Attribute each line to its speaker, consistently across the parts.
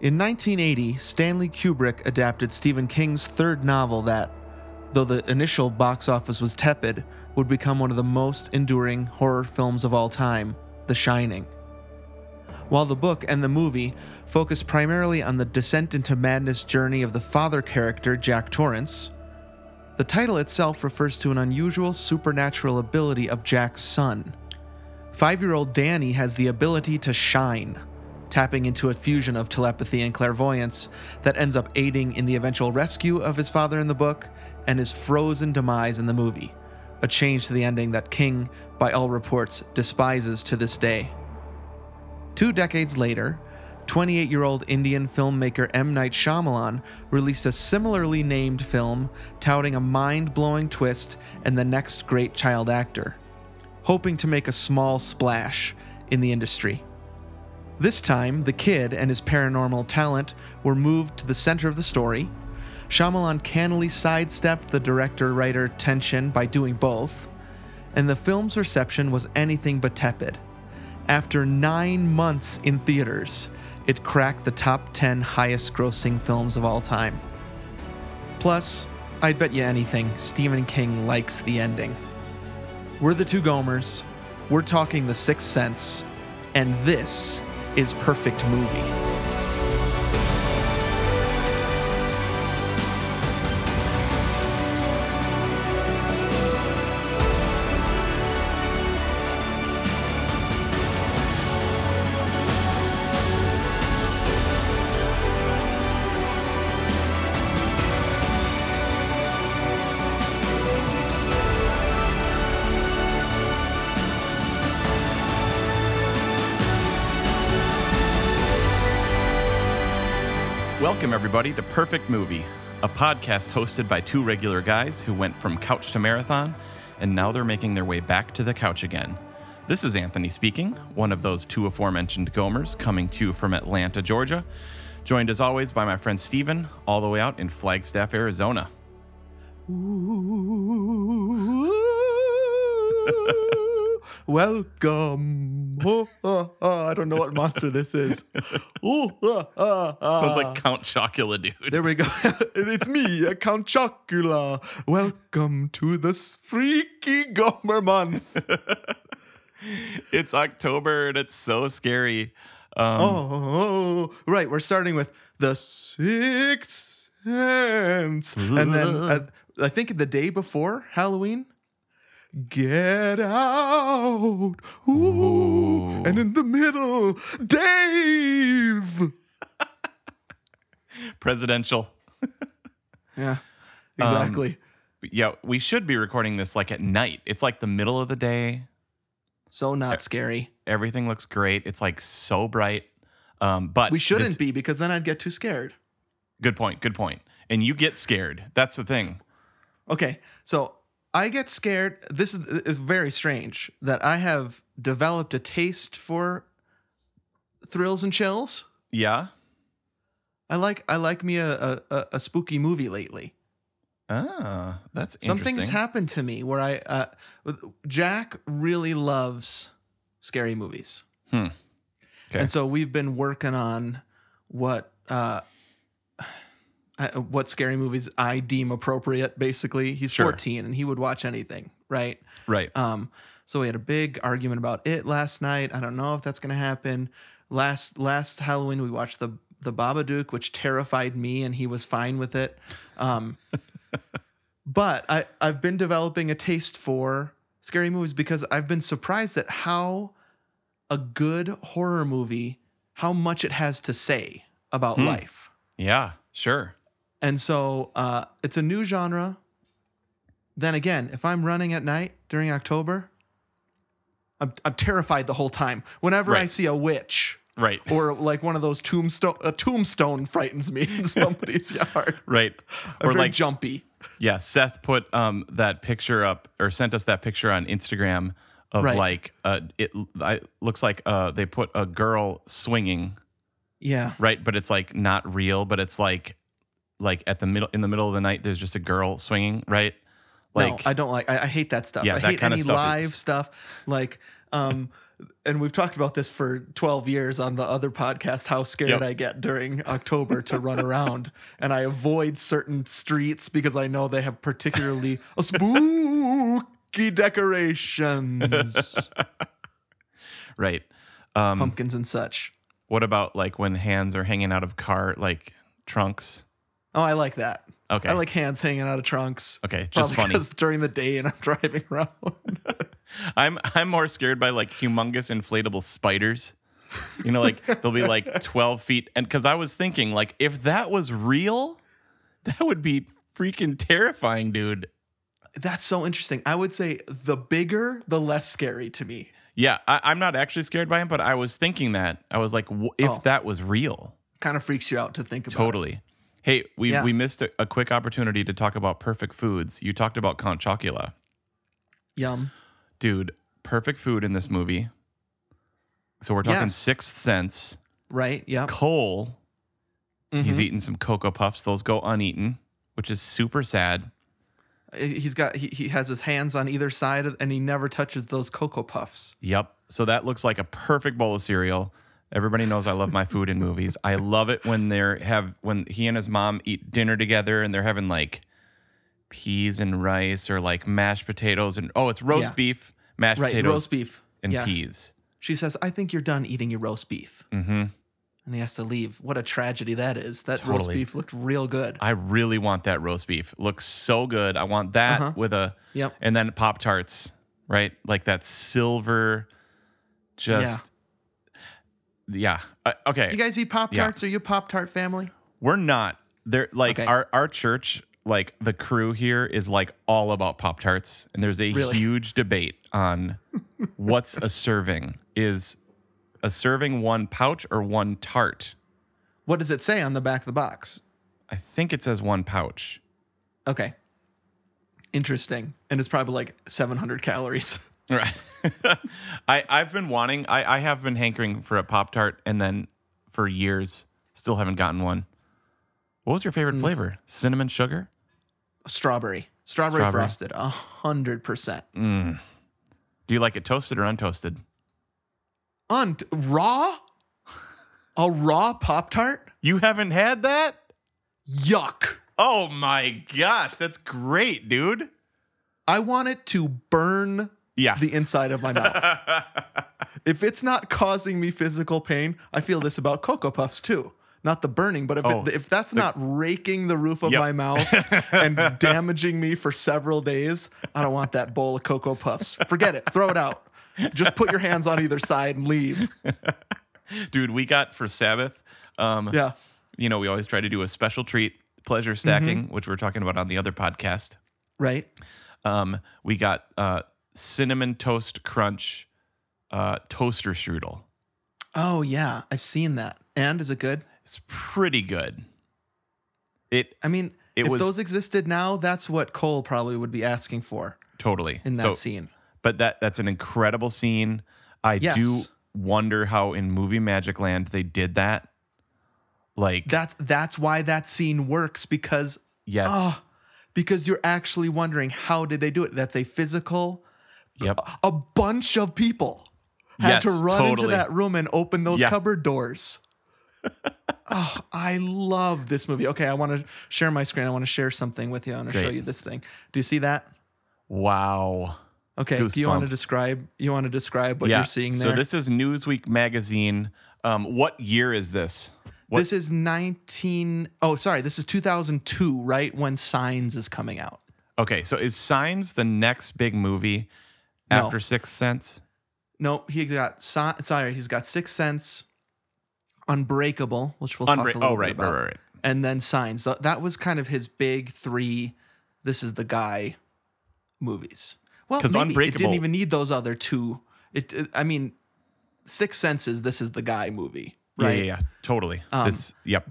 Speaker 1: In 1980, Stanley Kubrick adapted Stephen King's third novel that, though the initial box office was tepid, would become one of the most enduring horror films of all time The Shining. While the book and the movie focus primarily on the descent into madness journey of the father character, Jack Torrance, the title itself refers to an unusual supernatural ability of Jack's son. Five year old Danny has the ability to shine, tapping into a fusion of telepathy and clairvoyance that ends up aiding in the eventual rescue of his father in the book and his frozen demise in the movie, a change to the ending that King, by all reports, despises to this day. Two decades later, 28 year old Indian filmmaker M. Night Shyamalan released a similarly named film touting a mind blowing twist and the next great child actor, hoping to make a small splash in the industry. This time, the kid and his paranormal talent were moved to the center of the story. Shyamalan cannily sidestepped the director writer tension by doing both, and the film's reception was anything but tepid. After nine months in theaters, it cracked the top 10 highest grossing films of all time. Plus, I'd bet you anything, Stephen King likes the ending. We're the two Gomers, we're talking The Sixth Sense, and this is Perfect Movie.
Speaker 2: Welcome, everybody, to Perfect Movie, a podcast hosted by two regular guys who went from couch to marathon, and now they're making their way back to the couch again. This is Anthony speaking, one of those two aforementioned Gomers coming to you from Atlanta, Georgia, joined as always by my friend Steven, all the way out in Flagstaff, Arizona.
Speaker 1: Ooh, Welcome. Oh, ah, ah. I don't know what monster this is. Ooh, ah, ah, ah.
Speaker 2: Sounds like Count Chocula, dude.
Speaker 1: There we go. it's me, Count Chocula. Welcome to this freaky Gomer month.
Speaker 2: It's October and it's so scary. Um,
Speaker 1: Oh, right. We're starting with the sixth sense. And then uh, I think the day before Halloween, get out. Ooh.
Speaker 2: Ooh.
Speaker 1: And in the middle, Dave.
Speaker 2: Presidential.
Speaker 1: Yeah, exactly.
Speaker 2: Yeah, we should be recording this like at night. It's like the middle of the day.
Speaker 1: so not scary.
Speaker 2: Everything looks great. It's like so bright. Um, but
Speaker 1: We shouldn't
Speaker 2: this-
Speaker 1: be because then I'd get too scared.
Speaker 2: Good point. Good point. And you get scared. That's the thing.
Speaker 1: Okay, so I get scared. This is, is very strange that I have developed a taste for thrills and chills.
Speaker 2: Yeah.
Speaker 1: I like I like me a a, a, a spooky movie lately.
Speaker 2: Ah, that's
Speaker 1: Something's
Speaker 2: interesting.
Speaker 1: happened to me where I uh, Jack really loves scary movies.
Speaker 2: Hmm. Okay.
Speaker 1: And so we've been working on what uh, I- what scary movies I deem appropriate. Basically, he's
Speaker 2: Sure.
Speaker 1: 14 and he would watch anything, right?
Speaker 2: right.
Speaker 1: Um, so we had a big argument about it last night. I don't know if that's gonna happen. Last last Halloween we watched the the Babadook, which terrified me, and he was fine with it. Um, but I I've been developing a taste for scary movies because I've been surprised at how a good horror movie, how much it has to say about
Speaker 2: Hmm.
Speaker 1: life.
Speaker 2: yeah. Sure.
Speaker 1: And so uh, it's a new genre. Then again, if I'm running at night during October, I'm, I'm terrified the whole time. Whenever I
Speaker 2: Right.
Speaker 1: see a witch
Speaker 2: Right.
Speaker 1: or like one of those tombstone, a tombstone frightens me in somebody's yard.
Speaker 2: Right.
Speaker 1: I'm
Speaker 2: or
Speaker 1: very
Speaker 2: like
Speaker 1: jumpy.
Speaker 2: yeah, Seth put um that picture up or sent us that picture on Instagram of
Speaker 1: Right.
Speaker 2: like uh it I, looks like uh they put a girl swinging
Speaker 1: Yeah.
Speaker 2: right but it's like not real but it's like like at the middle in the middle of the night there's just a girl swinging right
Speaker 1: no, I don't like. I, I hate that stuff.
Speaker 2: Yeah,
Speaker 1: I
Speaker 2: that
Speaker 1: hate
Speaker 2: kinda
Speaker 1: any
Speaker 2: stuff
Speaker 1: live
Speaker 2: is-
Speaker 1: stuff. Like, um, and we've talked about this for 12 years on the other podcast how scared
Speaker 2: Yep.
Speaker 1: I get during October to run around and I avoid certain streets because I know they have particularly spooky decorations,
Speaker 2: Right. Um,
Speaker 1: pumpkins and such.
Speaker 2: What about like when hands are hanging out of car like trunks?
Speaker 1: Oh, I like that.
Speaker 2: Okay.
Speaker 1: I like hands hanging out of trunks.
Speaker 2: okay, just funny.
Speaker 1: Because during the day and I'm driving around.
Speaker 2: I'm I'm more scared by like humongous inflatable spiders. You know, like they'll be like 12 feet. And because I was thinking, like, if that was real, that would be freaking terrifying, dude.
Speaker 1: That's so interesting. I would say the bigger, the less scary to me.
Speaker 2: Yeah, I, I'm not actually scared by him, but I was thinking that. I was like, w- if
Speaker 1: Oh.
Speaker 2: that was real,
Speaker 1: Kind of freaks you out to think about.
Speaker 2: totally. Hey, we,
Speaker 1: Yeah.
Speaker 2: we missed a, a quick opportunity to talk about perfect foods. You talked about Count Chocula.
Speaker 1: Yum.
Speaker 2: Dude, perfect food in this movie. So we're talking
Speaker 1: Yes.
Speaker 2: Sixth Sense.
Speaker 1: Right? Yep.
Speaker 2: Cole He's
Speaker 1: Mhm.
Speaker 2: eating some Cocoa Puffs. Those go uneaten, which is super sad.
Speaker 1: he's got he, he has his hands on either side of, and he never touches those cocoa puffs
Speaker 2: Yep. So that looks like a perfect bowl of cereal. Everybody knows I love my food in movies. I love it when they're have when he and his mom eat dinner together and they're having like peas and rice or like mashed potatoes and oh, it's roast
Speaker 1: Yeah.
Speaker 2: beef, mashed
Speaker 1: right
Speaker 2: potatoes
Speaker 1: roast beef
Speaker 2: and
Speaker 1: yeah.
Speaker 2: peas.
Speaker 1: she says i think you're done eating your roast beef
Speaker 2: hmm
Speaker 1: and he has to leave what a tragedy that is that roast
Speaker 2: Totally.
Speaker 1: beef looked real good
Speaker 2: I really want that roast beef. Looks so good. I want that
Speaker 1: Uh-huh.
Speaker 2: with a
Speaker 1: yep
Speaker 2: and then pop tarts right like that silver just yeah, Uh, okay
Speaker 1: you guys eat pop tarts are you a pop tart family
Speaker 2: we're not there like
Speaker 1: Okay.
Speaker 2: our our church like the crew here is like all about pop tarts and there's a
Speaker 1: Really?
Speaker 2: huge debate on what's a serving is a serving one pouch or one tart
Speaker 1: what does it say on the back of the box
Speaker 2: i think it says one pouch
Speaker 1: okay interesting and it's probably like 700 calories
Speaker 2: Right. I I've been wanting. I I have been hankering for a pop tart, and then for years still haven't gotten one. What was your favorite flavor? Cinnamon sugar.
Speaker 1: strawberry strawberry,
Speaker 2: Strawberry.
Speaker 1: frosted a hundred percent
Speaker 2: Do you like it toasted or untoasted?
Speaker 1: unt raw a raw pop tart
Speaker 2: You haven't had that.
Speaker 1: yuck
Speaker 2: Oh my gosh, that's great, dude.
Speaker 1: I want it to burn
Speaker 2: Yeah.
Speaker 1: the inside of my mouth. if it's not causing me physical pain, I feel this about Cocoa Puffs too. Not the burning, but if,
Speaker 2: Oh,
Speaker 1: it, if that's not raking the roof of
Speaker 2: Yep.
Speaker 1: my mouth and damaging me for several days, I don't want that bowl of Cocoa Puffs. Forget it. Throw it out. Just put your hands on either side and leave.
Speaker 2: dude, we got for Sabbath. Um,
Speaker 1: Yeah.
Speaker 2: You know, we always try to do a special treat, pleasure stacking, which we we're talking about on the other podcast.
Speaker 1: Right?
Speaker 2: Um, we got uh, cinnamon toast crunch uh, toaster strudel.
Speaker 1: Oh, yeah. I've seen that. And is it good?
Speaker 2: It's pretty good. It
Speaker 1: I mean,
Speaker 2: It
Speaker 1: if
Speaker 2: was-
Speaker 1: those existed now, that's what Cole probably would be asking for
Speaker 2: totally
Speaker 1: in that
Speaker 2: so,
Speaker 1: scene.
Speaker 2: but that that's an incredible scene. I do
Speaker 1: Yes.
Speaker 2: wonder how in movie Magic Land they did that. Like
Speaker 1: That's that's why that scene works because
Speaker 2: yes,
Speaker 1: ah, because you're actually wondering how did they do it? That's a physical
Speaker 2: yep,
Speaker 1: a bunch of people had to
Speaker 2: Yes,
Speaker 1: run
Speaker 2: totally.
Speaker 1: into that room and open those
Speaker 2: Yeah.
Speaker 1: cupboard doors. oh, I love this movie. Okay, I want to share my screen. I want to share something with you. I want to show
Speaker 2: Great.
Speaker 1: you this thing. Do you see that?
Speaker 2: wow.
Speaker 1: Okay. Do you want to
Speaker 2: Goosebumps.
Speaker 1: describe you want to describe what you're seeing there?
Speaker 2: So this is Newsweek magazine. Um, what year is this? What
Speaker 1: this is 19 Oh, sorry. This is 2002, right when Signs is coming out.
Speaker 2: Okay, so is Signs the next big movie
Speaker 1: No.
Speaker 2: after Sixth Sense?
Speaker 1: Nope, he got si- sorry, he's got Six Sense, Unbreakable, which we'll
Speaker 2: Unbra-
Speaker 1: talk a little
Speaker 2: oh,
Speaker 1: bit
Speaker 2: right, right,
Speaker 1: about,
Speaker 2: right, right.
Speaker 1: and then Signs. So that was kind of his big three. This is the guy movies. Well,
Speaker 2: 'Cause
Speaker 1: maybe it
Speaker 2: Unbreakable-
Speaker 1: didn't even need those other two. It, it- I mean, Six Senses. This is the guy movie,
Speaker 2: Yeah,
Speaker 1: right?
Speaker 2: yeah, yeah, totally.
Speaker 1: Um,
Speaker 2: this, yep.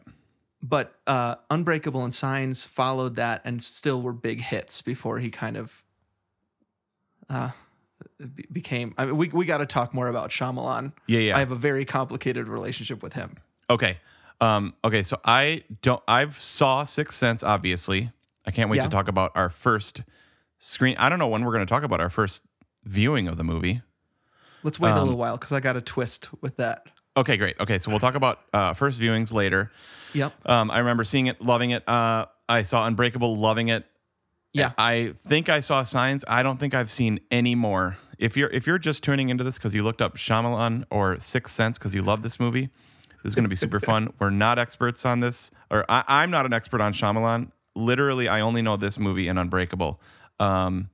Speaker 1: But uh, Unbreakable and Signs followed that, and still were big hits before he kind of. Uh, be- became. I mean, we we got to talk more about Shyamalan
Speaker 2: Yeah, yeah.
Speaker 1: I have a very complicated relationship with him.
Speaker 2: Okay. Um, okay, so I don't I've saw Sixth Sense, obviously. I can't wait
Speaker 1: Yeah.
Speaker 2: to talk about our first screen. I don't know when we're gonna talk about our first viewing of the movie.
Speaker 1: Let's wait a
Speaker 2: Um,
Speaker 1: little while because I got a twist with that.
Speaker 2: Okay, great. Okay, so we'll talk about uh, first viewings later.
Speaker 1: Yep.
Speaker 2: Um, I remember seeing it, loving it. Uh, I saw Unbreakable, loving it.
Speaker 1: Yeah.
Speaker 2: I think I saw Signs. I don't think I've seen any more. If you're if you're just tuning into this because you looked up Shyamalan or Sixth Sense because you love this movie, this is going to be super fun. We're not experts on this, or I, I'm not an expert on Shyamalan. Literally, I only know this movie and Unbreakable. Um,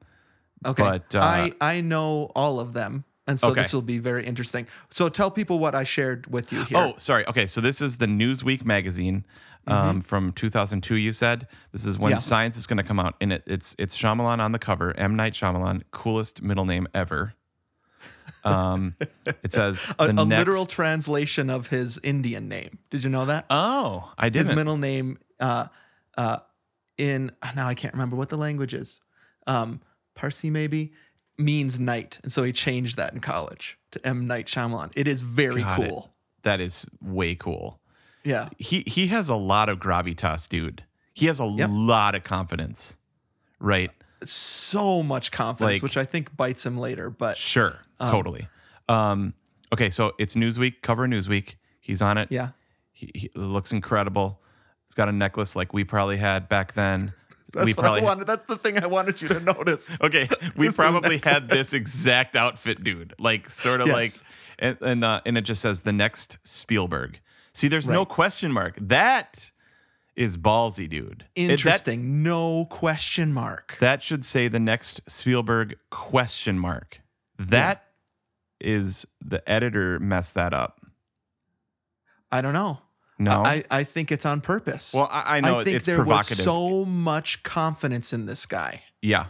Speaker 1: Okay.
Speaker 2: But, uh,
Speaker 1: I I know all of them, and so
Speaker 2: Okay.
Speaker 1: this will be very interesting. So tell people what I shared with you here.
Speaker 2: Oh, sorry. Okay, so this is the Newsweek magazine um, from 2002. You said this is when
Speaker 1: Mm-hmm. Yeah.
Speaker 2: Science is going to come out, and it, it's it's Shyamalan on the cover. M Night Shyamalan, coolest middle name ever. Um, it says
Speaker 1: a,
Speaker 2: the
Speaker 1: a
Speaker 2: next-
Speaker 1: literal translation of his Indian name. Did you know that?
Speaker 2: Oh, I
Speaker 1: his
Speaker 2: didn't.
Speaker 1: middle name uh, uh, in oh, now I can't remember what the language is. Um, Parsi maybe means night, and so he changed that in college to M Night Shyamalan. It is very
Speaker 2: Got it.
Speaker 1: cool.
Speaker 2: that is way cool.
Speaker 1: Yeah,
Speaker 2: He he has a lot of gravitas, dude. He has a
Speaker 1: Yep.
Speaker 2: lot of confidence, right?
Speaker 1: so much confidence,
Speaker 2: Like-
Speaker 1: which I think bites him later. But
Speaker 2: Sure, totally. Um, okay, so it's Newsweek cover. Newsweek. He's on it.
Speaker 1: yeah,
Speaker 2: he, he looks incredible. He's got a necklace like we probably had back then.
Speaker 1: that's
Speaker 2: we
Speaker 1: what
Speaker 2: probably
Speaker 1: I wanted. That's the thing I wanted you to notice.
Speaker 2: okay. We probably had this exact outfit, dude. Like sort of
Speaker 1: Yes.
Speaker 2: like and and, uh, and it just says the next Spielberg. See, there's no question mark. That is ballsy, dude. It- that-
Speaker 1: Interesting. no question mark.
Speaker 2: that should say the next Spielberg question mark. That is the editor messed that up.
Speaker 1: I don't know.
Speaker 2: No.
Speaker 1: I, I think it's on purpose.
Speaker 2: well, I, I know
Speaker 1: I think
Speaker 2: it's
Speaker 1: there
Speaker 2: provocative.
Speaker 1: was so much confidence in this guy.
Speaker 2: yeah.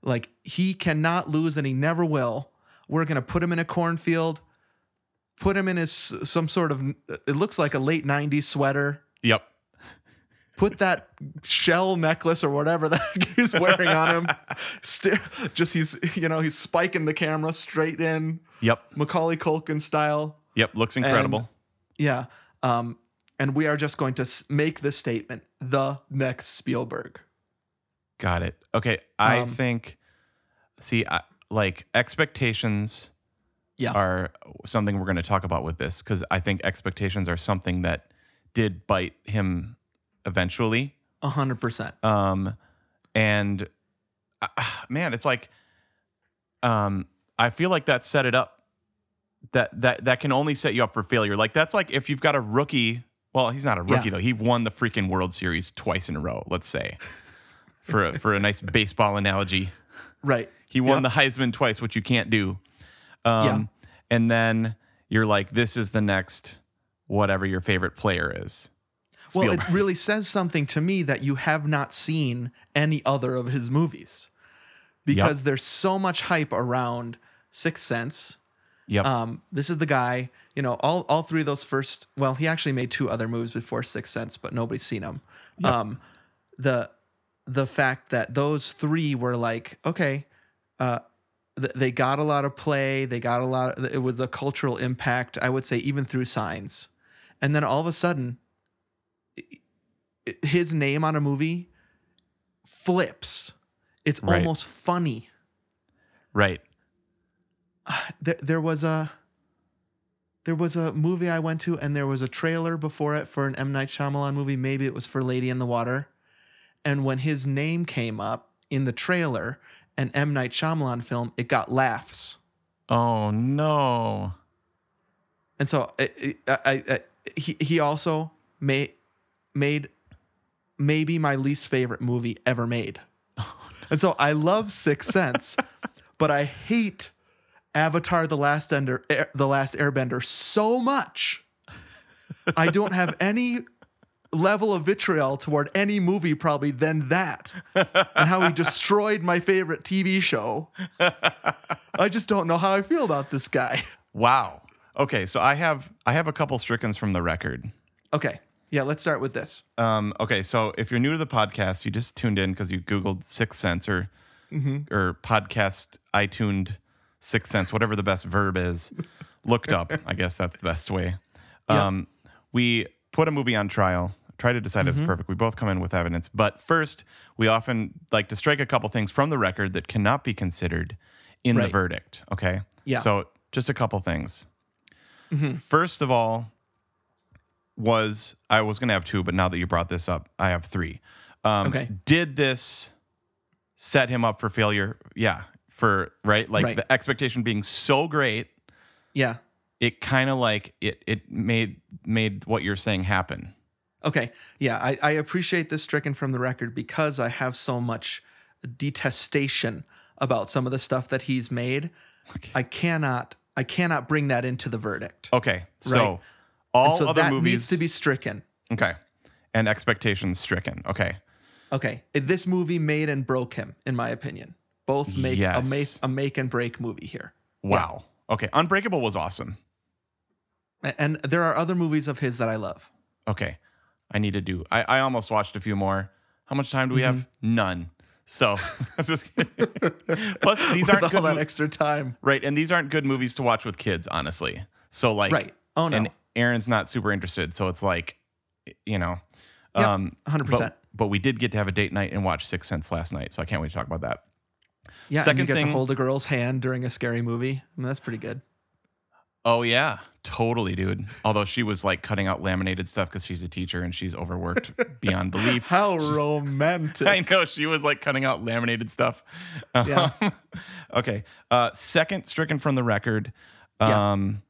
Speaker 1: Like he cannot lose and he never will. We're going to put him in a cornfield, put him in his some sort of it looks like a late 90s sweater.
Speaker 2: Yep.
Speaker 1: Put that shell necklace or whatever that he's wearing on him. St- just he's you know, he's spiking the camera straight in
Speaker 2: Yep.
Speaker 1: Macaulay Culkin style.
Speaker 2: Yep. Looks incredible.
Speaker 1: Yeah. Um and we are just going to s- make this statement, the next Spielberg.
Speaker 2: Got it. Okay. I
Speaker 1: Um,
Speaker 2: think, see, I, like expectations
Speaker 1: Yeah.
Speaker 2: are something we're going to talk about with this because I think expectations are something that did bite him eventually.
Speaker 1: A 100%.
Speaker 2: Um, and uh, man, it's like, um, I feel like that set it up. That that that can only set you up for failure. Like that's like if you've got a rookie. Well, he's not a rookie
Speaker 1: Yeah.
Speaker 2: though. He won the freaking World Series twice in a row. Let's say, for a, for a nice baseball analogy,
Speaker 1: Right.
Speaker 2: he
Speaker 1: Yep.
Speaker 2: won the Heisman twice, which you can't do. Um, And then you're like, this is the next whatever your favorite player is.
Speaker 1: Well,
Speaker 2: Spielberg.
Speaker 1: it really says something to me that you have not seen any other of his movies because there's so much hype around Sixth Sense.
Speaker 2: Yep.
Speaker 1: Um, this is the guy, you know, all, all three of those first, well, he actually made two other movies before Sixth Sense, but nobody's seen them. Um, the, the fact that those three were like, okay, uh, th- they got a lot of play. They got a lot. it was a cultural impact, I would say, even through signs. And then all of a sudden, i- i- his name on a movie flips. It's
Speaker 2: Right.
Speaker 1: almost funny.
Speaker 2: right.
Speaker 1: There, there was a there was a movie I went to, and there was a trailer before it for an M Night Shyamalan movie. Maybe it was for Lady in the Water. And when his name came up in the trailer, an M Night Shyamalan film, it got laughs.
Speaker 2: Oh no.
Speaker 1: And so I, I, I, I he he also made made maybe my least favorite movie ever made. And so I love Sixth Sense, but I hate Avatar: The Last Ender, Air, The Last Airbender so much. I don't have any level of vitriol toward any movie probably than that, and how he destroyed my favorite TV show. I just don't know how I feel about this guy.
Speaker 2: Wow. Okay, so I have I have a couple strickens from the record.
Speaker 1: Okay. Yeah, let's start with this.
Speaker 2: Um, okay, so if you're new to the podcast, you just tuned in because you Googled Sixth Sense or or podcast iTuned Sixth Sense, whatever the best verb is, looked up. I guess that's the best way. Um, We put a movie on trial, try to decide
Speaker 1: Mm-hmm.
Speaker 2: if it's perfect. We both come in with evidence, but first we often like to strike a couple things from the record that cannot be considered in the
Speaker 1: Right.
Speaker 2: verdict. Okay,
Speaker 1: Yeah. Mm-hmm.
Speaker 2: So just a couple things. First of all, was I was gonna have two, but now that you brought this up, I have three. Um,
Speaker 1: Okay.
Speaker 2: Did this set him up for failure? Yeah, for right, like
Speaker 1: Right.
Speaker 2: the expectation being so great,
Speaker 1: Yeah.
Speaker 2: it kind of like it it made made what you're saying happen.
Speaker 1: Okay. Yeah, I, I appreciate this stricken from the record because I have so much detestation about some of the stuff that he's made. I cannot I cannot bring that into the verdict.
Speaker 2: Okay, so
Speaker 1: Right.
Speaker 2: all
Speaker 1: so
Speaker 2: other
Speaker 1: that
Speaker 2: movies
Speaker 1: needs to be stricken.
Speaker 2: okay, and expectations stricken. Okay,
Speaker 1: Okay. This movie made and broke him, in my opinion. Both make
Speaker 2: Yes.
Speaker 1: a make a make and break movie here.
Speaker 2: wow. Okay, Unbreakable was awesome.
Speaker 1: A- And there are other movies of his that I love.
Speaker 2: okay, I need to do. I, I almost watched a few more. How much time do we have?
Speaker 1: Mm-hmm.
Speaker 2: None. So just kidding. plus these aren't
Speaker 1: With
Speaker 2: good
Speaker 1: all that
Speaker 2: mo-
Speaker 1: extra time.
Speaker 2: right, and these aren't good movies to watch with kids, honestly. So like,
Speaker 1: right. Oh no.
Speaker 2: and Aaron's not super interested, so it's like, you know,
Speaker 1: Yep,
Speaker 2: um,
Speaker 1: 100%.
Speaker 2: but, but we did get to have a date night and watch Sixth Sense last night, so I can't wait to talk about that.
Speaker 1: Yeah, and
Speaker 2: Second
Speaker 1: you get
Speaker 2: thing-
Speaker 1: to hold a girl's hand during a scary movie. I mean, that's pretty good.
Speaker 2: Oh yeah, totally, dude. Although she was like cutting out laminated stuff because she's a teacher and she's overworked beyond belief.
Speaker 1: How romantic.
Speaker 2: I know she was like cutting out laminated stuff.
Speaker 1: Yeah.
Speaker 2: Um, okay. Uh, second, stricken from the record,
Speaker 1: Yeah.
Speaker 2: um,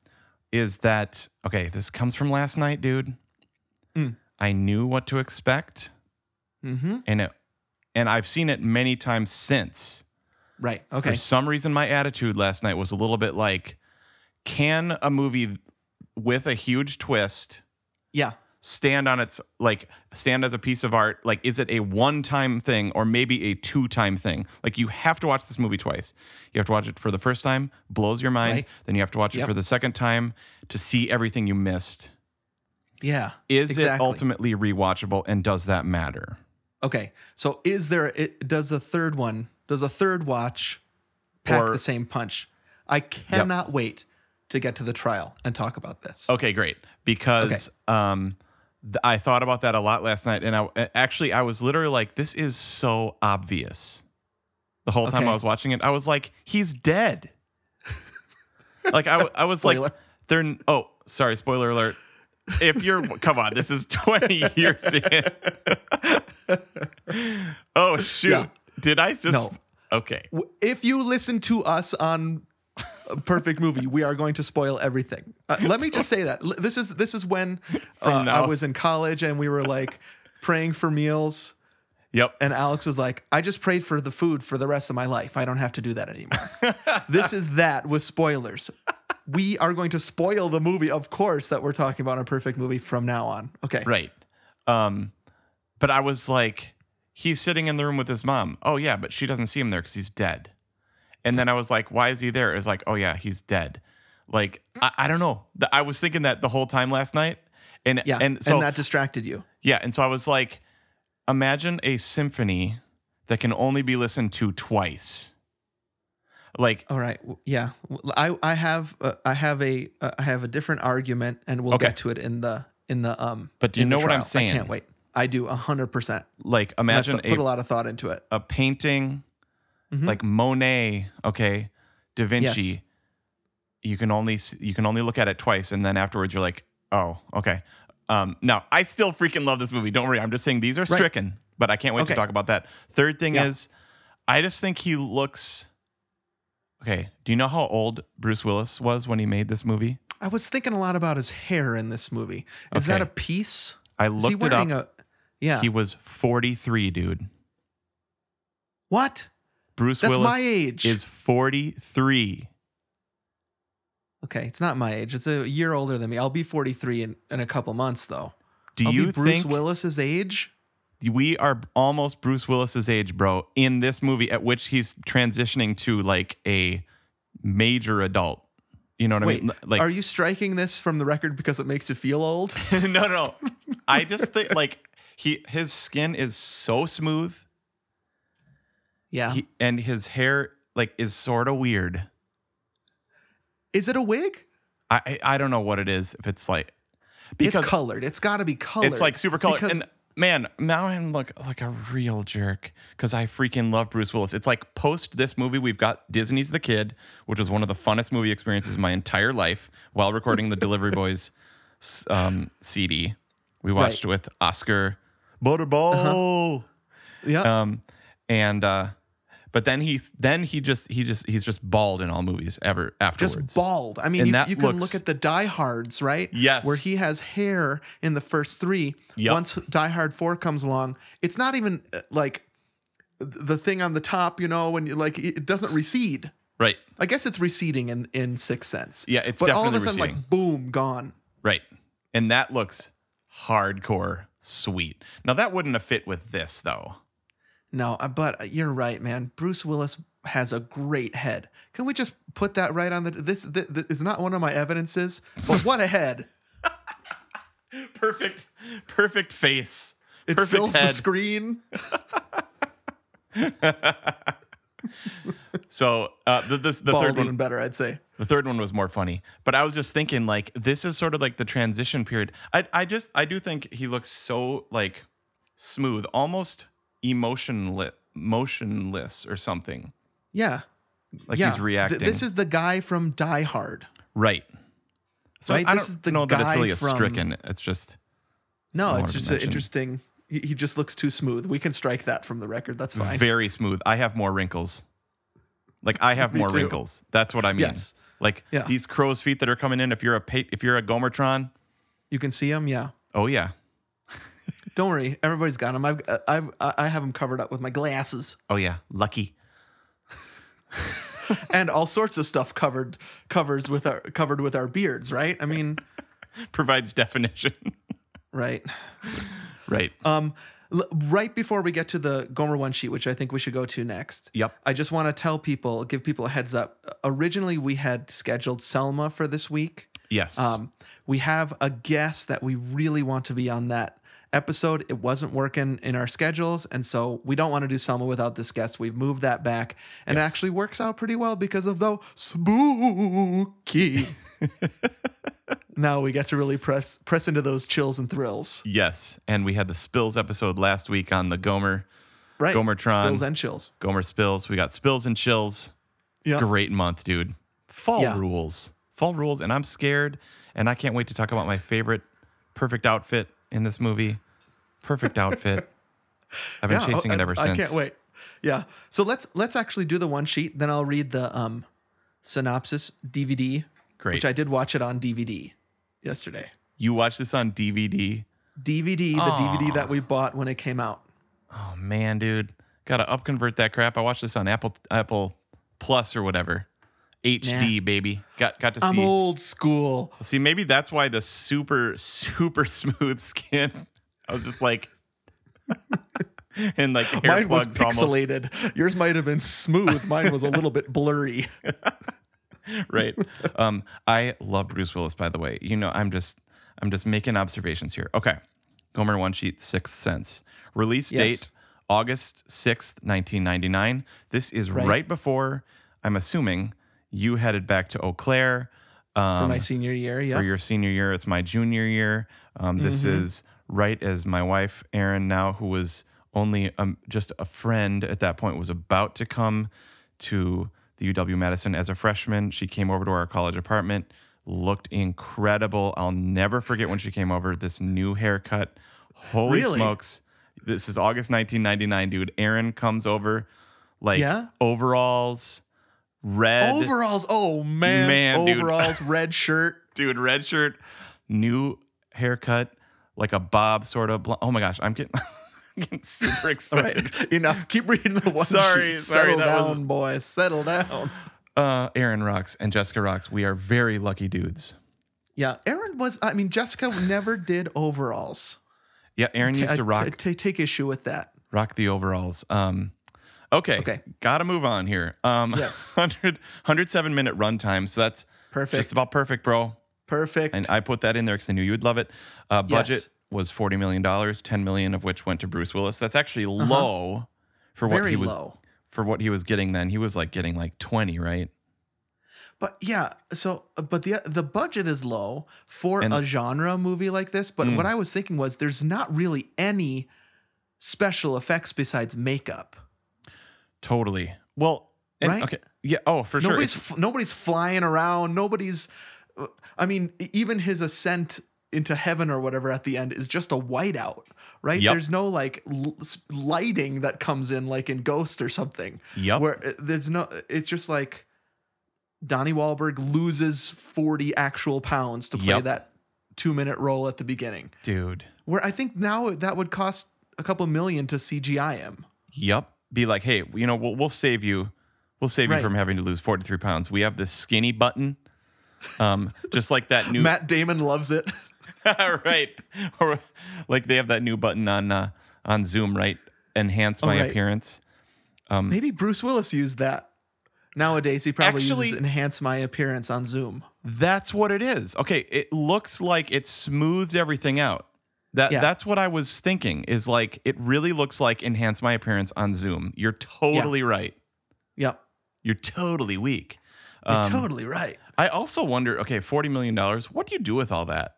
Speaker 2: is that okay? This comes from last night, dude.
Speaker 1: Mm.
Speaker 2: I knew what to expect,
Speaker 1: mm-hmm.
Speaker 2: and it, and I've seen it many times since.
Speaker 1: Right. Okay.
Speaker 2: For some reason, my attitude last night was a little bit like, can a movie with a huge twist
Speaker 1: yeah.
Speaker 2: stand on its like stand as a piece of art like is it a one time thing or maybe a two time thing like you have to watch this movie twice you have to watch it for the first time blows your mind
Speaker 1: Right.
Speaker 2: then you have to watch it
Speaker 1: Yep.
Speaker 2: for the second time to see everything you missed
Speaker 1: Yeah.
Speaker 2: is it
Speaker 1: Exactly.
Speaker 2: ultimately rewatchable and does that matter
Speaker 1: Okay. So is there it does the third one, does a third watch pack
Speaker 2: Or-
Speaker 1: the same punch? I cannot wait to get to the trial and talk about this.
Speaker 2: Okay, great. Because um, th- I thought about that a lot last night, and I a- actually I was literally like, "This is so obvious." The whole time
Speaker 1: Okay.
Speaker 2: I was watching it, I was like, "He's dead." like I, w- I was like,
Speaker 1: Spoiler.
Speaker 2: "They're n- oh, sorry, spoiler alert." If you're come on, this is twenty years in. oh shoot!
Speaker 1: Yeah.
Speaker 2: Did I just
Speaker 1: No.
Speaker 2: okay?
Speaker 1: W- If you listen to us on a perfect movie, we are going to spoil everything. Uh, let me just say that L- this is this is when uh, I
Speaker 2: now.
Speaker 1: was in college and we were like praying for meals
Speaker 2: Yep.
Speaker 1: And Alex was like, I just prayed for the food for the rest of my life. I don't have to do that anymore. this is that with spoilers. We are going to spoil the movie, of course, that we're talking about in a perfect movie from now on. Okay.
Speaker 2: Right. Um, but I was like, he's sitting in the room with his mom. Oh yeah, but she doesn't see him there because he's dead. And then I was like, why is he there? It was like, oh yeah, he's dead. Like I, I don't know. The- I was thinking that the whole time last night, and
Speaker 1: Yeah.
Speaker 2: and so
Speaker 1: that distracted you.
Speaker 2: yeah, and so I was like, imagine a symphony that can only be listened to twice. Like
Speaker 1: All right. W- Yeah. W- I, I have uh, I have a uh, I have a different argument and we'll
Speaker 2: Okay.
Speaker 1: get to it in the in the um
Speaker 2: But do you
Speaker 1: in the
Speaker 2: know what I'm
Speaker 1: trial.
Speaker 2: saying?
Speaker 1: I can't wait. I do 100%.
Speaker 2: like
Speaker 1: Imagine
Speaker 2: imagine
Speaker 1: I
Speaker 2: a,
Speaker 1: put a lot of thought into it.
Speaker 2: a painting
Speaker 1: Mhm.
Speaker 2: like Monet, okay, Da Vinci.
Speaker 1: Yes.
Speaker 2: You can only s- you can only look at it twice, and then afterwards you're like, oh, okay. Um, no, I still freaking love this movie. Don't worry, I'm just saying these are stricken, but I can't wait to
Speaker 1: Okay.
Speaker 2: talk about that. Third thing
Speaker 1: Yeah.
Speaker 2: is, I just think he looks. Okay, do you know how old Bruce Willis was when he made this movie?
Speaker 1: I was thinking a lot about his hair in this movie. Is that a
Speaker 2: Okay.
Speaker 1: piece?
Speaker 2: I
Speaker 1: Is he
Speaker 2: looked it up.
Speaker 1: wearing a Yeah.
Speaker 2: he was 43, dude.
Speaker 1: what?
Speaker 2: Bruce
Speaker 1: That's
Speaker 2: Willis
Speaker 1: my age.
Speaker 2: is 43.
Speaker 1: okay, it's not my age. It's a year older than me. I'll be 43 in, in a couple months, though.
Speaker 2: Do
Speaker 1: I'll
Speaker 2: you
Speaker 1: be Bruce
Speaker 2: think
Speaker 1: Willis's age?
Speaker 2: we are almost Bruce Willis's age, bro, in this movie at which he's transitioning to like a major adult. You know what I
Speaker 1: Wait,
Speaker 2: mean? Like
Speaker 1: are you striking this from the record because it makes you feel old?
Speaker 2: no, no. I just think like he his skin is so smooth
Speaker 1: Yeah.
Speaker 2: he, and his hair like is sort of weird.
Speaker 1: is it a wig?
Speaker 2: I, I I don't know what it is if it's like
Speaker 1: it's
Speaker 2: because
Speaker 1: colored. It's got to be colored.
Speaker 2: it's like super colored
Speaker 1: Because-
Speaker 2: and man, now I look like a real jerk because I freaking love Bruce Willis. It's like post this movie, we've got Disney's The Kid, which was one of the funnest movie experiences of my entire life while recording the Delivery Boys um, CD. We watched with Oscar
Speaker 1: Uh-huh.
Speaker 2: Butterball.
Speaker 1: Yeah.
Speaker 2: Um, and, uh, but then he, then he just, he just, he's just bald in all movies ever
Speaker 1: just
Speaker 2: afterwards.
Speaker 1: bald. I mean,
Speaker 2: And
Speaker 1: you,
Speaker 2: that
Speaker 1: you can look
Speaker 2: looks-
Speaker 1: at the Die Hards, right?
Speaker 2: Yes.
Speaker 1: Where he has hair in the first three.
Speaker 2: Yep.
Speaker 1: Once Die Hard 4 comes along, it's not even uh, like the thing on the top, you know, when you like it it doesn't recede.
Speaker 2: right.
Speaker 1: I guess it's receding in, in Sixth Sense.
Speaker 2: Yeah, it's
Speaker 1: but all of a
Speaker 2: definitely
Speaker 1: sudden,
Speaker 2: receding.
Speaker 1: like, boom, gone.
Speaker 2: Right. And that looks hardcore sweet. Now that wouldn't have fit with this though.
Speaker 1: No, uh, but you're right, man. Bruce Willis has a great head. Can we just put that right on the this, this, this is not one of my evidences, but what a head.
Speaker 2: Perfect perfect face.
Speaker 1: It
Speaker 2: perfect
Speaker 1: fills
Speaker 2: head.
Speaker 1: the screen.
Speaker 2: so uh the this, the
Speaker 1: Bald
Speaker 2: third
Speaker 1: even
Speaker 2: one
Speaker 1: better, I'd say.
Speaker 2: the third one was more funny. But I was just thinking like this is sort of like the transition period. I I just I do think he looks so like smooth, almost emotionless motionless or something.
Speaker 1: Yeah.
Speaker 2: Like
Speaker 1: yeah.
Speaker 2: he's reacting.
Speaker 1: Th- this is the guy from Die Hard.
Speaker 2: right. So
Speaker 1: Right?
Speaker 2: I
Speaker 1: This
Speaker 2: don't
Speaker 1: is the
Speaker 2: know that it's
Speaker 1: guy
Speaker 2: really a
Speaker 1: from-
Speaker 2: stricken. It's just
Speaker 1: No,
Speaker 2: I
Speaker 1: it's
Speaker 2: wanted
Speaker 1: just
Speaker 2: to
Speaker 1: an
Speaker 2: mention.
Speaker 1: interesting. He, he just looks too smooth. We can strike that from the record. That's fine.
Speaker 2: Very smooth. I have more wrinkles. Like I have
Speaker 1: Me
Speaker 2: more
Speaker 1: too.
Speaker 2: wrinkles. That's what I mean.
Speaker 1: Yes.
Speaker 2: Like
Speaker 1: Yeah.
Speaker 2: these crow's feet that are coming in. If you're a pa- if you're a Gomertron,
Speaker 1: You can see him. Yeah.
Speaker 2: oh yeah,
Speaker 1: Don't worry. Everybody's got him. I've, uh, I've, I I have him covered up with my glasses
Speaker 2: oh yeah, lucky.
Speaker 1: and all sorts of stuff covered covers with our covered with our beards. Right. I mean,
Speaker 2: Provides definition.
Speaker 1: right.
Speaker 2: right.
Speaker 1: Um, l- right before we get to the Gomer one sheet, which I think we should go to next.
Speaker 2: yep.
Speaker 1: I just want to tell people, give people a heads up. Originally, we had scheduled Selma for this week.
Speaker 2: Yes.
Speaker 1: Um, we have a guest that we really want to be on that episode. It wasn't working in our schedules, and so we don't want to do Selma without this guest. We've moved that back, and it
Speaker 2: Yes.
Speaker 1: actually works out pretty well because of the spooky. now we get to really press press into those chills and thrills,
Speaker 2: yes. And we had the spills episode last week on the Gomer
Speaker 1: right?
Speaker 2: Gomertron.
Speaker 1: Spills and chills.
Speaker 2: Gomer spills. We got spills and chills.
Speaker 1: Yeah.
Speaker 2: Great month, dude. Fall
Speaker 1: Yeah.
Speaker 2: rules. Fall rules. And I'm scared. And I can't wait to talk about my favorite perfect outfit in this movie. Perfect outfit. I've been
Speaker 1: Yeah, oh,
Speaker 2: chasing it
Speaker 1: I-
Speaker 2: ever
Speaker 1: I
Speaker 2: since.
Speaker 1: can't wait. Yeah. So let's let's actually do the one sheet. Then I'll read the um, synopsis DVD,
Speaker 2: Great.
Speaker 1: which I did watch it on DVD yesterday.
Speaker 2: you watched this on DVD.
Speaker 1: DVD, the DVD that we bought when it came out.
Speaker 2: Oh man, dude. Gotta upconvert that crap. I watched this on Apple Apple Plus or whatever. HD, baby. Got got to
Speaker 1: I'm
Speaker 2: see.
Speaker 1: old school.
Speaker 2: See, maybe that's why the super, super smooth skin. I was just like, and like hair
Speaker 1: Mine was
Speaker 2: plugs almost
Speaker 1: pixelated. Yours might have been smooth. Mine was a little bit blurry.
Speaker 2: right. Um, I love Bruce Willis, by the way. You know, I'm just, I'm just making observations here. Okay, Gomer one sheet, Sixth Sense, release
Speaker 1: Yes.
Speaker 2: date August sixth, nineteen ninety nine. This is right.
Speaker 1: Right.
Speaker 2: before, I'm assuming, you headed back to Eau Claire. Um,
Speaker 1: For my senior year, yeah.
Speaker 2: for your senior year. It's my junior year. Um, This
Speaker 1: Mm-hmm.
Speaker 2: is right as my wife, Erin, now who was only um, just a friend at that point, was about to come to the UW Madison as a freshman. She came over to our college apartment, looked incredible. I'll never forget when she came over, this new haircut. Holy
Speaker 1: Really?
Speaker 2: smokes. This is August 1999, dude. Erin comes over, like
Speaker 1: Yeah?
Speaker 2: overalls, red
Speaker 1: Overalls. Oh man,
Speaker 2: Man, dude.
Speaker 1: overalls, red shirt.
Speaker 2: dude red shirt new haircut like a bob sort of blonde. oh my gosh i'm getting, I'm getting super
Speaker 1: All
Speaker 2: excited
Speaker 1: right, enough. Keep reading the one.
Speaker 2: Sorry,
Speaker 1: sheet.
Speaker 2: sorry,
Speaker 1: Settle
Speaker 2: that was-
Speaker 1: down, boys. Settle down.
Speaker 2: uh aaron rocks and jessica rocks we are very lucky dudes
Speaker 1: Yeah, Aaron was. I mean, Jessica never did overalls.
Speaker 2: yeah aaron used
Speaker 1: I-
Speaker 2: to rock
Speaker 1: I ta- take issue with that.
Speaker 2: rock the overalls um okay
Speaker 1: Okay.
Speaker 2: gotta move on here um
Speaker 1: Yes.
Speaker 2: 100 107 minute runtime so that's
Speaker 1: Perfect.
Speaker 2: just about perfect bro
Speaker 1: Perfect.
Speaker 2: and i put that in there because i knew you would love it uh budget
Speaker 1: Yes.
Speaker 2: was 40 million dollars 10 million of which went to bruce willis that's actually low for what
Speaker 1: Uh-huh. Very
Speaker 2: he was
Speaker 1: low.
Speaker 2: for what he was getting then. He was like getting like 20, right?
Speaker 1: But yeah, so uh, but the the budget is low for
Speaker 2: And-
Speaker 1: a genre movie like this. But
Speaker 2: Mm.
Speaker 1: what I was thinking was there's not really any special effects besides makeup.
Speaker 2: Totally. Well, and,
Speaker 1: Right?
Speaker 2: okay. Yeah. Oh, for sure.
Speaker 1: nobody's
Speaker 2: It's-
Speaker 1: f- nobody's flying around. Nobody's. I mean, e- even his ascent into heaven or whatever at the end is just a whiteout, right?
Speaker 2: Yep.
Speaker 1: There's no like l- s- lighting that comes in like in Ghost or something.
Speaker 2: Yep.
Speaker 1: Where uh, there's no, it's just like Donnie Wahlberg loses 40 actual pounds to play
Speaker 2: Yep.
Speaker 1: that two minute role at the beginning.
Speaker 2: Dude.
Speaker 1: Where I think now that would cost a couple million to CGI him.
Speaker 2: Yep. Be like, hey, you know, we'll, we'll save you. We'll save
Speaker 1: Right.
Speaker 2: you from having to lose 43 pounds. We have this skinny button. Um, just like that new
Speaker 1: Matt Damon loves it.
Speaker 2: right. Or like they have that new button on uh, on Zoom, right? Enhance my
Speaker 1: Oh, right.
Speaker 2: appearance. Um,
Speaker 1: Maybe Bruce Willis used that. Nowadays, he probably
Speaker 2: Actually-
Speaker 1: uses enhance my appearance on Zoom.
Speaker 2: That's what it is. Okay, it looks like it smoothed everything out. That
Speaker 1: Yeah.
Speaker 2: that's what I was thinking is like it really looks like enhance my appearance on Zoom. You're totally right.
Speaker 1: Yep,
Speaker 2: You're totally weak.
Speaker 1: you're
Speaker 2: Um,
Speaker 1: totally right.
Speaker 2: I also wonder, okay, 40 million dollars, what do you do with all that?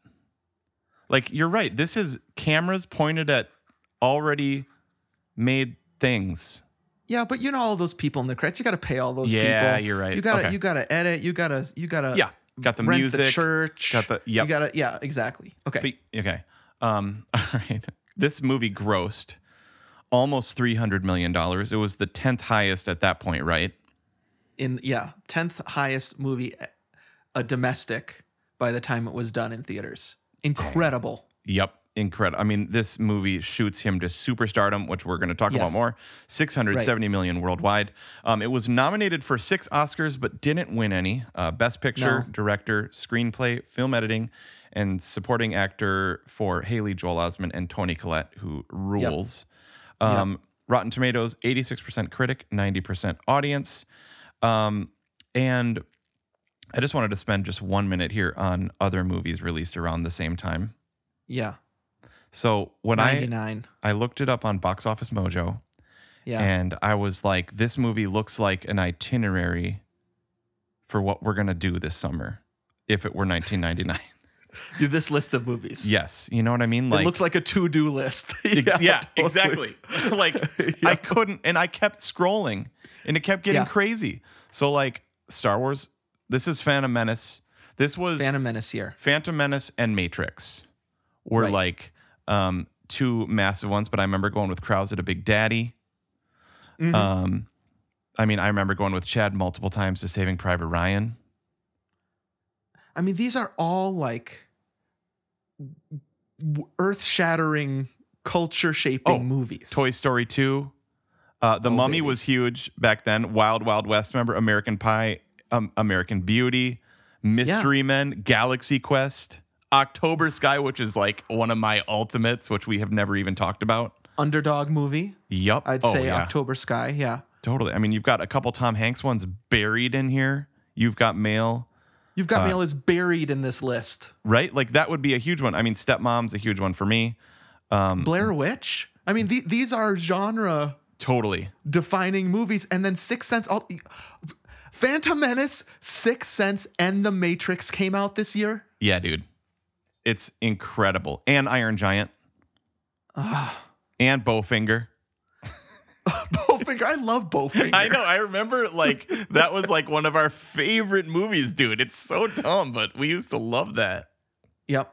Speaker 2: Like you're right. This is cameras pointed at already made things.
Speaker 1: Yeah, but you know all those people in the credits. You got to pay all those
Speaker 2: Yeah,
Speaker 1: people.
Speaker 2: you're right.
Speaker 1: You gotta
Speaker 2: Okay.
Speaker 1: you gotta edit. You gotta you gotta
Speaker 2: Yeah, got the
Speaker 1: rent
Speaker 2: music.
Speaker 1: the church.
Speaker 2: got the- yep.
Speaker 1: You gotta yeah exactly. Okay.
Speaker 2: But- okay. Um, all right. This movie grossed almost three hundred million dollars. It was the tenth highest at that point, right?
Speaker 1: in yeah tenth highest movie, eh, a domestic by the time it was done in theaters. Incredible.
Speaker 2: Yep. Incredible. I mean, this movie shoots him to superstardom, which we're going to talk about
Speaker 1: Yes.
Speaker 2: more. Six hundred seventy million worldwide. Um, it was nominated for six Oscars, but didn't win any. Uh, Best Picture, Director, Screenplay, Film Editing, and Supporting Actor for Haley Joel Osment and Tony Collette, who rules. Um, Rotten Tomatoes, 86% critic, 90% audience. Um, and I just wanted to spend just one minute here on other movies released around the same time.
Speaker 1: Yeah.
Speaker 2: So when
Speaker 1: Ninety nine.
Speaker 2: I I looked it up on Box Office Mojo,
Speaker 1: Yeah.
Speaker 2: and I was like, this movie looks like an itinerary for what we're gonna do this summer, if it were 1999.
Speaker 1: this list of movies.
Speaker 2: yes, you know what I mean.
Speaker 1: it
Speaker 2: Like,
Speaker 1: looks like a to do list.
Speaker 2: yeah,
Speaker 1: totally.
Speaker 2: exactly. like I
Speaker 1: Yeah.
Speaker 2: couldn't, and I kept scrolling, and it kept getting
Speaker 1: Yeah.
Speaker 2: crazy. So like Star Wars, this is Phantom Menace. This was Uh,
Speaker 1: Phantom Menace here.
Speaker 2: Phantom Menace and Matrix were
Speaker 1: Right.
Speaker 2: like um, two massive ones, but I remember going with Krause at a Big Daddy.
Speaker 1: Mhm.
Speaker 2: Um, I mean, I remember going with Chad multiple times to Saving Private Ryan.
Speaker 1: I mean, these are all like earth shattering, culture shaping
Speaker 2: Oh,
Speaker 1: movies.
Speaker 2: Toy Story 2. Uh, the
Speaker 1: Oh,
Speaker 2: Mummy
Speaker 1: baby.
Speaker 2: was huge back then. Wild Wild West, remember? American Pie, um, American Beauty, Mystery Men, Galaxy Quest, October Sky, which is like one of my ultimates, which we have never even talked about.
Speaker 1: Underdog movie.
Speaker 2: Yup.
Speaker 1: I'd
Speaker 2: Oh,
Speaker 1: say
Speaker 2: yeah.
Speaker 1: October Sky. Yeah.
Speaker 2: Totally. I mean, you've got a couple Tom Hanks ones buried in here. You've got male,
Speaker 1: You've
Speaker 2: Uh,
Speaker 1: Got Mail is buried in this list.
Speaker 2: right? Like that would be a huge one. I mean, Stepmom's a huge one for me.
Speaker 1: Blair Witch. I mean, the, these are genre
Speaker 2: Totally.
Speaker 1: defining movies. And then Sixth Sense. All, Phantom Menace, Sixth Sense, and The Matrix came out this year.
Speaker 2: Yeah, dude. It's incredible. And Iron Giant. Ah. And Bowfinger.
Speaker 1: Bowfinger. I love Bowfinger.
Speaker 2: I know. I remember like that was like one of our favorite movies, dude. It's so dumb, but we used to love that.
Speaker 1: Yep.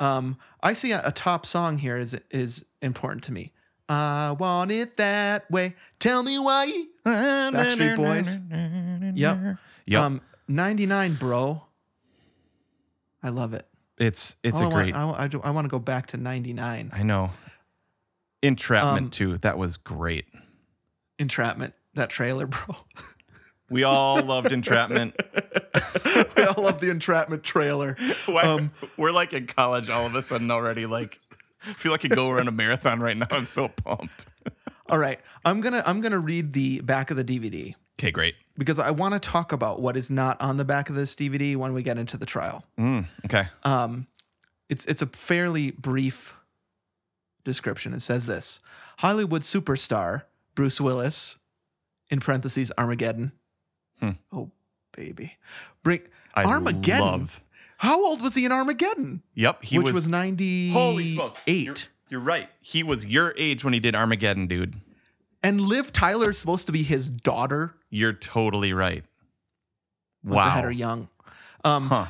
Speaker 1: Um, I see a, a top song here is is important to me. I want it that way. Tell me why.
Speaker 2: Backstreet
Speaker 1: Boys. Yep.
Speaker 2: Yep.
Speaker 1: Um, 99, bro. I love it.
Speaker 2: it's it's
Speaker 1: All
Speaker 2: a
Speaker 1: oh, I
Speaker 2: great.
Speaker 1: Want, I, I, do- I want to go back to 99.
Speaker 2: I know. Entrapment
Speaker 1: Um,
Speaker 2: too. That was great.
Speaker 1: Entrapment. That trailer, bro.
Speaker 2: We all loved Entrapment.
Speaker 1: we all love the Entrapment trailer.
Speaker 2: Why,
Speaker 1: Um,
Speaker 2: we're like in college all of a sudden already. Like, I feel like I could go run a marathon right now. I'm so pumped.
Speaker 1: All right, I'm gonna I'm gonna read the back of the DVD
Speaker 2: Okay, great.
Speaker 1: because I want to talk about what is not on the back of this DVD when we get into the trial.
Speaker 2: Mm, okay.
Speaker 1: um, it's it's a fairly brief description. It says this: Hollywood superstar Bruce Willis, in parentheses Armageddon.
Speaker 2: Hmm.
Speaker 1: Oh baby, Bring
Speaker 2: I
Speaker 1: Armageddon.
Speaker 2: love-
Speaker 1: How old was he in Armageddon?
Speaker 2: Yep, he
Speaker 1: Which was, 98.
Speaker 2: holy smokes You're, you're right. He was your age when he did Armageddon, dude.
Speaker 1: And Liv Tyler's supposed to be his daughter.
Speaker 2: You're totally right.
Speaker 1: Once I had
Speaker 2: Wow.
Speaker 1: her young. Um,
Speaker 2: Huh.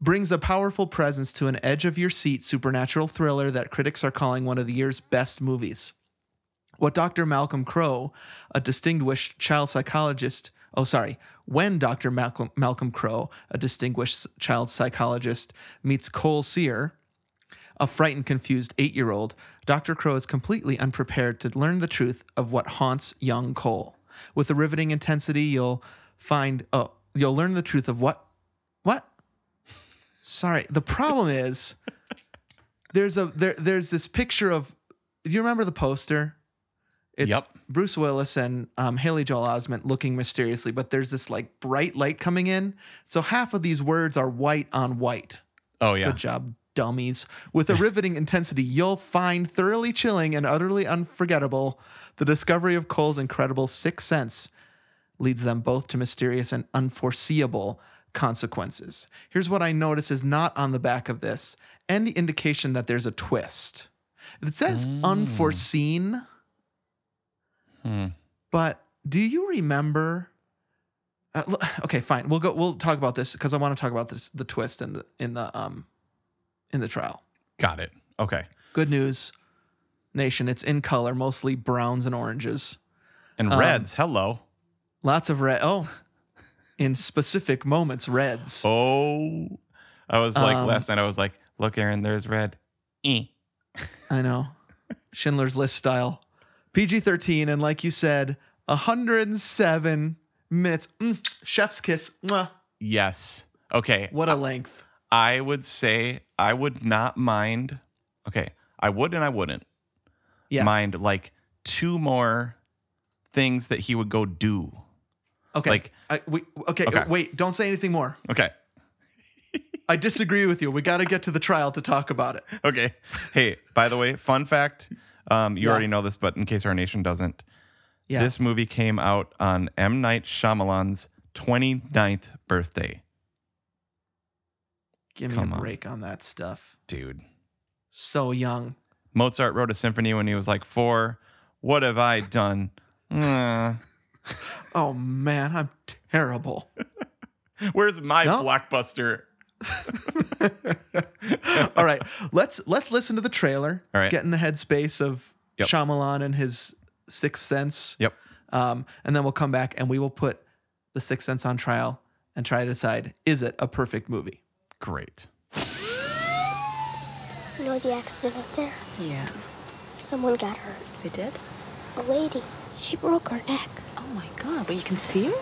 Speaker 1: brings a powerful presence to an edge of your seat supernatural thriller that critics are calling one of the year's best movies. What Dr. Malcolm Crowe, a distinguished child psychologist, oh, sorry, when Dr. Malcolm, Malcolm Crowe, a distinguished child psychologist, meets Cole Sear, a frightened, confused eight year old, Dr. Crow is completely unprepared to learn the truth of what haunts young Cole. With a riveting intensity, you'll find, oh, you'll learn the truth of what, what? Sorry. The problem is there's a, there, there's this picture of, do you remember the poster? It's
Speaker 2: Yep.
Speaker 1: Bruce Willis and um, Haley Joel Osment looking mysteriously, but there's this like bright light coming in. So half of these words are white on white.
Speaker 2: Oh yeah.
Speaker 1: Good job, dummies. With a riveting intensity, you'll find thoroughly chilling and utterly unforgettable. The discovery of Cole's incredible sixth sense leads them both to mysterious and unforeseeable consequences. Here's what I notice is not on the back of this any indication that there's a twist. It says unforeseen,
Speaker 2: Hmm.
Speaker 1: but do you remember? Uh, l- okay, fine. We'll go. We'll talk about this because I want to talk about this the twist in the in the um in the trial.
Speaker 2: Got it. Okay.
Speaker 1: Good news, nation. It's in color, mostly browns and oranges.
Speaker 2: And
Speaker 1: Um,
Speaker 2: Reds, hello.
Speaker 1: Lots of red. Oh, in specific moments, reds.
Speaker 2: Oh, I was like
Speaker 1: Um,
Speaker 2: last night. I was like, look, Aaron, there's red. Eh.
Speaker 1: I know. Schindler's List style. PG 13, and like you said, 107 minutes. Mm, chef's kiss. Mwah.
Speaker 2: Yes. Okay.
Speaker 1: What a length.
Speaker 2: I would say I would not mind. Okay, I would and I wouldn't
Speaker 1: Yeah.
Speaker 2: mind like two more things that he would go do.
Speaker 1: Okay.
Speaker 2: like-
Speaker 1: I, we, okay,
Speaker 2: Okay.
Speaker 1: Wait, don't say anything more.
Speaker 2: Okay.
Speaker 1: I disagree with you. We got to get to the trial to talk about it.
Speaker 2: Okay. Hey, by the way, fun fact. Um, you
Speaker 1: Yeah.
Speaker 2: already know this, but in case our nation doesn't,
Speaker 1: Yeah.
Speaker 2: this movie came out on M. Night Shyamalan's 29th birthday.
Speaker 1: Give me
Speaker 2: come
Speaker 1: a
Speaker 2: on.
Speaker 1: break on that stuff.
Speaker 2: Dude.
Speaker 1: So young.
Speaker 2: Mozart wrote a symphony when he was like four. What have I done? Uh,
Speaker 1: Oh, man, I'm terrible.
Speaker 2: where's my
Speaker 1: No.
Speaker 2: blockbuster?
Speaker 1: All right, let's let's listen to the trailer.
Speaker 2: All right.
Speaker 1: get in the headspace of
Speaker 2: Yep.
Speaker 1: Shyamalan and his sixth sense.
Speaker 2: Yep.
Speaker 1: Um, and then we'll come back and we will put the sixth sense on trial and try to decide is it a perfect movie.
Speaker 2: Great.
Speaker 3: You know the accident up there?
Speaker 4: Yeah,
Speaker 3: Someone got hurt.
Speaker 4: they did?
Speaker 3: A lady. She broke her neck.
Speaker 4: Oh my god, but you can see her?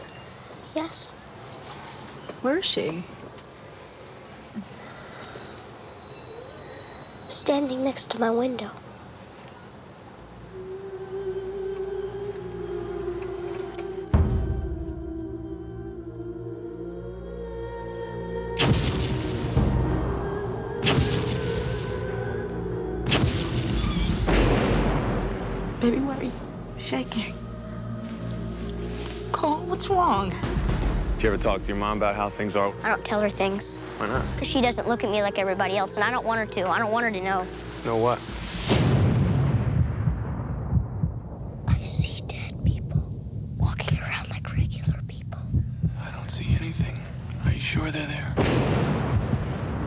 Speaker 3: Yes.
Speaker 4: Where is she?
Speaker 3: Standing next to my window.
Speaker 4: Baby, why are you shaking? Cole, what's wrong?
Speaker 5: Did you ever talk to your mom about how things are?
Speaker 3: I don't tell her things.
Speaker 5: Why not?
Speaker 3: Because she doesn't look at me like everybody else, and I don't want her to. I don't want her to know.
Speaker 5: Know what?
Speaker 3: I see dead people walking around like regular people.
Speaker 5: I don't see anything. Are you sure they're there?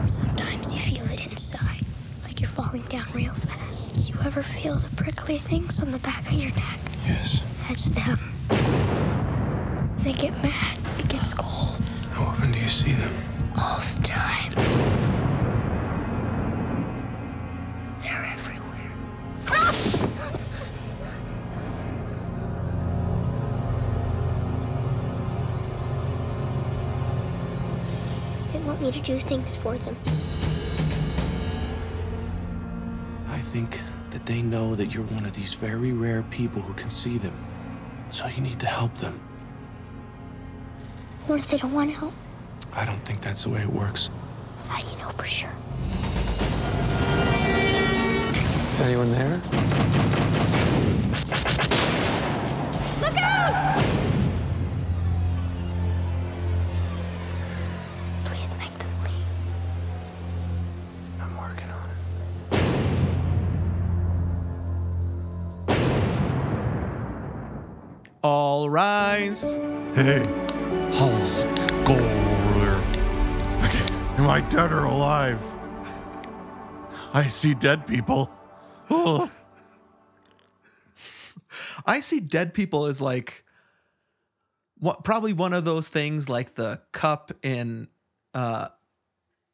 Speaker 3: Sometimes you feel it inside, like you're falling down real fast. You ever feel the prickly things on the back of your neck?
Speaker 5: Yes.
Speaker 3: That's them. They get mad. It gets cold
Speaker 5: How often do you see them?
Speaker 3: all the time. They're everywhere. They want me to do things for them.
Speaker 6: I think that they know that you're one of these very rare people who can see them. So you need to help them.
Speaker 3: What if they don't want help?
Speaker 6: I don't think that's the way it works.
Speaker 3: How do you know for sure?
Speaker 5: Is anyone there?
Speaker 3: Look out!
Speaker 1: All rise.
Speaker 7: Hey. How's it going over there? Am I dead or alive? I see dead people. Ugh.
Speaker 1: I see dead people as like what probably one of those things like the cup in uh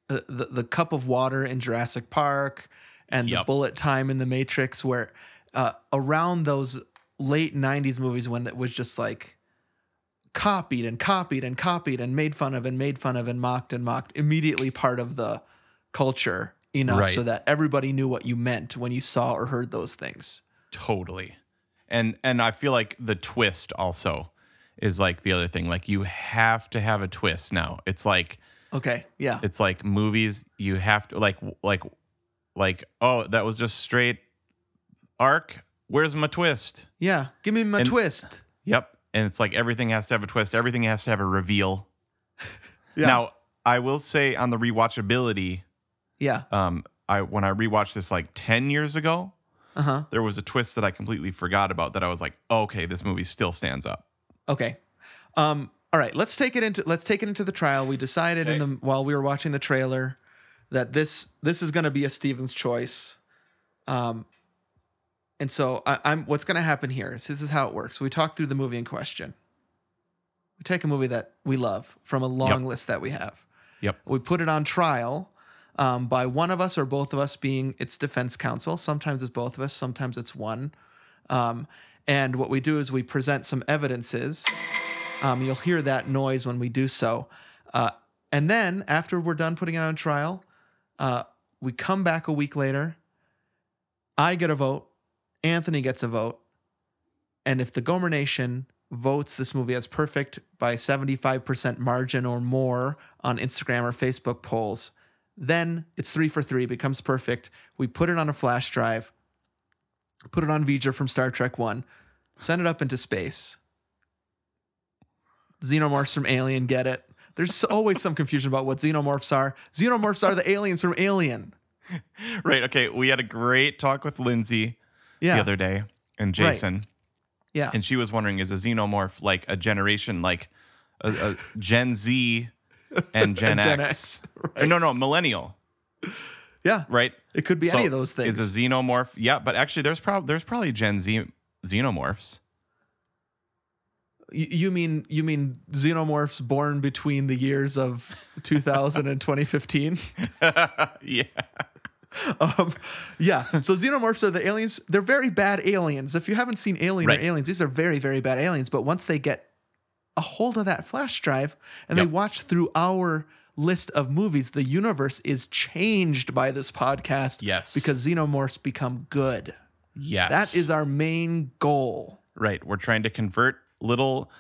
Speaker 1: the the, the cup of water in Jurassic Park and the
Speaker 2: Yup.
Speaker 1: bullet time in the Matrix where uh around those late 90s movies when it was just like copied and copied and copied and made fun of and made fun of and mocked and mocked immediately part of the culture enough
Speaker 2: Right.
Speaker 1: so that everybody knew what you meant when you saw or heard those things.
Speaker 2: Totally. And and I feel like the twist also is like the other thing. Like you have to have a twist now. It's like
Speaker 1: Okay, yeah.
Speaker 2: it's like movies you have to like like like oh that was just straight arc. Where's my twist?
Speaker 1: Yeah, give me my
Speaker 2: And-
Speaker 1: twist.
Speaker 2: Yep. And it's like everything has to have a twist. Everything has to have a reveal.
Speaker 1: Yeah.
Speaker 2: Now, I will say on the rewatchability,
Speaker 1: Yeah.
Speaker 2: um, I when I rewatched this like 10 years ago,
Speaker 1: Uh huh.
Speaker 2: there was a twist that I completely forgot about that I was like, okay, this movie still stands up.
Speaker 1: Okay. Um. All right. Let's take it into let's take it into the trial. We decided in the while we were watching the trailer that this this is going to be a Steven's choice. Um. And so I, I'm what's going to happen here is this is how it works. We talk through the movie in question. We take a movie that we love from a long list that we have.
Speaker 2: Yep.
Speaker 1: We put it on trial um, by one of us or both of us being its defense counsel. Sometimes it's both of us, sometimes it's one. Um, and what we do is we present some evidences. Um, you'll hear that noise when we do so. Uh, and then after we're done putting it on trial, uh, we come back a week later. I get a vote. Anthony gets a vote. And if the Gomer Nation votes this movie as perfect by 75% margin or more on Instagram or Facebook polls, then it's three for three, becomes perfect. We put it on a flash drive, put it on V'ger from Star Trek 1, send it up into space. Xenomorphs from Alien get it. There's always some confusion about what xenomorphs are. Xenomorphs are the aliens from Alien.
Speaker 2: Right. Okay. We had a great talk with Lindsay
Speaker 1: Yeah.
Speaker 2: the other day and
Speaker 1: Right.
Speaker 2: Jason.
Speaker 1: yeah.
Speaker 2: And she was wondering is a xenomorph like a generation like a, a Gen Z and Gen,
Speaker 1: Gen
Speaker 2: X?
Speaker 1: X,
Speaker 2: Or no, no, millennial.
Speaker 1: yeah.
Speaker 2: right?
Speaker 1: It could be any of those things.
Speaker 2: Is a xenomorph? Yeah, but actually, there's probably there's probably Gen Z xenomorphs.
Speaker 1: You you mean you mean xenomorphs born between the years of 2000 and 2015?
Speaker 2: yeah,
Speaker 1: Um, yeah. So xenomorphs are the aliens. They're very bad aliens. If you haven't seen Alien
Speaker 2: Right.
Speaker 1: or Aliens, these are very very bad aliens. But once they get a hold of that flash drive and
Speaker 2: Yep.
Speaker 1: they watch through our list of movies, the universe is changed by this podcast.
Speaker 2: Yes.
Speaker 1: Because xenomorphs become good.
Speaker 2: yes,
Speaker 1: That is our main goal.
Speaker 2: right. We're trying to convert little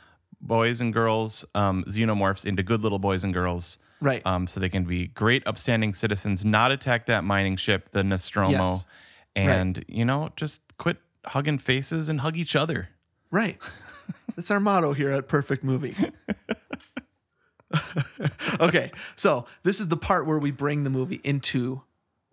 Speaker 2: boys and girls, um, xenomorphs, into good little boys and girls,
Speaker 1: Right.
Speaker 2: um, so they can be great, upstanding citizens. Not attack that mining ship, the Nostromo,
Speaker 1: Yes.
Speaker 2: and you know, just quit hugging faces and hug each other.
Speaker 1: Right. That's our motto here at Perfect Movie. okay, so this is the part where we bring the movie into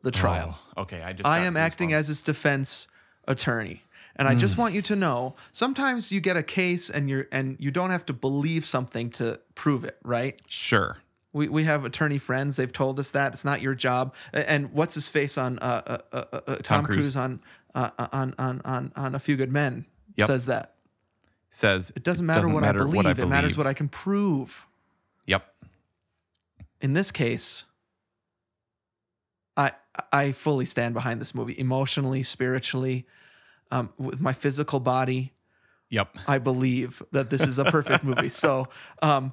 Speaker 1: the trial.
Speaker 2: Oh, okay, I just
Speaker 1: I
Speaker 2: got
Speaker 1: am
Speaker 2: goosebumps.
Speaker 1: acting as its defense attorney. And I just want you to know, sometimes you get a case and you're and you don't have to believe something to prove it, right?
Speaker 2: sure.
Speaker 1: We, we have attorney friends. They've told us that it's not your job. A- And what's his face on uh, uh, uh, uh, Tom,
Speaker 2: Cruise.
Speaker 1: Cruise, on, uh, uh, on on on on A Few Good Men
Speaker 2: Yep.
Speaker 1: says that
Speaker 2: Says
Speaker 1: it doesn't matter, what, I believe. It matters what I can prove.
Speaker 2: Yep.
Speaker 1: In this case, I I fully stand behind this movie emotionally, spiritually, um, with my physical body.
Speaker 2: Yep.
Speaker 1: I believe that this is a perfect movie. So, um,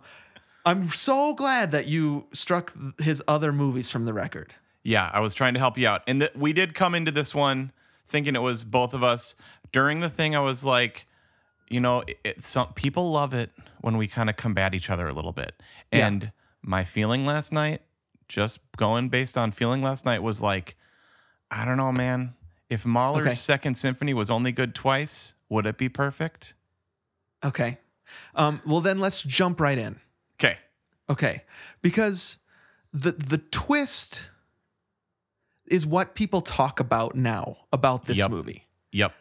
Speaker 1: I'm so glad that you struck his other movies from the record.
Speaker 2: Yeah, I was trying to help you out. And th- we did come into this one thinking it was both of us. During the thing, I was like, you know, it, it- some people love it when we kind of combat each other a little bit.
Speaker 1: Yeah.
Speaker 2: And my feeling last night, just going based on feeling last night, was like, I don't know, man. If Mahler's
Speaker 1: Okay.
Speaker 2: Second Symphony was only good twice, would it be perfect?
Speaker 1: Okay. Um, well, then let's jump right in.
Speaker 2: Okay.
Speaker 1: Okay. Because the the twist is what people talk about now about this
Speaker 2: Yep.
Speaker 1: movie.
Speaker 2: Yep.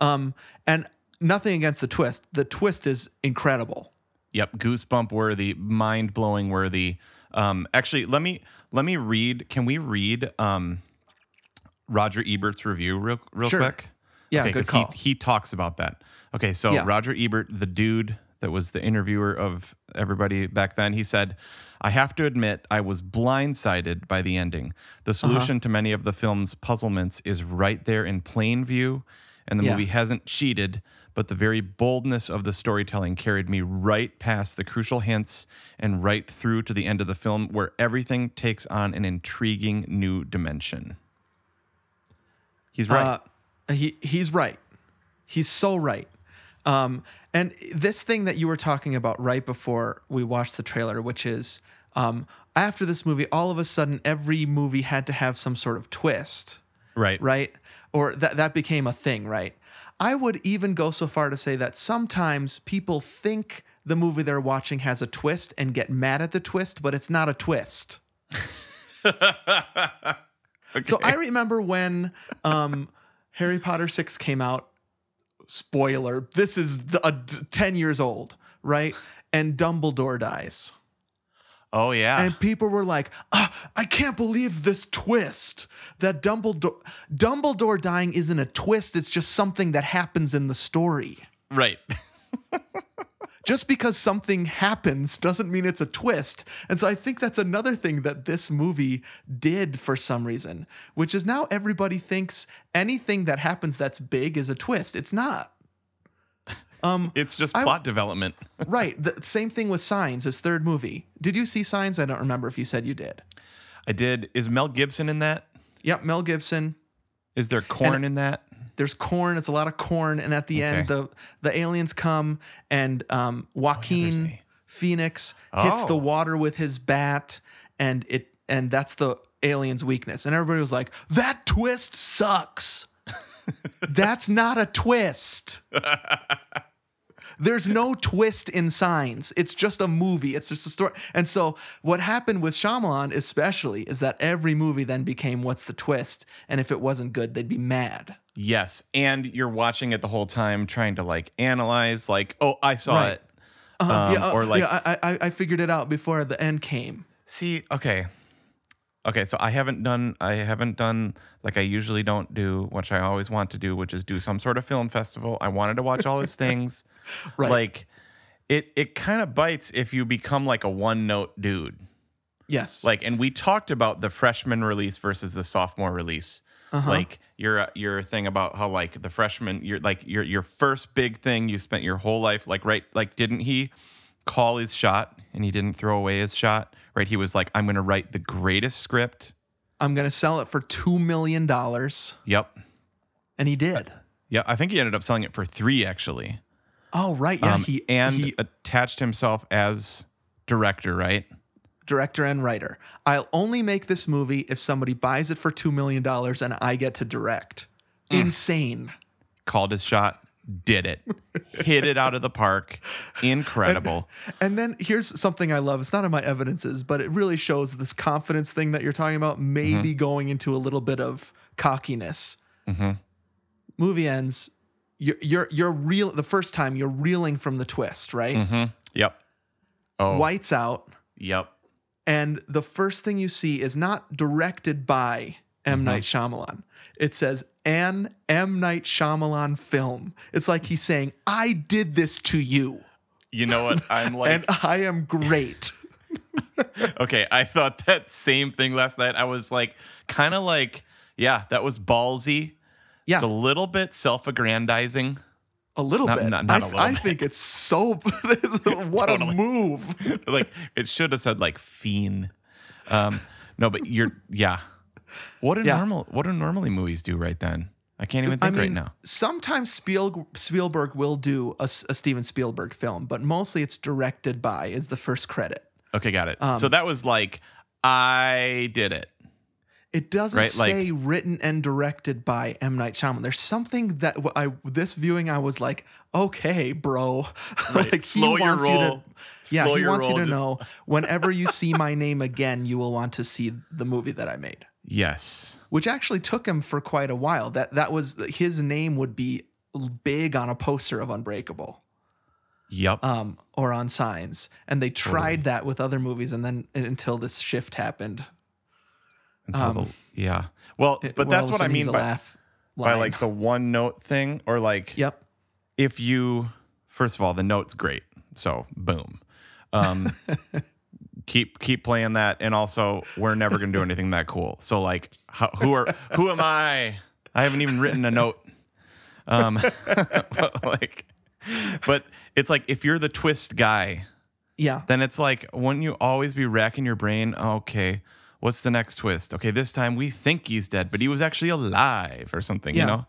Speaker 1: Um and nothing against the twist. The twist is incredible.
Speaker 2: Yep, goosebump worthy, mind blowing worthy. Um, actually, let me let me read. Can we read um, Roger Ebert's review real real
Speaker 1: Sure.
Speaker 2: quick?
Speaker 1: Yeah,
Speaker 2: okay,
Speaker 1: good
Speaker 2: 'cause he-
Speaker 1: call.
Speaker 2: He, talks about that. Okay, so
Speaker 1: Yeah.
Speaker 2: Roger Ebert, the dude that was the interviewer of everybody back then, he said, I have to admit, I was blindsided by the ending.
Speaker 1: Uh-huh.
Speaker 2: The solution to many of the film's puzzlements is right there in plain view, and the
Speaker 1: Yeah.
Speaker 2: movie hasn't cheated, but the very boldness of the storytelling carried me right past the crucial hints and right through to the end of the film where everything takes on an intriguing new dimension. He's right.
Speaker 1: Uh, he he's right. He's so right. Um, and this thing that you were talking about right before we watched the trailer, which is um, after this movie, all of a sudden every movie had to have some sort of twist,
Speaker 2: right.
Speaker 1: right? Or that that became a thing, right? I would even go so far to say that sometimes people think the movie they're watching has a twist and get mad at the twist, but it's not a twist. So I remember when um, Harry Potter 6 came out. Spoiler, this is the, uh, d- 10 years old, right? And Dumbledore dies.
Speaker 2: Oh yeah.
Speaker 1: And people were like, ah, I can't believe this twist that Dumbledore Dumbledore dying isn't a twist, it's just something that happens in the story.
Speaker 2: right.
Speaker 1: Just because something happens doesn't mean it's a twist. And so I think that's another thing that this movie did for some reason, which is now everybody thinks anything that happens that's big is a twist. It's not.
Speaker 2: It's just
Speaker 1: I-
Speaker 2: plot development.
Speaker 1: right. The same thing with Signs, his third movie. Did you see Signs? I don't remember if you said you did.
Speaker 2: I did. Is Mel Gibson in that?
Speaker 1: Yep, Mel Gibson.
Speaker 2: Is there corn in that?
Speaker 1: There's corn. It's a lot of corn, and at the
Speaker 2: Okay.
Speaker 1: end, the the aliens come and um,
Speaker 2: there's
Speaker 1: Joaquin
Speaker 2: a-
Speaker 1: Phoenix hits the
Speaker 2: Oh.
Speaker 1: water with his bat, and it and that's the alien's weakness. And everybody was like, "That twist sucks. that's not a twist." There's no twist in Signs. It's just a movie. It's just a story. And so what happened with Shyamalan, especially, is that every movie then became what's the twist, and if it wasn't good, they'd be mad.
Speaker 2: Yes. And you're watching it the whole time, trying to like analyze, like, oh, I saw
Speaker 1: Right.
Speaker 2: it.
Speaker 1: Uh-huh.
Speaker 2: Um,
Speaker 1: yeah, uh,
Speaker 2: or like,
Speaker 1: yeah, I, I I figured it out before the end came.
Speaker 2: see, okay, okay. So I haven't done, I haven't done like I usually don't do, which I always want to do, which is do some sort of film festival. I wanted to watch all his things.
Speaker 1: Right.
Speaker 2: Like, it it kind of bites if you become like a one note dude.
Speaker 1: Yes.
Speaker 2: Like, and we talked about the freshman release versus the sophomore release.
Speaker 1: Uh-huh.
Speaker 2: Like your your thing about how like the freshman, your like your your first big thing you spent your whole life like right like didn't he call his shot and he didn't throw away his shot right? He was like, I'm gonna write the greatest script.
Speaker 1: I'm gonna sell it for two million dollars,
Speaker 2: Yep.
Speaker 1: and he did.
Speaker 2: Yeah, I think he ended up selling it for three actually.
Speaker 1: oh right, yeah.
Speaker 2: um,
Speaker 1: he
Speaker 2: and
Speaker 1: he,
Speaker 2: attached himself as director, right?
Speaker 1: director and writer. I'll only make this movie if somebody buys it for two million dollars and I get to direct.
Speaker 2: Mm.
Speaker 1: Insane.
Speaker 2: Called his shot, did it, hit it out of the park. Incredible.
Speaker 1: And then here's something I love. It's not in my evidences, but it really shows this confidence thing that you're talking about,
Speaker 2: Mm-hmm.
Speaker 1: maybe going into a little bit of cockiness.
Speaker 2: Mm-hmm.
Speaker 1: Movie ends. You're you're you're real. The first time you're reeling from the twist, right?
Speaker 2: Yep. Mm-hmm. Oh,
Speaker 1: Whites out,
Speaker 2: Yep.
Speaker 1: and the first thing you see is not directed by
Speaker 2: Mm-hmm.
Speaker 1: M Night Shyamalan. It says an M Night Shyamalan film. It's like he's saying, "I did this to you,
Speaker 2: You know what? I'm
Speaker 1: and
Speaker 2: like,
Speaker 1: I am great."
Speaker 2: okay, I thought that same thing last night. I was like, kind of like, yeah, that was ballsy.
Speaker 1: Yeah.
Speaker 2: It's a little bit self aggrandizing.
Speaker 1: A little
Speaker 2: Not-
Speaker 1: bit.
Speaker 2: not- not
Speaker 1: I,
Speaker 2: a little
Speaker 1: I
Speaker 2: bit.
Speaker 1: think it's so. what
Speaker 2: Totally.
Speaker 1: a move.
Speaker 2: like, it should have said like fiend. Um, no, but you're, yeah. What do
Speaker 1: Yeah.
Speaker 2: normal, what do normally movies do right then? I can't even
Speaker 1: I
Speaker 2: think
Speaker 1: mean,
Speaker 2: right now.
Speaker 1: sometimes Spiel, Spielberg will do a, S- a Steven Spielberg film, but mostly it's directed by is the first credit.
Speaker 2: Okay, got it.
Speaker 1: um,
Speaker 2: so that was like, I did it.
Speaker 1: It doesn't
Speaker 2: Right, like-
Speaker 1: say written and directed by M Night Shyamalan. There's something that w- I this viewing I was like, okay, bro, like he
Speaker 2: Slow your
Speaker 1: wants you to-
Speaker 2: roll.
Speaker 1: yeah,
Speaker 2: Slow
Speaker 1: he
Speaker 2: your
Speaker 1: wants you
Speaker 2: roll,
Speaker 1: to
Speaker 2: just-
Speaker 1: know whenever you see my name again, you will want to see the movie that I made.
Speaker 2: Yes.
Speaker 1: which actually took him for quite a while. That that was his name would be big on a poster of Unbreakable
Speaker 2: Yep.
Speaker 1: um, or on signs, and they tried that with other movies, and then until this shift happened.
Speaker 2: Until the- yeah. Well,
Speaker 1: Um, It-
Speaker 2: but
Speaker 1: well, all
Speaker 2: that's
Speaker 1: of a
Speaker 2: what I
Speaker 1: sudden he's
Speaker 2: mean
Speaker 1: a
Speaker 2: by
Speaker 1: laugh
Speaker 2: by
Speaker 1: line.
Speaker 2: like the one note thing or like
Speaker 1: yep.
Speaker 2: if you first of all the note's great so boom um keep keep playing that and also we're never gonna do anything that cool so like how, who are who am i i haven't even written a note um but like but it's like if you're the twist guy
Speaker 1: Yeah.
Speaker 2: then it's like wouldn't you always be racking your brain okay what's the next twist okay this time we think he's dead but he was actually alive or something
Speaker 1: Yeah.
Speaker 2: you know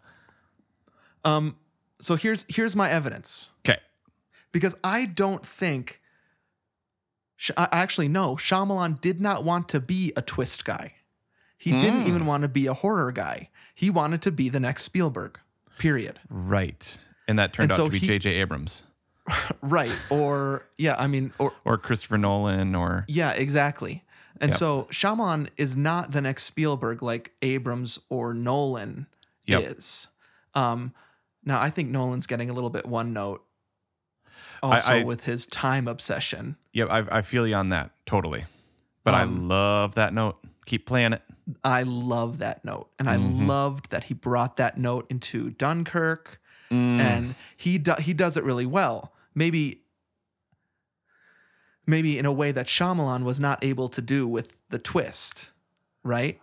Speaker 1: Um, so here's here's my evidence
Speaker 2: okay
Speaker 1: because I don't think. Sh- I actually no. Shyamalan did not want to be a twist guy. He
Speaker 2: Hmm.
Speaker 1: didn't even want to be a horror guy. He wanted to be the next Spielberg. Period.
Speaker 2: Right. And that turned
Speaker 1: And
Speaker 2: out
Speaker 1: so
Speaker 2: to be
Speaker 1: he-
Speaker 2: J.J. Abrams
Speaker 1: Right. Or yeah. I mean, or
Speaker 2: or Christopher Nolan or.
Speaker 1: Yeah, exactly. And
Speaker 2: Yep.
Speaker 1: so Shaman is not the next Spielberg like Abrams or Nolan
Speaker 2: Yep.
Speaker 1: is. Um, now I think Nolan's getting a little bit one note also
Speaker 2: I-
Speaker 1: with his time obsession.
Speaker 2: Yeah, I, I feel you on that totally. But I
Speaker 1: Um,
Speaker 2: love that note. Keep playing it.
Speaker 1: I love that note. And I
Speaker 2: Mhm.
Speaker 1: loved that he brought that note into Dunkirk
Speaker 2: Mm,
Speaker 1: and he do, he does it really well. Maybe maybe in a way that Shyamalan was not able to do with the twist, right?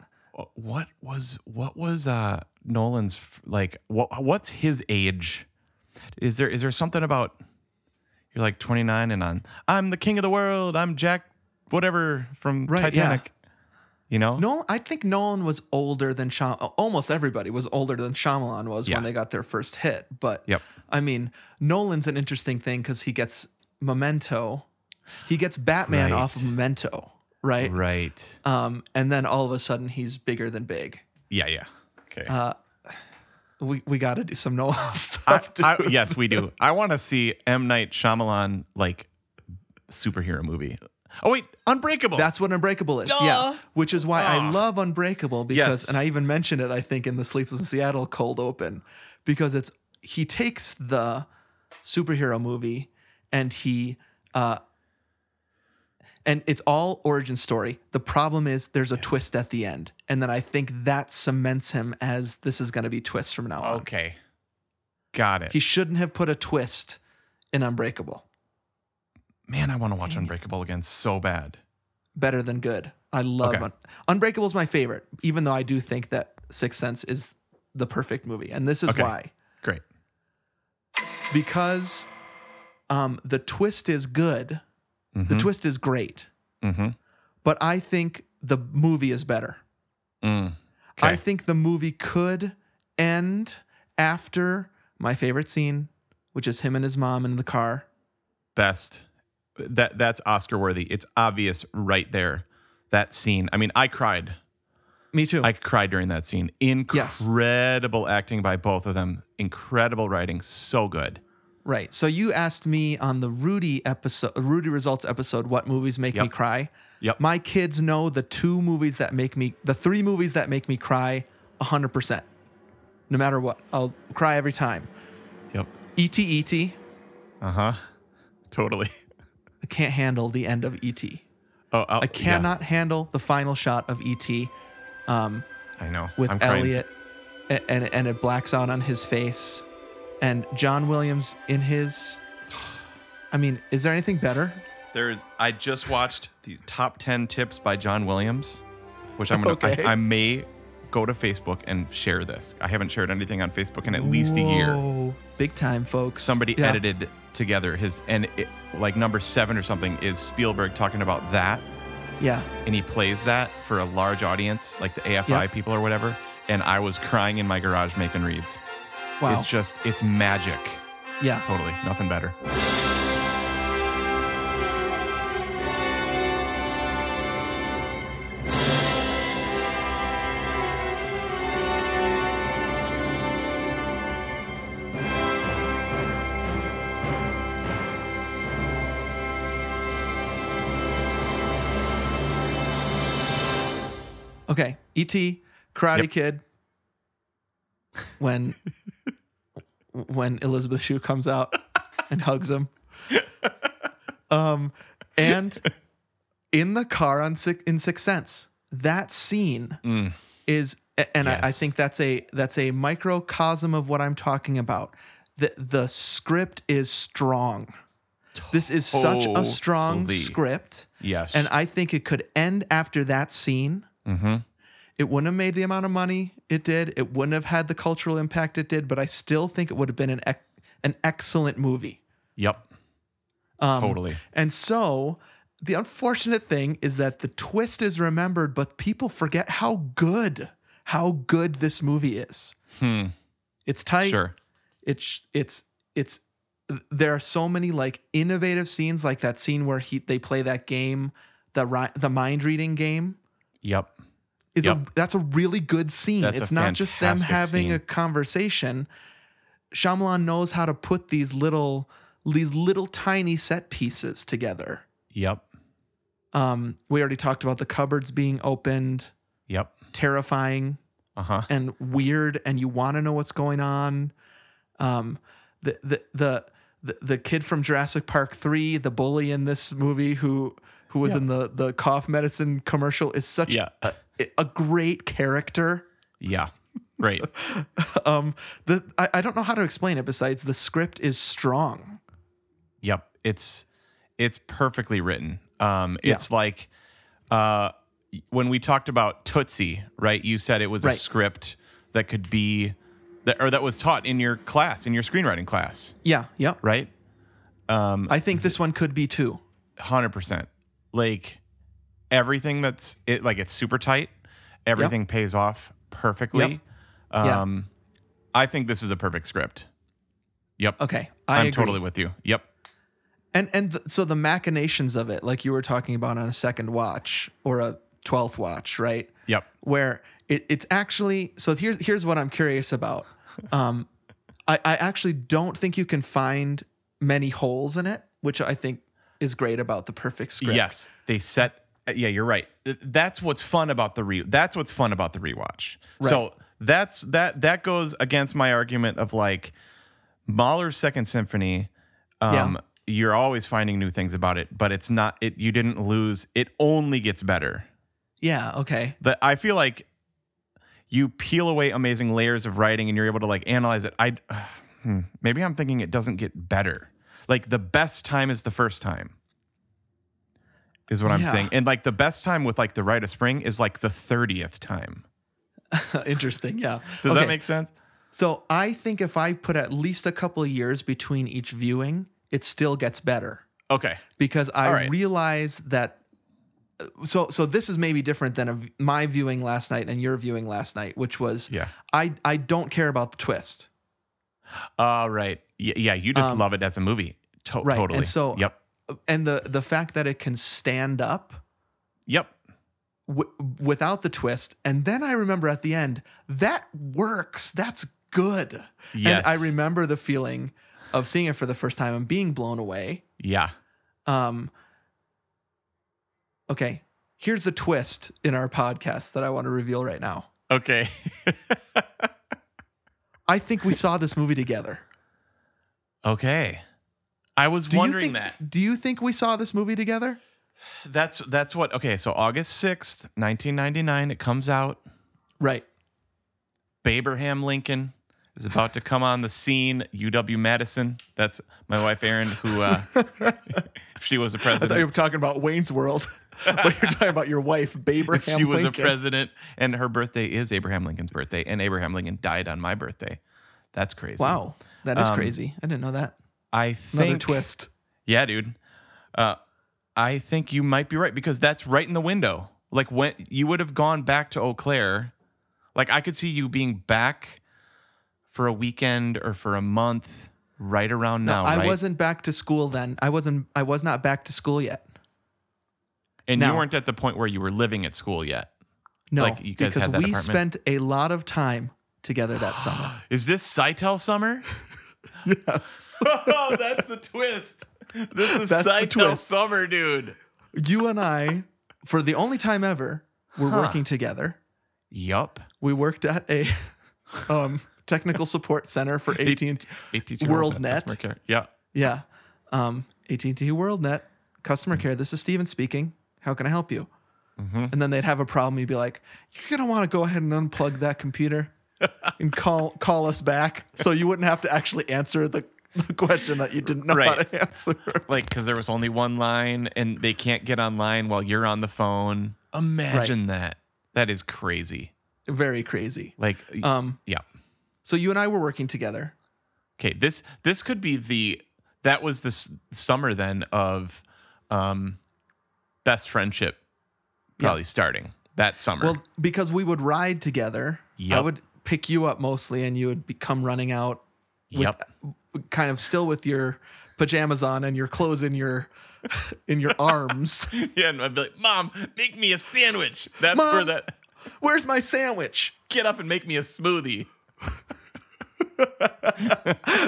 Speaker 2: what was what was uh Nolan's like? What what's his age? Is there is there something about you're like 29 and on? I'm the king of the world. I'm Jack whatever from
Speaker 1: Right, yeah.
Speaker 2: Titanic. You know?
Speaker 1: Nolan, I think Nolan was older than Shyam. Almost everybody was older than Shyamalan was
Speaker 2: Yeah.
Speaker 1: when they got their first hit. But
Speaker 2: Yep.
Speaker 1: I mean, Nolan's an interesting thing because he gets Memento, he gets Batman
Speaker 2: Right.
Speaker 1: off of Memento, right?
Speaker 2: Right.
Speaker 1: Um, and then all of a sudden he's bigger than big.
Speaker 2: Yeah. Yeah. Okay.
Speaker 1: Uh, We we got to do some Nolan stuff.
Speaker 2: I,
Speaker 1: dude.
Speaker 2: I, yes, we do. I want to see M Night Shyamalan like superhero movie. Oh wait, Unbreakable.
Speaker 1: That's what Unbreakable is. Yeah. Which is why I
Speaker 2: Ah.
Speaker 1: love Unbreakable because,
Speaker 2: Yes.
Speaker 1: and I even mentioned it, I think, in the Sleepless in Seattle cold open, because it's, he takes the superhero movie and he, uh, and it's all origin story. The problem is there's a twist at the end. And then I think that cements him as this is going to be twists from now on.
Speaker 2: Oh, okay. Got it.
Speaker 1: He shouldn't have put a twist in Unbreakable.
Speaker 2: Man, I want to watch Unbreakable again so bad.
Speaker 1: better than good. I love
Speaker 2: Okay.
Speaker 1: Un- Unbreakable is my favorite, even though I do think that Sixth Sense is the perfect movie, and this is
Speaker 2: Okay.
Speaker 1: why
Speaker 2: Great.
Speaker 1: because um, the twist is good, the twist is great,
Speaker 2: Mm-hmm.
Speaker 1: but I think the movie is better.
Speaker 2: Mm.
Speaker 1: I
Speaker 2: Okay.
Speaker 1: think the movie could end after my favorite scene, which is him and his mom in the car.
Speaker 2: Best. That that's Oscar worthy. It's obvious right there. That scene. I mean, I cried.
Speaker 1: Me too.
Speaker 2: I cried during that scene. Incredible acting by both of them. Incredible writing. So good.
Speaker 1: Right. So you asked me on the Rudy episode, Rudy results episode, what movies make me
Speaker 2: Yep.
Speaker 1: cry.
Speaker 2: Yep.
Speaker 1: My kids know the two movies that make me, the three movies that make me cry, hundred percent. No matter what, I'll cry every time. E
Speaker 2: Yep.
Speaker 1: E.T. E.T.
Speaker 2: Uh huh. Totally.
Speaker 1: I can't handle the end of E.T.
Speaker 2: Oh,
Speaker 1: I
Speaker 2: I'll- yeah.
Speaker 1: cannot handle the final shot of E.T.
Speaker 2: I know.
Speaker 1: with
Speaker 2: I'm crying.
Speaker 1: Elliot, a- and and it blacks out on his face, and John Williams in his. I mean, is there anything better?
Speaker 2: There is. I just watched the top ten tips by John Williams, which I'm gonna.
Speaker 1: Okay.
Speaker 2: I, I may go to Facebook and share this. I haven't shared anything on Facebook in at least a year.
Speaker 1: Whoa. Big time, folks.
Speaker 2: Somebody
Speaker 1: Yeah.
Speaker 2: edited together his and it, like number seven or something is Spielberg talking about that,
Speaker 1: Yeah.
Speaker 2: and he plays that for a large audience, like the AFI
Speaker 1: Yep.
Speaker 2: people or whatever. And I was crying in my garage making reads.
Speaker 1: Wow.
Speaker 2: It's just it's magic.
Speaker 1: yeah.
Speaker 2: Totally, nothing better.
Speaker 1: Okay. E E.T., Karate
Speaker 2: Yep.
Speaker 1: Kid. When when Elizabeth Shue comes out and hugs him. Um, and in the car on Six, in Sixth Sense, that scene is, a- and I, I
Speaker 2: Mm. Yes.
Speaker 1: think that's a that's a microcosm of what I'm talking about. The the script is strong. This is such a strong
Speaker 2: Totally.
Speaker 1: script.
Speaker 2: Yes.
Speaker 1: And I think it could end after that scene.
Speaker 2: Mhm.
Speaker 1: It wouldn't have made the amount of money it did. It wouldn't have had the cultural impact it did, but I still think it would have been an ec- an excellent movie.
Speaker 2: Yep.
Speaker 1: Um,
Speaker 2: Totally.
Speaker 1: And so the unfortunate thing is that the twist is remembered, but people forget how good, how good this movie is.
Speaker 2: Hmm.
Speaker 1: It's tight.
Speaker 2: sure.
Speaker 1: It's it's it's there are so many like innovative scenes, like that scene where he they play that game, the ri- the mind reading game.
Speaker 2: Yep.
Speaker 1: Is a,
Speaker 2: Yep.
Speaker 1: that's a really good scene.
Speaker 2: That's a
Speaker 1: it's not just them
Speaker 2: fantastic
Speaker 1: having a
Speaker 2: scene.
Speaker 1: conversation. Shyamalan knows how to put these little these little tiny set pieces together.
Speaker 2: Yep.
Speaker 1: Um, we already talked about the cupboards being opened,
Speaker 2: Yep.
Speaker 1: terrifying
Speaker 2: Uh huh.
Speaker 1: and weird, and you want to know what's going on. Um, the the the the, the kid from Jurassic Park three, the bully in this movie who who was in the the cough medicine commercial, is such
Speaker 2: Yeah.
Speaker 1: a, a great character.
Speaker 2: Yeah. Right.
Speaker 1: Um, the I, I don't know how to explain it. Besides, the script is strong.
Speaker 2: Yep. It's it's perfectly written. Um,
Speaker 1: Yeah.
Speaker 2: it's like uh, when we talked about Tootsie, right? You said it was
Speaker 1: Right.
Speaker 2: a script that could be that or that was taught in your class, in your screenwriting class,
Speaker 1: Yeah, yeah.
Speaker 2: right? Um,
Speaker 1: I think this one could be too.
Speaker 2: hundred percent. Like everything that's it, like it's super tight. Everything pays off perfectly.
Speaker 1: Yeah.
Speaker 2: Um, I think this is a perfect script. Yep.
Speaker 1: Okay, I
Speaker 2: I'm
Speaker 1: agree.
Speaker 2: totally with you. Yep.
Speaker 1: and and th- so the machinations of it like you were talking about on a second watch or a 12th watch right
Speaker 2: Yep.
Speaker 1: where it, it's actually so here's here's what i'm curious about um I, I actually don't think you can find many holes in it which i think is great about the perfect script
Speaker 2: Yes, they set. uh, Yeah, you're right. Th- That's what's fun about the re. That's what's fun about the rewatch. So that's that that goes against my argument of like Mahler's Second Symphony. Um, You're always finding new things about it, but it's not. It you didn't lose. It only gets better.
Speaker 1: yeah okay
Speaker 2: That I feel like you peel away amazing layers of writing, and you're able to like analyze it. I hmm, maybe I'm thinking it doesn't get better. Like the best time is the first time. Is what I'm
Speaker 1: Yeah.
Speaker 2: saying. And like the best time with like the rite of spring is like the 30th time.
Speaker 1: interesting yeah
Speaker 2: Does that
Speaker 1: Okay,
Speaker 2: make sense?
Speaker 1: so i think if i put at least a couple of years between each viewing it still gets better
Speaker 2: Okay.
Speaker 1: because I
Speaker 2: All right.
Speaker 1: realize that. uh, So so this is maybe different than a, my viewing last night and your viewing last night, which was
Speaker 2: Yeah.
Speaker 1: I I don't care about the twist,
Speaker 2: All right. Yeah, yeah you just
Speaker 1: Um,
Speaker 2: love it as a movie. To-
Speaker 1: right, and
Speaker 2: Totally.
Speaker 1: so-
Speaker 2: yep.
Speaker 1: Uh, and the the fact that it can stand up
Speaker 2: Yep.
Speaker 1: w- without the twist, and then I remember at the end that works. That's good.
Speaker 2: Yes.
Speaker 1: And I remember the feeling of seeing it for the first time and being blown away.
Speaker 2: Yeah.
Speaker 1: Um. Okay, here's the twist in our podcast that I want to reveal right now.
Speaker 2: Okay.
Speaker 1: I think we saw this movie together.
Speaker 2: okay. I was wondering
Speaker 1: you think,
Speaker 2: that.
Speaker 1: Do you think we saw this movie together?
Speaker 2: That's that's what. Okay, so August 6th, 1999 it comes out.
Speaker 1: Right.
Speaker 2: Abraham Lincoln is about to come on the scene. UW Madison. That's my wife Erin, who uh, if she was a
Speaker 1: I thought you
Speaker 2: president.
Speaker 1: were talking about Wayne's World, but you're talking about your wife, Baber.
Speaker 2: If she was a president, and her birthday is Abraham Lincoln's birthday, and Abraham Lincoln died on my birthday. That's crazy.
Speaker 1: Wow, that is
Speaker 2: Um,
Speaker 1: crazy. I didn't know that.
Speaker 2: I
Speaker 1: Another
Speaker 2: think
Speaker 1: twist.
Speaker 2: Yeah, dude. Uh, I think you might be right because that's right in the window. Like when you would have gone back to Eau Claire, like I could see you being back for a weekend or for a month right around now.
Speaker 1: I
Speaker 2: right?
Speaker 1: wasn't back to school then. I wasn't. I was not back to school yet.
Speaker 2: And
Speaker 1: now.
Speaker 2: you weren't at the point where you were living at school yet.
Speaker 1: No,
Speaker 2: Like, you guys
Speaker 1: because
Speaker 2: had that
Speaker 1: we
Speaker 2: apartment?
Speaker 1: spent a lot of time together that summer.
Speaker 2: Is this Cytel summer?
Speaker 1: yes,
Speaker 2: oh, that's the twist. This is
Speaker 1: That's the
Speaker 2: Cytel
Speaker 1: twist.
Speaker 2: summer, dude.
Speaker 1: you and I, for the only time ever, were working together.
Speaker 2: Yup.
Speaker 1: we worked at a um Technical Support Center for AT&T.
Speaker 2: AT&T
Speaker 1: World
Speaker 2: Net
Speaker 1: Net.
Speaker 2: customer care. Yeah.
Speaker 1: Yeah. Um, AT&T WorldNet, customer care. This is Steven speaking. How can I help you? And then they'd have a problem. You'd be like, you're going to want to go ahead and unplug that computer and call call us back. So you wouldn't have to actually answer the, the question that you didn't know how
Speaker 2: Right.
Speaker 1: to answer.
Speaker 2: Like, because there was only one line and they can't get online while you're on the phone. Imagine that. That is crazy.
Speaker 1: Very crazy.
Speaker 2: Like,
Speaker 1: Um,
Speaker 2: yeah.
Speaker 1: so you and I were working together.
Speaker 2: Okay, this this could be the that was the s- summer then of um best friendship probably starting that summer.
Speaker 1: Well, because we would ride together. I
Speaker 2: Yep.
Speaker 1: would pick you up mostly and you would be, come running out
Speaker 2: yep.
Speaker 1: kind of still with your pajamas on and your clothes in your in your arms.
Speaker 2: yeah, and I'd be like, "Mom, make me a sandwich." That's
Speaker 1: Mom!
Speaker 2: where that
Speaker 1: Where's my sandwich?
Speaker 2: get up and make me a smoothie.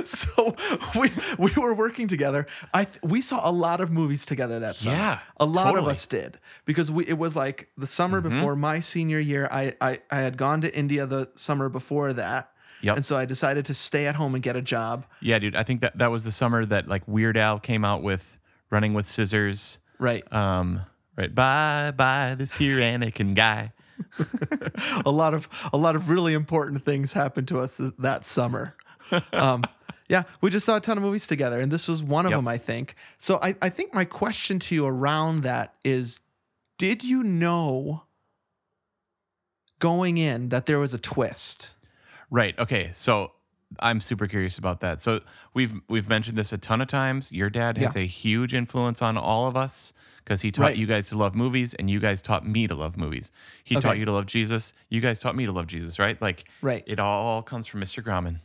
Speaker 1: So we we were working together. I th- we saw a lot of movies together that summer.
Speaker 2: Yeah,
Speaker 1: a lot of
Speaker 2: totally. Mm-hmm.
Speaker 1: us did because we it was like the summer before my senior year. I, I I had gone to India the summer before that.
Speaker 2: Yep.
Speaker 1: And so I decided to stay at home and get a job.
Speaker 2: Yeah, dude, I think that that was the summer that like Weird Al came out with Running with Scissors.
Speaker 1: Right.
Speaker 2: Um, right. Bye, bye, this here Anakin guy.
Speaker 1: a lot of a lot of really important things happened to us th- that summer. Um, yeah, we just saw a ton of movies together, and this was one of
Speaker 2: Yep.
Speaker 1: them, I think. So I, I think my question to you around that is, did you know going in that there was a twist?
Speaker 2: Right. Okay. So I'm super curious about that. So we've we've mentioned this a ton of times. Your dad has
Speaker 1: Yeah.
Speaker 2: a huge influence on all of us because he taught
Speaker 1: Right.
Speaker 2: you guys to love movies and you guys taught me to love movies. He taught
Speaker 1: Okay.
Speaker 2: you to love Jesus. You guys taught me to love Jesus, right? Like
Speaker 1: Right.
Speaker 2: it all comes from Mr. Grauman.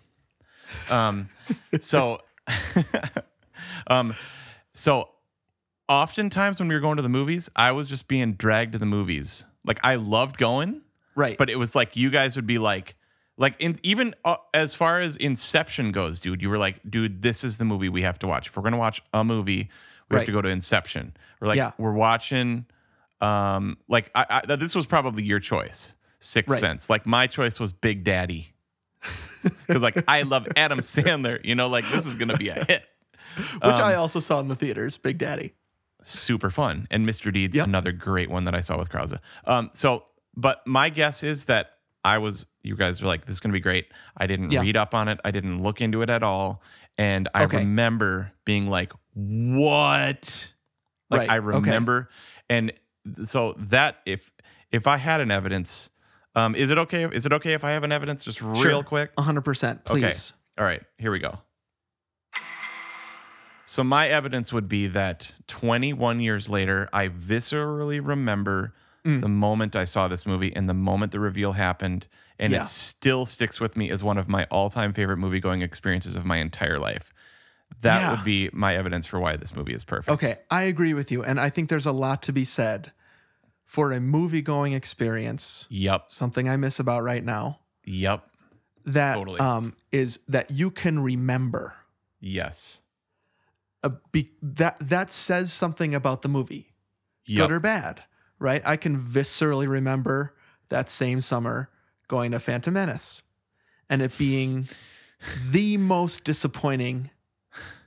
Speaker 2: Um so um so oftentimes when we were going to the movies, I was just being dragged to the movies. Like I loved going,
Speaker 1: Right.
Speaker 2: but it was like you guys would be like like in, even uh, as far as inception goes dude you were like dude this is the movie we have to watch if we're going to watch a movie we
Speaker 1: Right.
Speaker 2: have to go to inception we're like
Speaker 1: Yeah.
Speaker 2: we're watching um like I, I this was probably your choice sixth
Speaker 1: Right.
Speaker 2: sense like my choice was big daddy because like i love adam sandler you know like this is gonna be a hit Um,
Speaker 1: which I also saw in the theaters, Big Daddy.
Speaker 2: super fun. And Mr. Deeds,
Speaker 1: Yep.
Speaker 2: another great one that I saw with Krause. Um, so, but my guess is that I was, you guys were like, this is going to be great. I didn't
Speaker 1: Yeah.
Speaker 2: read up on it, I didn't look into it at all. And I
Speaker 1: Okay.
Speaker 2: remember being like, what? Like,
Speaker 1: Right.
Speaker 2: I
Speaker 1: Okay.
Speaker 2: remember. And th- so that, if, if I had an evidence, um, is it okay? Is it okay if I have an evidence just real
Speaker 1: Sure.
Speaker 2: quick?
Speaker 1: hundred percent, please.
Speaker 2: All right, here we go. So my evidence would be that 21 years later, I viscerally remember
Speaker 1: Mm.
Speaker 2: the moment I saw this movie and the moment the reveal happened, and
Speaker 1: Yeah.
Speaker 2: it still sticks with me as one of my all-time favorite movie-going experiences of my entire life. That
Speaker 1: Yeah.
Speaker 2: would be my evidence for why this movie is perfect.
Speaker 1: Okay, I agree with you, and I think there's a lot to be said for a movie-going experience.
Speaker 2: Yep.
Speaker 1: Something I miss about right now.
Speaker 2: Yep.
Speaker 1: that
Speaker 2: Totally.
Speaker 1: um is that you can remember
Speaker 2: Yes.
Speaker 1: a be- that that says something about the movie
Speaker 2: Yep.
Speaker 1: good or bad right i can viscerally remember that same summer going to phantom menace and it being the most disappointing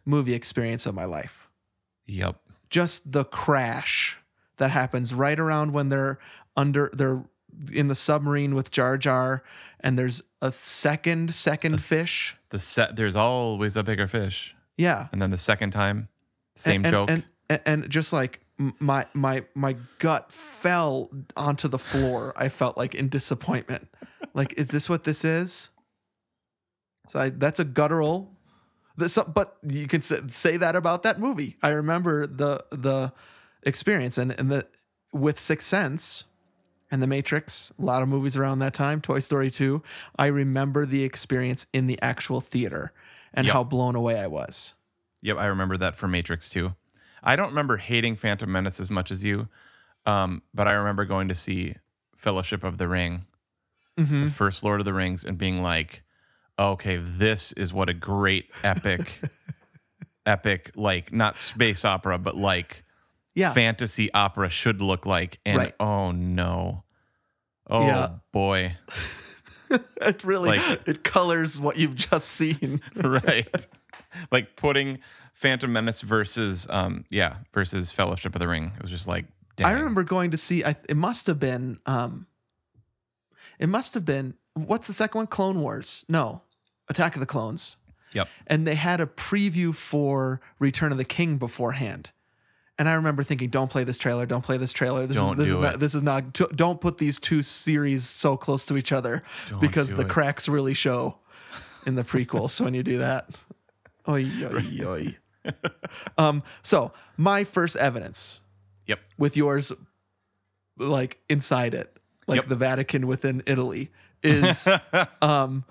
Speaker 1: movie experience of my life
Speaker 2: Yep.
Speaker 1: just the crash that happens right around when they're under they're in the submarine with jar jar and there's a second second fish
Speaker 2: The set there's always a bigger fish.
Speaker 1: yeah
Speaker 2: And then the second time, same
Speaker 1: and,
Speaker 2: joke.
Speaker 1: And, and and just like m- my my my gut fell onto the floor. I felt like in disappointment. Like, is this what this is? So I, that's a guttural. This, but you can say, say that about that movie. I remember the the experience and and the with Sixth Sense and The Matrix. A lot of movies around that time. Toy Story two. I remember the experience in the actual theater and
Speaker 2: Yep.
Speaker 1: how blown away I was.
Speaker 2: Yep, I remember that for Matrix too. I don't remember hating Phantom Menace as much as you, um, but I remember going to see Fellowship of the Ring,
Speaker 1: Mhm.
Speaker 2: the first Lord of the Rings, and being like, okay, this is what a great epic, epic, like not space opera, but like
Speaker 1: Yeah.
Speaker 2: fantasy opera should look like. And
Speaker 1: Right.
Speaker 2: oh no. Oh
Speaker 1: Yeah.
Speaker 2: boy.
Speaker 1: it really
Speaker 2: Like-
Speaker 1: it colors what you've just seen.
Speaker 2: right. Like putting Phantom Menace versus um yeah, versus Fellowship of the Ring. It was just like dang.
Speaker 1: I remember going to see. I, it must have been. Um, it must have been. What's the second one? Clone Wars? No, Attack of the Clones.
Speaker 2: Yep.
Speaker 1: And they had a preview for Return of the King beforehand. And I remember thinking, "Don't play this trailer. Don't play this trailer. This
Speaker 2: Don't
Speaker 1: is this
Speaker 2: do
Speaker 1: is not.
Speaker 2: it.
Speaker 1: This is not. t- Don't put these two series so close to each other
Speaker 2: Don't
Speaker 1: because
Speaker 2: do
Speaker 1: the
Speaker 2: it.
Speaker 1: cracks really show in the prequels when you do that." Oy, oy, oy. um. So my first evidence
Speaker 2: Yep.
Speaker 1: with yours like inside it like
Speaker 2: Yep.
Speaker 1: the vatican within italy is um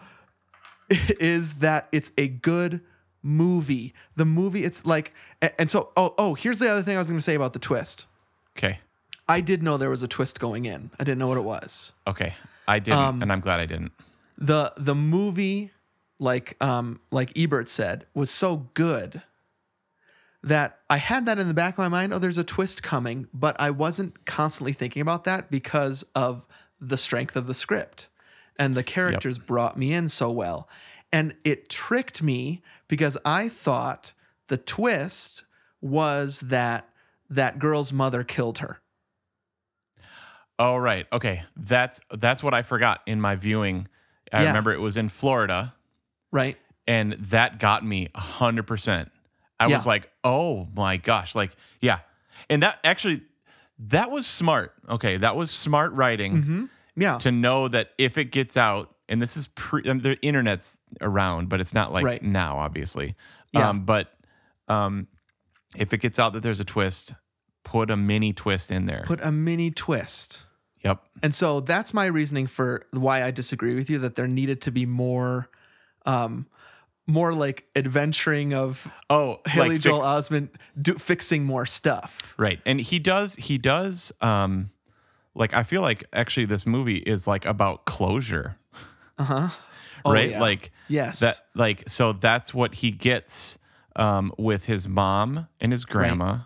Speaker 1: is that it's a good movie the movie it's like a- and so oh oh here's the other thing i was going to say about the twist
Speaker 2: Okay.
Speaker 1: i did know there was a twist going in i didn't know what it was
Speaker 2: Okay. I didn't
Speaker 1: Um,
Speaker 2: and I'm glad I didn't.
Speaker 1: the the movie like um like ebert said was so good that i had that in the back of my mind oh there's a twist coming but i wasn't constantly thinking about that because of the strength of the script and the characters brought me in so well and it tricked me because i thought the twist was that that girl's mother killed her
Speaker 2: Oh right. Okay. That's that's what I forgot in my viewing. I
Speaker 1: Yeah.
Speaker 2: remember it was in Florida
Speaker 1: right
Speaker 2: and that got me 100%. I
Speaker 1: Yeah.
Speaker 2: was like, "Oh my gosh." Like, yeah. And that actually that was smart. Okay, that was smart writing.
Speaker 1: Mm-hmm. yeah
Speaker 2: to know that if it gets out, and this is pre, um, the internet's around, but it's not like
Speaker 1: Right.
Speaker 2: now, obviously.
Speaker 1: Yeah.
Speaker 2: Um, but um, if it gets out that there's a twist, put a mini twist in there.
Speaker 1: put a mini twist
Speaker 2: yep.
Speaker 1: And so that's my reasoning for why I disagree with you that there needed to be more, um, more like adventuring of
Speaker 2: Oh,
Speaker 1: Haley
Speaker 2: like
Speaker 1: Joel
Speaker 2: fix-
Speaker 1: Osment do, fixing more stuff.
Speaker 2: right. And he does. He does. Um, like I feel like actually this movie is like about closure,
Speaker 1: Uh huh. Oh,
Speaker 2: right?
Speaker 1: yeah.
Speaker 2: Like
Speaker 1: Yes.
Speaker 2: that. Like so that's what he gets um, with his mom and his grandma.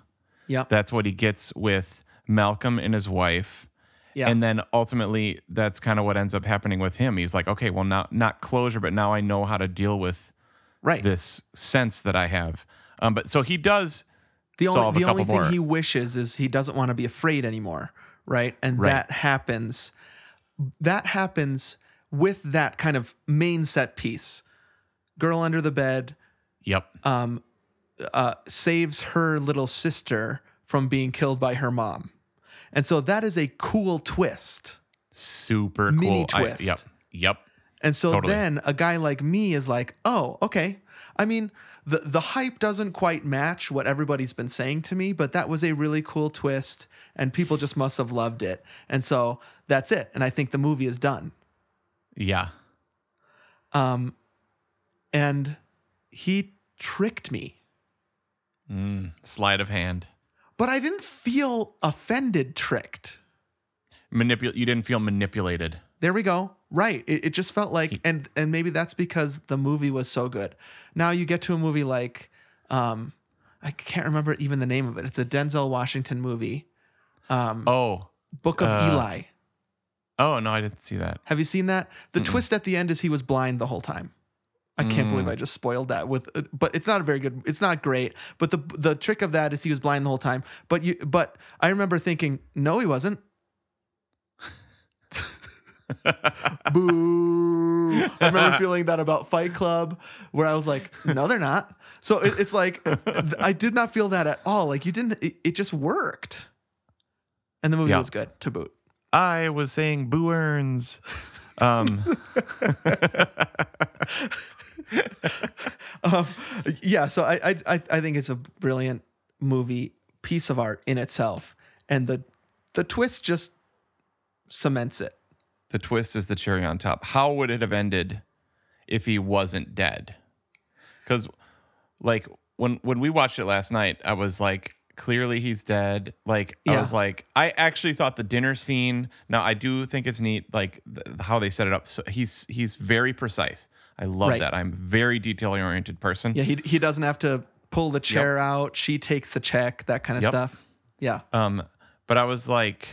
Speaker 1: yep.
Speaker 2: That's what he gets with Malcolm and his wife.
Speaker 1: yeah.
Speaker 2: And then ultimately, that's kind of what ends up happening with him. He's like, okay, well, not not closure, but now I know how to deal with
Speaker 1: right.
Speaker 2: this sense that I have. Um, but so he does
Speaker 1: the
Speaker 2: solve
Speaker 1: only,
Speaker 2: a
Speaker 1: the
Speaker 2: couple
Speaker 1: only thing
Speaker 2: more.
Speaker 1: he wishes is he doesn't want to be afraid anymore right and
Speaker 2: Right.
Speaker 1: that happens that happens with that kind of main set piece girl under the bed
Speaker 2: yep,
Speaker 1: um, uh, saves her little sister from being killed by her mom. And so that is a cool twist.
Speaker 2: super
Speaker 1: mini
Speaker 2: cool. I-
Speaker 1: twist.
Speaker 2: yep, yep,
Speaker 1: And so
Speaker 2: Totally.
Speaker 1: then a guy like me is like, oh, okay. I mean, the, the hype doesn't quite match what everybody's been saying to me, but that was a really cool twist, and people just must have loved it. And so that's it. And I think the movie is done.
Speaker 2: yeah,
Speaker 1: Um, and he tricked me.
Speaker 2: Mm, sleight of hand.
Speaker 1: But I didn't feel offended, tricked.
Speaker 2: Manipul. You didn't feel manipulated.
Speaker 1: There we go. Right. It, it just felt like, and and maybe that's because the movie was so good. Now you get to a movie like, um, I can't remember even the name of it. It's a Denzel Washington movie, Um,
Speaker 2: Oh,
Speaker 1: Book of
Speaker 2: Uh,
Speaker 1: Eli.
Speaker 2: oh no, I didn't see that.
Speaker 1: Have you seen that? The twist at the end is he was blind the whole time. I can't believe I just spoiled that with, uh, but it's not a very good. It's not great. But the the trick of that is he was blind the whole time. But you, but I remember thinking, no, he wasn't. Boo! I remember feeling that about Fight Club, where I was like, no, they're not. So it, it's like I did not feel that at all. Like you didn't. It, it just worked, and the movie
Speaker 2: Yeah.
Speaker 1: was good to boot.
Speaker 2: I was saying boo earns. Um,
Speaker 1: um, yeah, so I, I I I think it's a brilliant movie piece of art in itself, and the the twist just cements it.
Speaker 2: the twist is the cherry on top. How would it have ended if he wasn't dead? Because, like when when we watched it last night, I was like, clearly he's dead. Like I
Speaker 1: Yeah.
Speaker 2: was like, I actually thought the dinner scene. Now I do think it's neat, like th- how they set it up. So he's he's very precise. I love
Speaker 1: Right.
Speaker 2: that. I'm very detail oriented person.
Speaker 1: Yeah, he he doesn't have to pull the chair out. She takes the check, that kind of
Speaker 2: Yep.
Speaker 1: stuff. Yeah,
Speaker 2: Um, but I was like,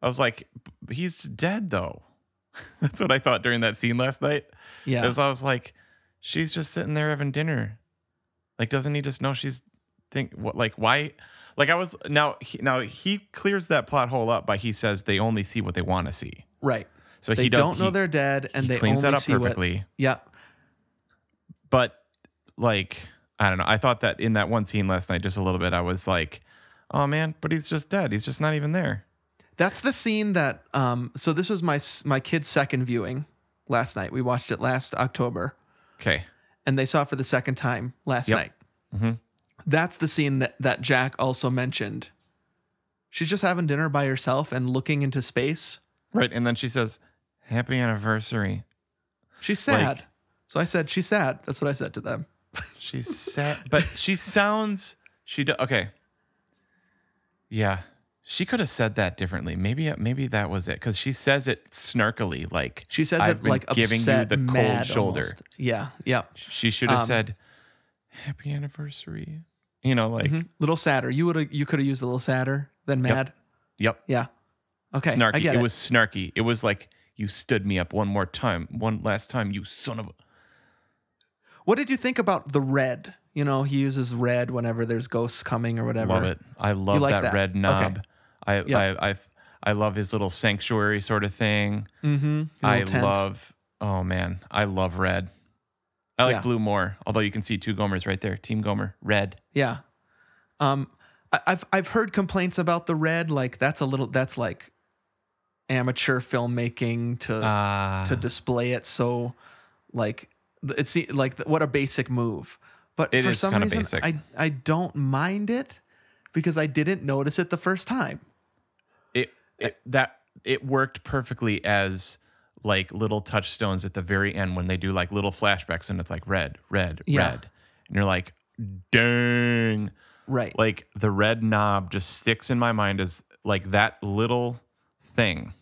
Speaker 2: I was like, "B- he's dead though. That's what I thought during that scene last night.
Speaker 1: Yeah.
Speaker 2: It was, I was like, she's just sitting there having dinner. Like, doesn't he just know she's think what? Like, why? Like, I was now. He, now he clears that plot hole up by he says they only see what they want to see.
Speaker 1: right.
Speaker 2: So
Speaker 1: They
Speaker 2: he does,
Speaker 1: don't know
Speaker 2: he-
Speaker 1: they're dead, and
Speaker 2: he
Speaker 1: they
Speaker 2: cleans
Speaker 1: only
Speaker 2: that up
Speaker 1: see what-
Speaker 2: perfectly.
Speaker 1: yeah.
Speaker 2: But like, I don't know. I thought that in that one scene last night, just a little bit, I was like, oh man, but he's just dead. He's just not even there.
Speaker 1: That's the scene that. Um, so this was my s- my kid's second viewing last night. We watched it last October,
Speaker 2: Okay.
Speaker 1: and they saw it for the second time last
Speaker 2: Yep. Mm-hmm.
Speaker 1: night. That's the scene that that Jack also mentioned. She's just having dinner by herself and looking into space.
Speaker 2: Right. And then she says, happy anniversary.
Speaker 1: She's
Speaker 2: Like-
Speaker 1: sad. so I said she's sad. That's what I said to them.
Speaker 2: She's sad, but she sounds she do, okay. Yeah, she could have said that differently. Maybe maybe that was it because she says it snarkily, like
Speaker 1: She says
Speaker 2: "I've
Speaker 1: it
Speaker 2: been
Speaker 1: like
Speaker 2: giving
Speaker 1: upset,
Speaker 2: you the cold
Speaker 1: mad
Speaker 2: shoulder.
Speaker 1: almost. Yeah, yeah.
Speaker 2: She should have
Speaker 1: Um,
Speaker 2: said happy anniversary. You know, like
Speaker 1: Mhm. Little sadder. You would you could have used a little sadder than
Speaker 2: Yep.
Speaker 1: mad.
Speaker 2: yep,
Speaker 1: Yeah. Okay.
Speaker 2: snarky.
Speaker 1: I get
Speaker 2: it
Speaker 1: it.
Speaker 2: was snarky. It was like you stood me up one more time, one last time. You son of a
Speaker 1: What did you think about the red? You know, he uses red whenever there's ghosts coming or whatever.
Speaker 2: Love it. I love
Speaker 1: like
Speaker 2: that,
Speaker 1: that?
Speaker 2: red
Speaker 1: Okay.
Speaker 2: knob. I,
Speaker 1: Yeah.
Speaker 2: I I I love his little sanctuary sort of thing.
Speaker 1: Mm-hmm.
Speaker 2: I love. Oh man, I love red. I like
Speaker 1: Yeah.
Speaker 2: blue more. Although you can see two Gomers right there. Team Gomer, red.
Speaker 1: Yeah. Um, I, I've I've heard complaints about the red. Like that's a little. That's like amateur filmmaking to
Speaker 2: Ah,
Speaker 1: Uh, to display it so like th- it's the- like th- what a basic move. But
Speaker 2: It
Speaker 1: for
Speaker 2: is
Speaker 1: some
Speaker 2: kinda
Speaker 1: reason,
Speaker 2: basic.
Speaker 1: I I don't mind it because I didn't notice it the first time.
Speaker 2: it, it that it worked perfectly as like little touchstones at the very end when they do like little flashbacks and it's like red, red,
Speaker 1: Yeah.
Speaker 2: red, and you're like, dang.
Speaker 1: Right.
Speaker 2: like the red knob just sticks in my mind as like that little thing.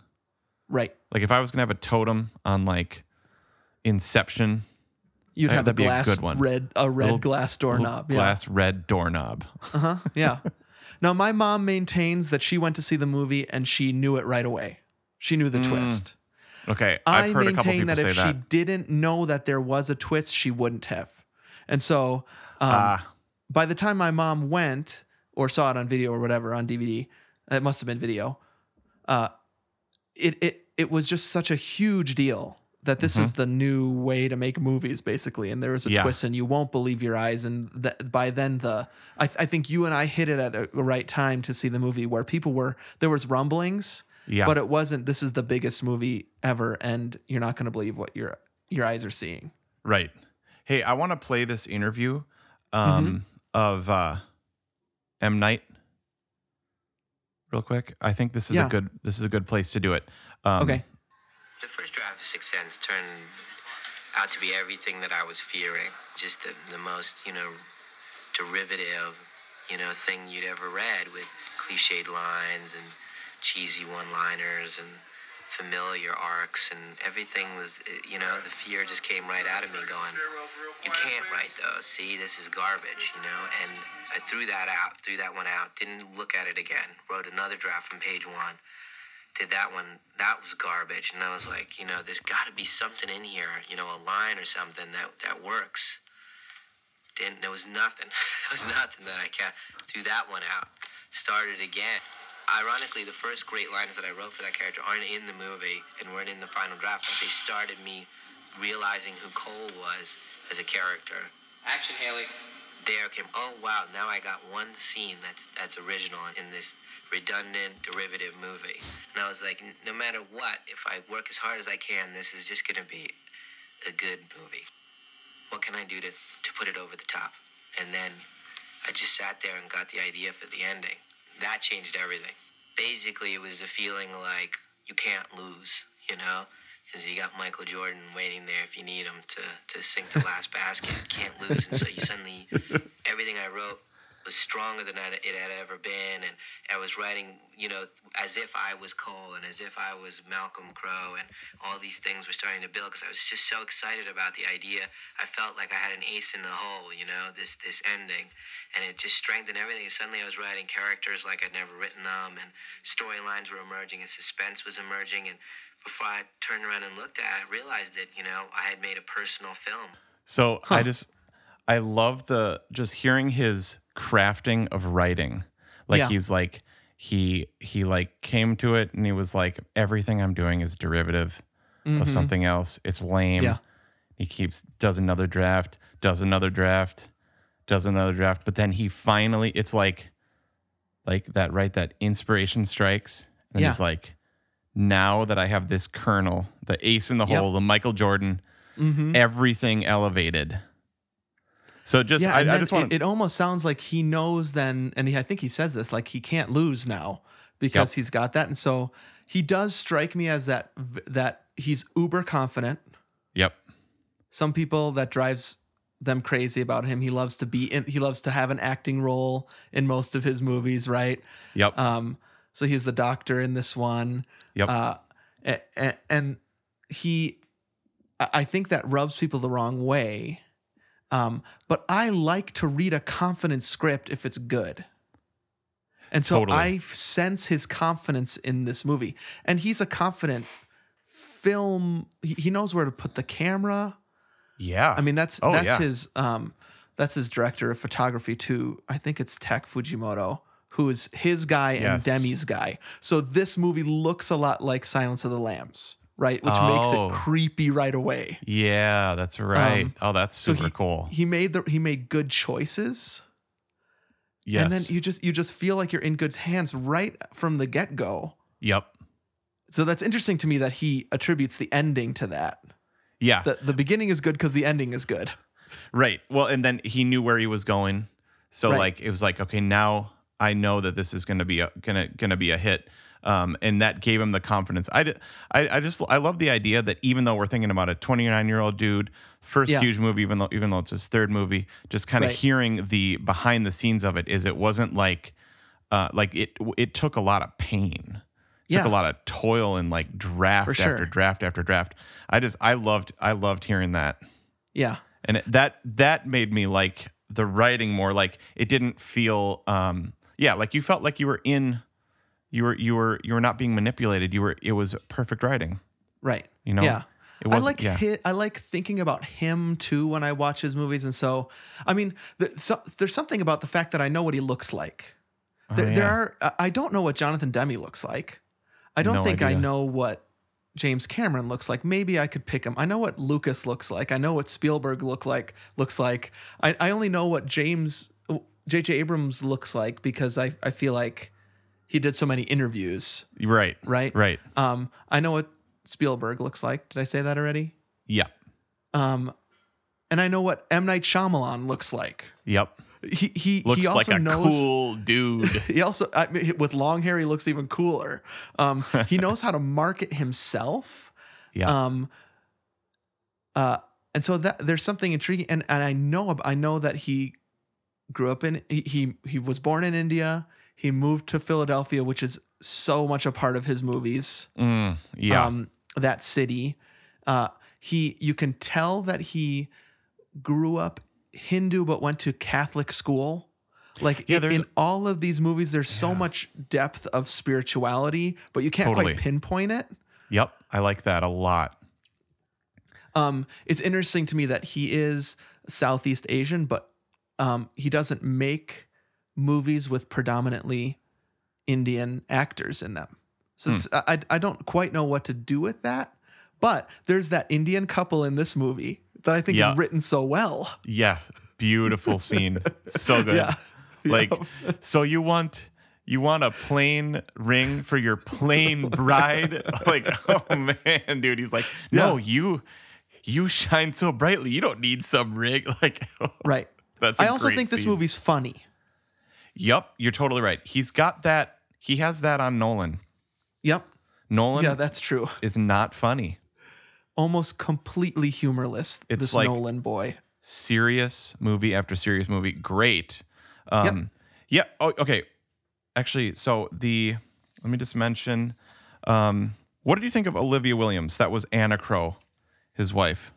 Speaker 1: right.
Speaker 2: Like if I was gonna have a totem on like Inception,
Speaker 1: You'd
Speaker 2: that-
Speaker 1: have a
Speaker 2: uh, that'd be a
Speaker 1: glass
Speaker 2: good one.
Speaker 1: red a red
Speaker 2: Little-
Speaker 1: glass
Speaker 2: little
Speaker 1: doorknob. Yeah.
Speaker 2: glass red doorknob.
Speaker 1: Uh-huh. Yeah. now my mom maintains that she went to see the movie and she knew it right away. She knew
Speaker 2: Hmm.
Speaker 1: the twist.
Speaker 2: Okay,
Speaker 1: I
Speaker 2: I've heard a couple
Speaker 1: maintain
Speaker 2: people
Speaker 1: that
Speaker 2: say
Speaker 1: if
Speaker 2: that.
Speaker 1: she didn't know that there was a twist, she wouldn't have. And so um,
Speaker 2: Ah,
Speaker 1: by the time my mom went or saw it on video or whatever on DVD, it must have been video. Uh, it it it was just such a huge deal that this is the new way to make movies basically, and there was a
Speaker 2: Mm-hmm. Yeah.
Speaker 1: twist, and you won't believe your eyes. And th- by then, the I, th- I think you and I hit it at a- the right time to see the movie where people were there was rumblings,
Speaker 2: yeah,
Speaker 1: but it wasn't. This is the biggest movie ever, and you're not going to believe what your your eyes are seeing.
Speaker 2: right. Hey, I want to play this interview
Speaker 1: Mm-hmm.
Speaker 2: um, of uh, M Night real quick. I think this is
Speaker 1: Yeah.
Speaker 2: a good this is a good place to do it. Um,
Speaker 1: okay,
Speaker 8: The first draft of Sixth Sense turned out to be everything that I was fearing. Just the, the most, you know, derivative, you know, thing you'd ever read with cliched lines and cheesy one-liners and familiar arcs and everything was, eh, you know, the fear just came right out of me going, you can't write those. See, this is garbage, you know? And I threw that out, threw that one out, didn't look at it again, wrote another draft from page one did that one that was garbage and i was like you know there's got to be something in here you know a line or something that that works didn't there was nothing there was nothing that i can threw that one out started again ironically the first great lines that i wrote for that character aren't in the movie and weren't in the final draft but they started me realizing who cole was as a character action haley there came oh wow now i got one scene that's that's original in this redundant derivative movie and i was like "N- no matter what if i work as hard as i can this is just gonna be a good movie what can i do to to put it over the top and then i just sat there and got the idea for the ending that changed everything basically it was a feeling like you can't lose you know because you got Michael Jordan waiting there if you need him to, to sink the last basket. You can't lose. And so you suddenly, everything I wrote was stronger than I- it had ever been. And I was writing, you know, as if I was Cole and as if I was Malcolm Crowe. And all these things were starting to build because I was just so excited about the idea. I felt like I had an ace in the hole, you know, this, this ending. And it just strengthened everything. And suddenly I was writing characters like I'd never written them. And storylines were emerging and suspense was emerging. And before I turned around and looked at it, I realized that, you know, I had made a personal film.
Speaker 2: So I just I love the just hearing his crafting of writing. Like
Speaker 1: Yeah.
Speaker 2: he's like he he like came to it and he was like everything I'm doing is derivative of something else. It's
Speaker 1: Mm-hmm.
Speaker 2: lame.
Speaker 1: Yeah.
Speaker 2: He keeps does another draft, does another draft, does another draft, but then he finally it's like like that right that inspiration strikes and he's
Speaker 1: Yeah.
Speaker 2: like now that I have this kernel, the ace in the
Speaker 1: Yep.
Speaker 2: hole, the Michael Jordan, Mm-hmm.
Speaker 1: Mm-hmm.
Speaker 2: everything elevated. So just
Speaker 1: yeah,
Speaker 2: I,
Speaker 1: and
Speaker 2: I
Speaker 1: then
Speaker 2: just
Speaker 1: it,
Speaker 2: want
Speaker 1: it almost sounds like he knows then, and he, I think he says this like he can't lose now because
Speaker 2: Yep.
Speaker 1: he's got that, and so he does strike me as that v- that he's uber confident.
Speaker 2: Yep.
Speaker 1: Some people that drives them crazy about him. He loves to be in. He loves to have an acting role in most of his movies, right?
Speaker 2: Yep.
Speaker 1: Um, so he's the doctor in this one.
Speaker 2: Yep.
Speaker 1: Uh, a- a- and he, I I think that rubs people the wrong way. Um, but I like to read a confident script if it's good. And so
Speaker 2: Totally.
Speaker 1: I sense his confidence in this movie. And he's a confident film. He he knows where to put the camera.
Speaker 2: yeah.
Speaker 1: I mean, that's
Speaker 2: Oh,
Speaker 1: that's
Speaker 2: yeah.
Speaker 1: his um, that's his director of photography too. I think it's Tech Fujimoto, who is his guy
Speaker 2: Yes.
Speaker 1: and Demi's guy. So this movie looks a lot like Silence of the Lambs, right? Which makes
Speaker 2: Oh.
Speaker 1: it creepy right away.
Speaker 2: yeah, that's right.
Speaker 1: um,
Speaker 2: oh, that's super
Speaker 1: he,
Speaker 2: cool.
Speaker 1: He made the he made good choices,
Speaker 2: yes.
Speaker 1: and then you just you just feel like you're in good hands right from the get go.
Speaker 2: yep.
Speaker 1: So that's interesting to me that he attributes the ending to that.
Speaker 2: Yeah.
Speaker 1: The, the beginning is good because the ending is good.
Speaker 2: right. Well, and then he knew where he was going. So
Speaker 1: Right.
Speaker 2: like it was like okay, now I know that this is going to be a going to going to be a hit. Um, and that gave him the confidence. I, d- I, I just I love the idea that even though we're thinking about a 29 year old dude, first
Speaker 1: Yeah.
Speaker 2: huge movie, even though even though it's his third movie, just kind of
Speaker 1: Right.
Speaker 2: hearing the behind the scenes of it is it wasn't like uh, like it it took a lot of pain. It
Speaker 1: Yeah.
Speaker 2: Took a lot of toil and like draft
Speaker 1: For sure.
Speaker 2: after draft after draft. I just I loved I loved hearing that
Speaker 1: Yeah,
Speaker 2: and it, that that made me like the writing more like it didn't feel um yeah like you felt like you were in you were you were you were not being manipulated you were it was perfect writing
Speaker 1: right.
Speaker 2: you know
Speaker 1: Yeah.
Speaker 2: it
Speaker 1: I
Speaker 2: wasn't-
Speaker 1: like
Speaker 2: yeah.
Speaker 1: hi- I like thinking about him too when I watch his movies, and so I mean, the, so, there's something about the fact that I know what he looks like. there, there
Speaker 2: Oh, yeah.
Speaker 1: are I- I don't know what Jonathan Demi looks like. I don't
Speaker 2: No
Speaker 1: think I
Speaker 2: idea.
Speaker 1: know what James Cameron looks like. Maybe I could pick him. I know what Lucas looks like. I know what Spielberg look like looks like. I, I only know what James J.J. Abrams looks like because I I feel like he did so many interviews.
Speaker 2: right
Speaker 1: Right?
Speaker 2: right
Speaker 1: Um, I know what Spielberg looks like. Did I say that already?
Speaker 2: yeah
Speaker 1: Um, and I know what M Night Shyamalan looks like.
Speaker 2: yep
Speaker 1: He he
Speaker 2: looks
Speaker 1: he
Speaker 2: like
Speaker 1: also
Speaker 2: a
Speaker 1: knows.
Speaker 2: cool dude
Speaker 1: He also I mean, with long hair, he looks even cooler. Um, he knows how to market himself.
Speaker 2: yeah
Speaker 1: Um, uh, and so that there's something intriguing, and and I know ab- I know that he grew up in he he, he was born in India. He moved to Philadelphia, which is so much a part of his movies
Speaker 2: Mm, yeah
Speaker 1: um, that city. Uh, he, you can tell that he grew up Hindu but went to Catholic school. Like
Speaker 2: Yeah,
Speaker 1: in,
Speaker 2: there's-
Speaker 1: in all of these movies, there's so much depth of spirituality, but you can't
Speaker 2: Totally.
Speaker 1: quite pinpoint it.
Speaker 2: yep i like that a lot
Speaker 1: Um, it's interesting to me that he is Southeast Asian, but um, he doesn't make movies with predominantly Indian actors in them. So it's,
Speaker 2: Hmm.
Speaker 1: I I- I don't quite know what to do with that. But there's that Indian couple in this movie that I think
Speaker 2: Yeah.
Speaker 1: is written so well.
Speaker 2: yeah beautiful scene so good
Speaker 1: Yeah.
Speaker 2: like so you want you want a plain ring for your plain bride like oh man dude he's like no
Speaker 1: Yeah.
Speaker 2: you you shine so brightly you don't need some ring like
Speaker 1: Right.
Speaker 2: That's a
Speaker 1: I also
Speaker 2: great
Speaker 1: think this
Speaker 2: scene.
Speaker 1: movie's funny.
Speaker 2: yep you're totally right he's got that he has that on nolan
Speaker 1: Yep.
Speaker 2: nolan
Speaker 1: Yeah, that's true.
Speaker 2: is not funny
Speaker 1: Almost completely humorless.
Speaker 2: It's
Speaker 1: this
Speaker 2: like-
Speaker 1: Nolan boy.
Speaker 2: serious movie after serious movie great um yeah oh, okay actually so the let me just mention um what did you think of olivia williams that was anna crow his wife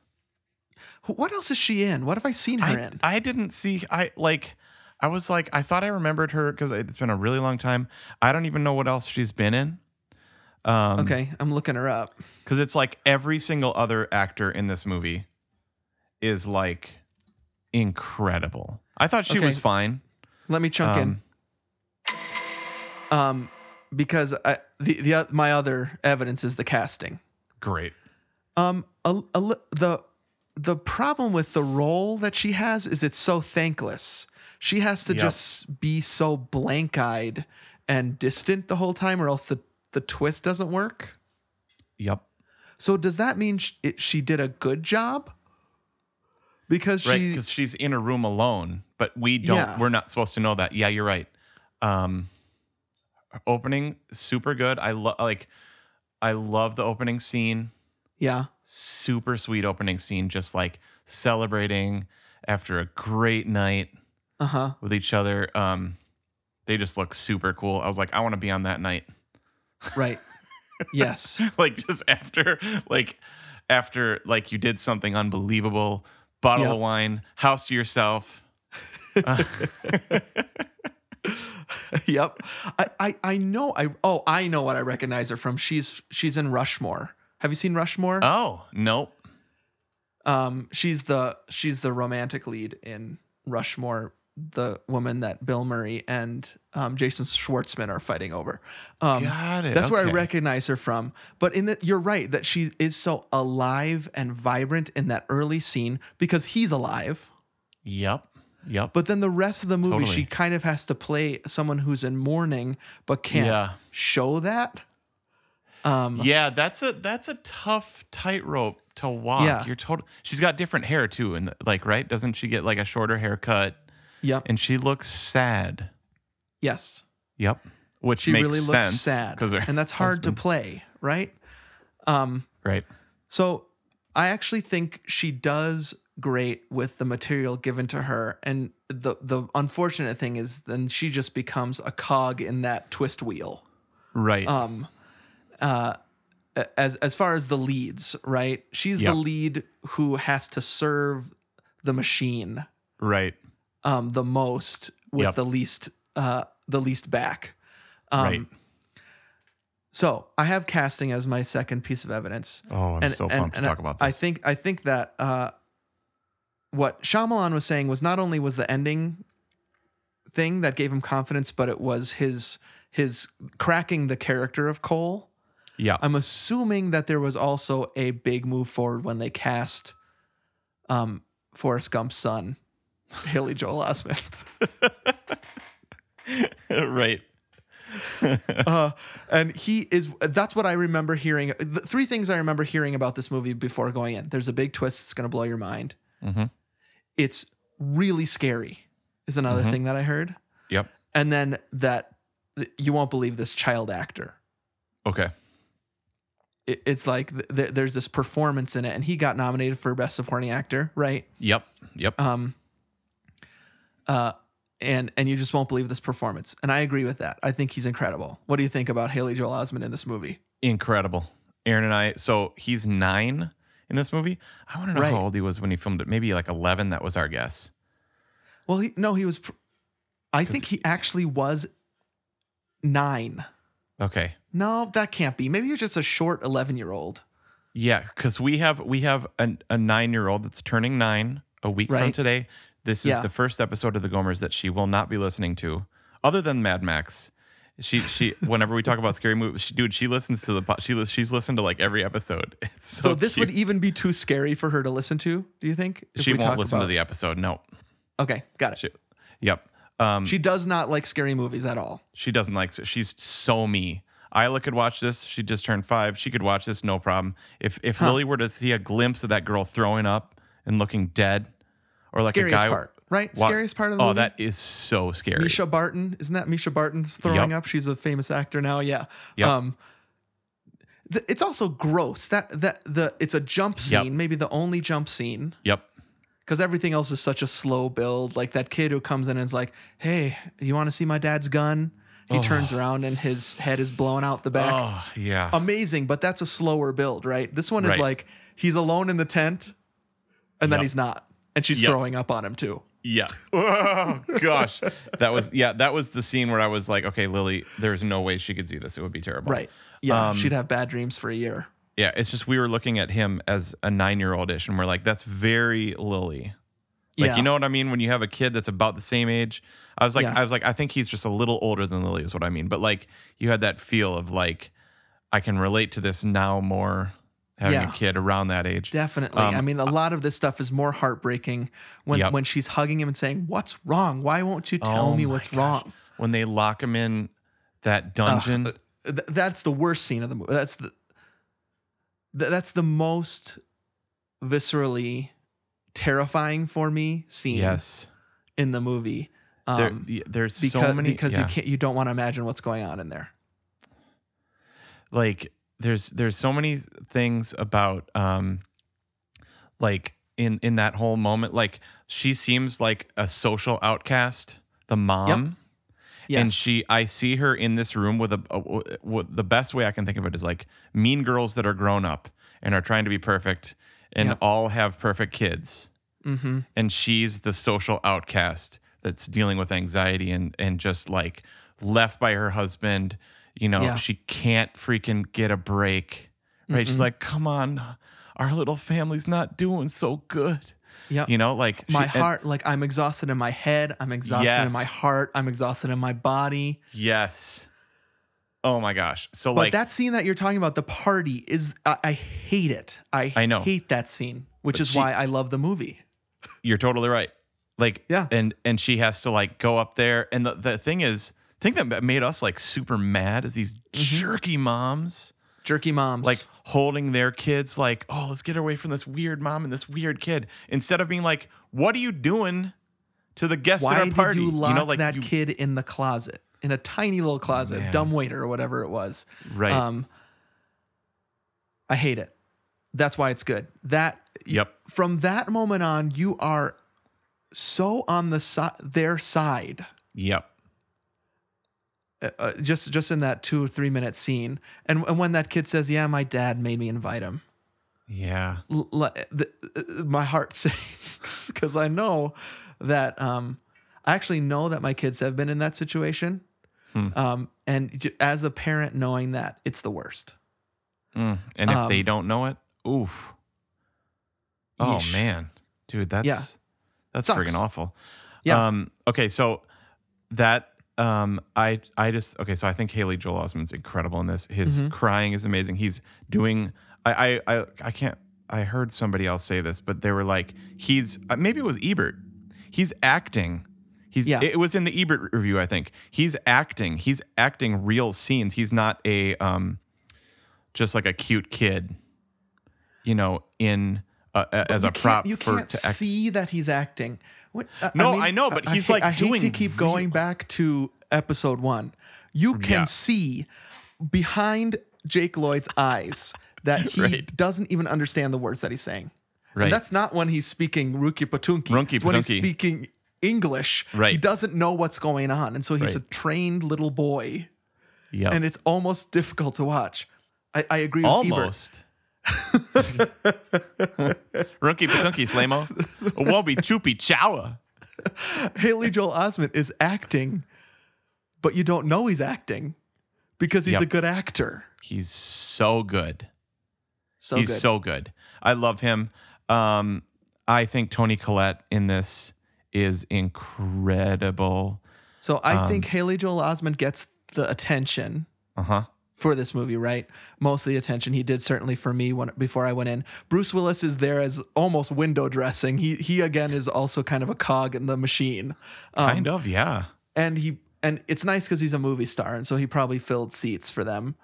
Speaker 1: Wh- What else is she in? What have I seen her
Speaker 2: I,
Speaker 1: in?
Speaker 2: I didn't see. I like. I was like, I thought I remembered her because it's been a really long time. I don't even know what else she's been in. Um,
Speaker 1: Okay, I'm looking her up.
Speaker 2: Because it's like every single other actor in this movie is like incredible. I thought she
Speaker 1: Okay.
Speaker 2: was fine.
Speaker 1: Let me chunk
Speaker 2: Um,
Speaker 1: in. Um, because I, the the oth- my other evidence is the casting.
Speaker 2: Great.
Speaker 1: Um, a, a, li- the the problem with the role that she has is it's so thankless. She has to
Speaker 2: Yep.
Speaker 1: just be so blank eyed and distant the whole time, or else the the twist doesn't work.
Speaker 2: Yep.
Speaker 1: So does that mean sh it, she did a good job? Because
Speaker 2: Right.
Speaker 1: she
Speaker 2: Because she's in a room alone, but we don't.
Speaker 1: Yeah.
Speaker 2: We're not supposed to know that. Yeah, you're right. Um, opening super good. I love like, I love the opening scene.
Speaker 1: yeah
Speaker 2: super sweet opening scene, just like celebrating after a great night
Speaker 1: uh huh
Speaker 2: with each other. Um, they just look super cool. I was like, I want to be on that night.
Speaker 1: right yes
Speaker 2: like just after, like after, like you did something unbelievable. Bottle
Speaker 1: Yeah.
Speaker 2: of wine, house to yourself. Uh,
Speaker 1: yep I, I I know I oh I know what I recognize her from she's she's in Rushmore have you seen Rushmore
Speaker 2: oh nope.
Speaker 1: um she's the she's the romantic lead in Rushmore the woman that Bill Murray and um, Jason Schwartzman are fighting over um,
Speaker 2: Got it.
Speaker 1: That's where I
Speaker 2: Okay.
Speaker 1: recognize her from. But in the, you're right that she is so alive and vibrant in that early scene because he's alive.
Speaker 2: Yep. Yep.
Speaker 1: But then the rest of the movie,
Speaker 2: Totally.
Speaker 1: she kind of has to play someone who's in mourning but can't
Speaker 2: Yeah.
Speaker 1: show that. Um,
Speaker 2: yeah, that's a that's a tough tightrope to walk.
Speaker 1: Yeah.
Speaker 2: You're total. She's got different hair too, and like right, doesn't she get like a shorter haircut?
Speaker 1: Yep.
Speaker 2: and she looks sad.
Speaker 1: yes.
Speaker 2: Yep. Which
Speaker 1: She
Speaker 2: makes
Speaker 1: really
Speaker 2: sense
Speaker 1: looks sad.
Speaker 2: because
Speaker 1: And that's hard to play, right?
Speaker 2: right.
Speaker 1: So I actually think she does great with the material given to her. And the, the unfortunate thing is then she just becomes a cog in that twist wheel.
Speaker 2: Right.
Speaker 1: um uh as as far as the leads right she's
Speaker 2: Yeah.
Speaker 1: the lead who has to serve the machine
Speaker 2: right.
Speaker 1: um the most with
Speaker 2: Yep.
Speaker 1: the least uh the least back um
Speaker 2: right.
Speaker 1: so i have casting as my second piece of evidence
Speaker 2: Oh, I'm so pumped to
Speaker 1: I-
Speaker 2: talk about this.
Speaker 1: I think I think that uh, what Shyamalan was saying was not only was the ending thing that gave him confidence, but it was his his cracking the character of Cole.
Speaker 2: Yeah.
Speaker 1: I'm assuming that there was also a big move forward when they cast um, Forrest Gump's son, Haley Joel Osment.
Speaker 2: right.
Speaker 1: uh, and he is that's what i remember hearing the three things i remember hearing about this movie before going in there's a big twist that's going to blow your mind
Speaker 2: Mhm.
Speaker 1: it's really scary is another
Speaker 2: Mhm.
Speaker 1: thing that i heard
Speaker 2: Yep.
Speaker 1: and then that th- you won't believe this child actor
Speaker 2: Okay.
Speaker 1: It- it's like th- th- there's this performance in it and he got nominated for best supporting actor right
Speaker 2: Yep. Yep.
Speaker 1: um uh and and you just won't believe this performance and i agree with that i think he's incredible what do you think about haley joel osment in this movie
Speaker 2: Incredible. Aaron and I. So he's nine in this movie. I want to know
Speaker 1: Right.
Speaker 2: how old he was when he filmed it. Maybe like eleven. That was our guess.
Speaker 1: Well, he, no, he was. Pr- I think he actually was nine.
Speaker 2: Okay.
Speaker 1: No, that can't be. Maybe he was just a short eleven-year-old.
Speaker 2: Yeah, because we have we have an, a nine year old that's turning nine a week from
Speaker 1: Right.
Speaker 2: today. This is
Speaker 1: Yeah.
Speaker 2: the first episode of the Gomers that she will not be listening to, other than Mad Max. She she whenever we talk about scary movies, she, dude, she listens to the po- she lis- she's listened to like every episode. It's so,
Speaker 1: So, this
Speaker 2: cute.
Speaker 1: would even be too scary for her to listen to. Do you think? if
Speaker 2: she
Speaker 1: we
Speaker 2: won't
Speaker 1: talk
Speaker 2: listen to
Speaker 1: about-
Speaker 2: the episode. No,
Speaker 1: Okay, got it. She,
Speaker 2: she, yep. Um, she
Speaker 1: does not like scary movies at all.
Speaker 2: she doesn't like she's so me. Isla could watch this. She just turned five. She could watch this, no problem. If if Lily were to see a glimpse of that girl throwing up and looking dead, or like
Speaker 1: Scariest
Speaker 2: a guy
Speaker 1: part, right?
Speaker 2: Wa-
Speaker 1: Scariest part of the
Speaker 2: oh,
Speaker 1: movie.
Speaker 2: that is so scary.
Speaker 1: Misha Barton, isn't that Misha Barton's throwing
Speaker 2: Yep.
Speaker 1: up? She's a famous actor now. Yeah.
Speaker 2: Yep.
Speaker 1: Um, th- it's also gross. That that the it's a jump
Speaker 2: Yep.
Speaker 1: scene, maybe the only jump scene.
Speaker 2: Yep.
Speaker 1: because everything else is such a slow build. Like that kid who comes in and is like, "Hey, you want to see my dad's gun?" He turns around and his head is blown out the back. Um,
Speaker 2: Oh yeah.
Speaker 1: Amazing, but that's a slower build, right? This one is
Speaker 2: Right.
Speaker 1: like he's alone in the tent, and then
Speaker 2: Yep.
Speaker 1: he's not, and she's
Speaker 2: Yep.
Speaker 1: throwing up on him too.
Speaker 2: Yeah. Oh gosh, that was yeah. That was the scene where I was like, okay, Lily, there's no way she could see this. It would be terrible.
Speaker 1: Right. Yeah. she'd have bad dreams for a year.
Speaker 2: Yeah. It's just we were looking at him as a nine-year-old ish, and we're like, that's very Lily. Like
Speaker 1: yeah.
Speaker 2: you know what I mean when you have a kid that's about the same age. I was like,
Speaker 1: Yeah.
Speaker 2: I was like, I think he's just a little older than Lily is what I mean. But like, you had that feel of like, I can relate to this now more having
Speaker 1: Yeah.
Speaker 2: a kid around that age.
Speaker 1: Definitely. I mean, a lot of this stuff is more heartbreaking when
Speaker 2: Um, uh, Yep.
Speaker 1: when she's hugging him and saying, "What's wrong? Why won't you tell
Speaker 2: Oh
Speaker 1: me
Speaker 2: my
Speaker 1: what's
Speaker 2: gosh.
Speaker 1: wrong?"
Speaker 2: When they lock him in that dungeon,
Speaker 1: Uh, Th- that's the worst scene of the movie. That's the th- that's the most viscerally terrifying for me scene
Speaker 2: yes.
Speaker 1: in the movie.
Speaker 2: There-
Speaker 1: Um,
Speaker 2: y- there's
Speaker 1: because
Speaker 2: so many
Speaker 1: because
Speaker 2: yeah.
Speaker 1: you can't you don't want to imagine what's going on in there.
Speaker 2: like there's there's so many things about um like in in that whole moment like she seems like a social outcast the mom
Speaker 1: Yes.
Speaker 2: and she i see her in this room with a, a- w- w- the best way i can think of it is like mean girls that are grown up and are trying to be perfect and
Speaker 1: Yep.
Speaker 2: all have perfect kids
Speaker 1: mm-hmm.
Speaker 2: and she's the social outcast that's dealing with anxiety and and just like left by her husband you know
Speaker 1: Yeah.
Speaker 2: she can't freaking get a break right she's like come on our little family's not doing so good
Speaker 1: Yep.
Speaker 2: you know like she-
Speaker 1: my
Speaker 2: and-
Speaker 1: heart, like I'm exhausted in my head, I'm exhausted in
Speaker 2: Yes.
Speaker 1: my heart, I'm exhausted in my body.
Speaker 2: yes oh my gosh so
Speaker 1: But
Speaker 2: like
Speaker 1: that scene that you're talking about, the party, is I, I hate it. I,
Speaker 2: I know.
Speaker 1: hate that scene, which
Speaker 2: But
Speaker 1: is
Speaker 2: she-
Speaker 1: why I love the movie.
Speaker 2: you're totally right like
Speaker 1: Yeah.
Speaker 2: and and she has to like go up there and the, the thing is thing that made us like super mad is
Speaker 1: Mm-hmm.
Speaker 2: these jerky moms
Speaker 1: Jerky moms,
Speaker 2: like holding their kids like oh let's get away from this weird mom and this weird kid instead of being like what are you doing to the guests at
Speaker 1: why
Speaker 2: our party
Speaker 1: did you lock
Speaker 2: like
Speaker 1: that
Speaker 2: you-
Speaker 1: kid in the closet, in a tiny little closet,
Speaker 2: Man.
Speaker 1: dumb waiter or whatever it was?
Speaker 2: right
Speaker 1: Um, I hate it. That's why it's good. That
Speaker 2: Yep.
Speaker 1: From that moment on, you are so on the si- their side.
Speaker 2: yep
Speaker 1: uh, just just in that two or three minute scene, and and when that kid says, "Yeah, my dad made me invite him,"
Speaker 2: yeah
Speaker 1: l- l- the, uh, my heart sinks because I know that um, I actually know that my kids have been in that situation, um, and j- as a parent, knowing that it's the worst.
Speaker 2: Mm. and if
Speaker 1: Um,
Speaker 2: they don't know it oof oh
Speaker 1: Yeesh.
Speaker 2: man dude that's
Speaker 1: Yeah.
Speaker 2: that's
Speaker 1: Sucks.
Speaker 2: friggin' awful
Speaker 1: Yeah.
Speaker 2: um okay so that um i i just okay so i think haley joel osment's incredible in this his
Speaker 1: Mm-hmm.
Speaker 2: crying is amazing he's doing I, I i i can't i heard somebody else say this but they were like he's uh, maybe it was ebert he's acting he's
Speaker 1: Yeah.
Speaker 2: it was in the ebert review i think he's acting he's acting real scenes he's not a um just like a cute kid you know in uh, as
Speaker 1: You
Speaker 2: a prop
Speaker 1: can't, you
Speaker 2: for
Speaker 1: can't
Speaker 2: to act
Speaker 1: see that he's acting. What-
Speaker 2: No, I know, but he's,
Speaker 1: hate-
Speaker 2: like,
Speaker 1: I hate to
Speaker 2: doing
Speaker 1: keep going
Speaker 2: real-
Speaker 1: back to episode one. You can
Speaker 2: Yeah.
Speaker 1: see behind Jake Lloyd's eyes that he
Speaker 2: Right.
Speaker 1: doesn't even understand the words that he's saying. And
Speaker 2: Right.
Speaker 1: that's not when he's speaking Ruki Patunki.
Speaker 2: Runky
Speaker 1: it's when he's
Speaker 2: Patunky.
Speaker 1: speaking English. He
Speaker 2: Right.
Speaker 1: doesn't know what's going on. And so he's a
Speaker 2: Right. Oh.
Speaker 1: trained little boy.
Speaker 2: yeah
Speaker 1: And it's almost difficult to watch. I, I agree with Ebert.
Speaker 2: Almost. Runky Patunky Slamo. Wobby Choopy Chowa.
Speaker 1: Haley Joel Osment is acting, but you don't know he's acting because he's
Speaker 2: Yep.
Speaker 1: a good actor.
Speaker 2: He's so good.
Speaker 1: So
Speaker 2: He's
Speaker 1: good.
Speaker 2: so good. I love him. Um, I think Tony Collette in this is incredible.
Speaker 1: So
Speaker 2: um,
Speaker 1: I think Haley Joel Osment gets the attention
Speaker 2: Uh huh.
Speaker 1: for this movie, right? Most of the attention he did certainly for me when before I went in. Bruce Willis is there as almost window dressing. He he again is also kind of a cog in the machine. Um,
Speaker 2: Kind of, yeah.
Speaker 1: and he and it's nice because he's a movie star, and so he probably filled seats for them.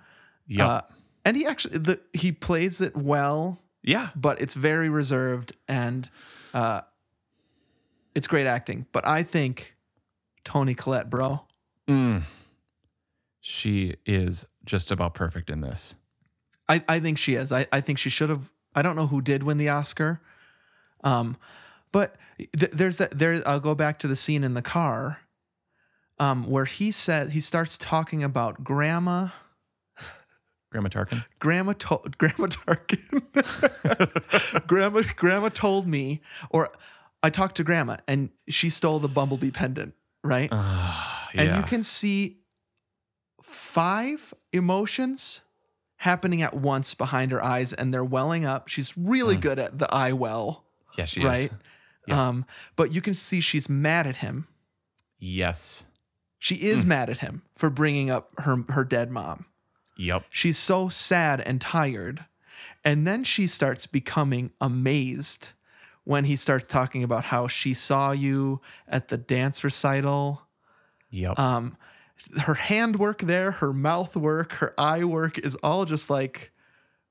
Speaker 2: Yep.
Speaker 1: Uh, and he actually the he plays it well.
Speaker 2: yeah.
Speaker 1: but it's very reserved and uh, it's great acting. But I think Tony Collette, bro,
Speaker 2: Mm. She is just about perfect in this.
Speaker 1: I, I think she is. I, I think she should have. I don't know who did win the Oscar, um, but th- there's that. There, I'll go back to the scene in the car, um, where he said he starts talking about grandma.
Speaker 2: Grandma Tarkin.
Speaker 1: Grandma told Grandma Tarkin. grandma Grandma told me, or I, I talked to grandma and she stole the bumblebee pendant, right? and
Speaker 2: yeah.
Speaker 1: you can see five emotions happening at once behind her eyes and they're welling up. She's really good at the eye well,
Speaker 2: yeah, Hmm. she
Speaker 1: right?
Speaker 2: is. Yeah.
Speaker 1: Um, but you can see she's mad at him.
Speaker 2: Yes.
Speaker 1: She is
Speaker 2: Hmm.
Speaker 1: mad at him for bringing up her her dead mom.
Speaker 2: Yep.
Speaker 1: She's so sad and tired. And then she starts becoming amazed when he starts talking about how she saw you at the dance recital.
Speaker 2: Yep.
Speaker 1: Um, her hand work there, her mouth work, her eye work is all just like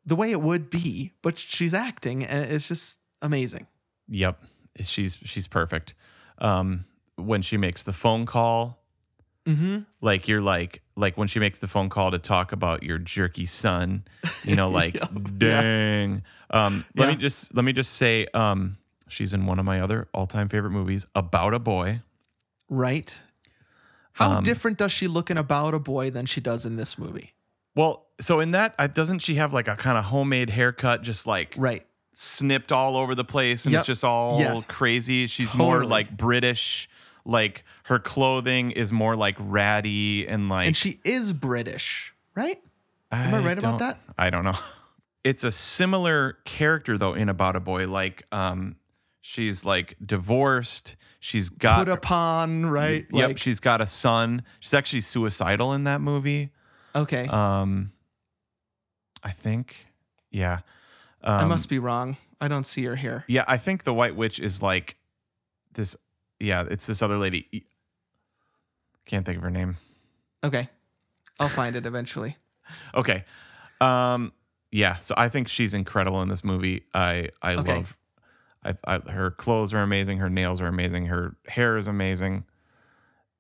Speaker 1: the way it would be, but she's acting and it's just amazing.
Speaker 2: Yep. She's she's perfect. Um when she makes the phone call,
Speaker 1: Mm-hmm.
Speaker 2: like you're like like when she makes the phone call to talk about your jerky son, you know, like
Speaker 1: Yep. Yeah.
Speaker 2: dang. Um let me
Speaker 1: Yeah.
Speaker 2: just let me just say um she's in one of my other all-time favorite movies, About a Boy.
Speaker 1: Right? How
Speaker 2: Um,
Speaker 1: different does she look in About a Boy than she does in this movie?
Speaker 2: Well, so in that uh, doesn't she have like a kind of homemade haircut just like
Speaker 1: Right.
Speaker 2: snipped all over the place and
Speaker 1: Yep.
Speaker 2: it's just all
Speaker 1: Yeah.
Speaker 2: crazy. She's more
Speaker 1: Totally.
Speaker 2: like British. Like her clothing is more like ratty and like.
Speaker 1: And she is British, right? am I right about
Speaker 2: don't-
Speaker 1: that?
Speaker 2: I don't know. It's a similar character though in About a Boy. Like um, she's like divorced. She's got
Speaker 1: Put upon, right?
Speaker 2: Uh, Yep,
Speaker 1: Like-
Speaker 2: she's got a son. She's actually suicidal in that movie.
Speaker 1: okay.
Speaker 2: Um, I think, yeah. Um,
Speaker 1: I must be wrong. I don't see her here.
Speaker 2: Yeah, I think the White Witch is like this. Yeah, it's this other lady. E- Can't think of her name.
Speaker 1: Okay. I'll find it eventually.
Speaker 2: Okay. Um. Yeah. So I think she's incredible in this movie. I I
Speaker 1: Okay.
Speaker 2: love. I, I her clothes are amazing. Her nails are amazing. Her hair is amazing.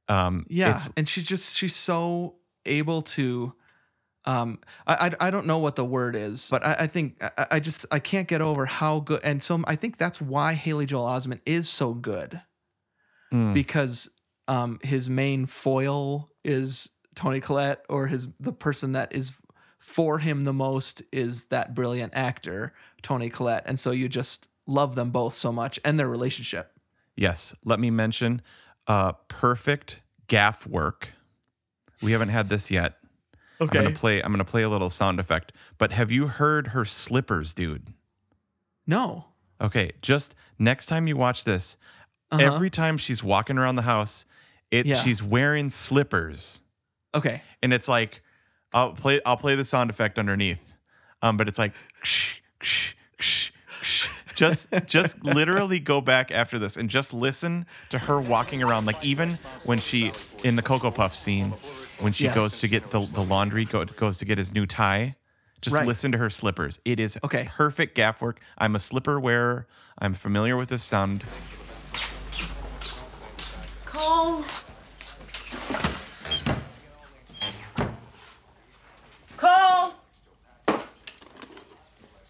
Speaker 2: Um.
Speaker 1: Yeah,
Speaker 2: It's,
Speaker 1: and she just she's so able to. Um, I, I I don't know what the word is, but I, I think I, I just I can't get over how good, and so I think that's why Haley Joel Osment is so good
Speaker 2: Mm.
Speaker 1: because um his main foil is Tony Collette or his the person that is for him the most is that brilliant actor Tony Collette, and so you just love them both so much and their relationship.
Speaker 2: yes. Let me mention. Uh. Perfect gaff work. We haven't had this yet. I'm gonna play. I'm gonna play a little sound effect. But have you heard her slippers, dude?
Speaker 1: No.
Speaker 2: Okay, just next time you watch this,
Speaker 1: Uh-huh.
Speaker 2: every time she's walking around the house, it
Speaker 1: Yeah.
Speaker 2: she's wearing slippers,
Speaker 1: Okay.
Speaker 2: and it's like I'll play. I'll play the sound effect underneath. Um, but it's like ksh, ksh, ksh, ksh. just just literally go back after this and just listen to her walking around. Like even when she in the Cocoa Puff scene, when she
Speaker 1: Yeah.
Speaker 2: goes to get the the laundry, go, goes to get his new tie. Just
Speaker 1: Right.
Speaker 2: listen to her slippers. It is
Speaker 1: Okay.
Speaker 2: perfect gaff work. I'm a slipper wearer. I'm familiar with this sound.
Speaker 4: Cole. Cole.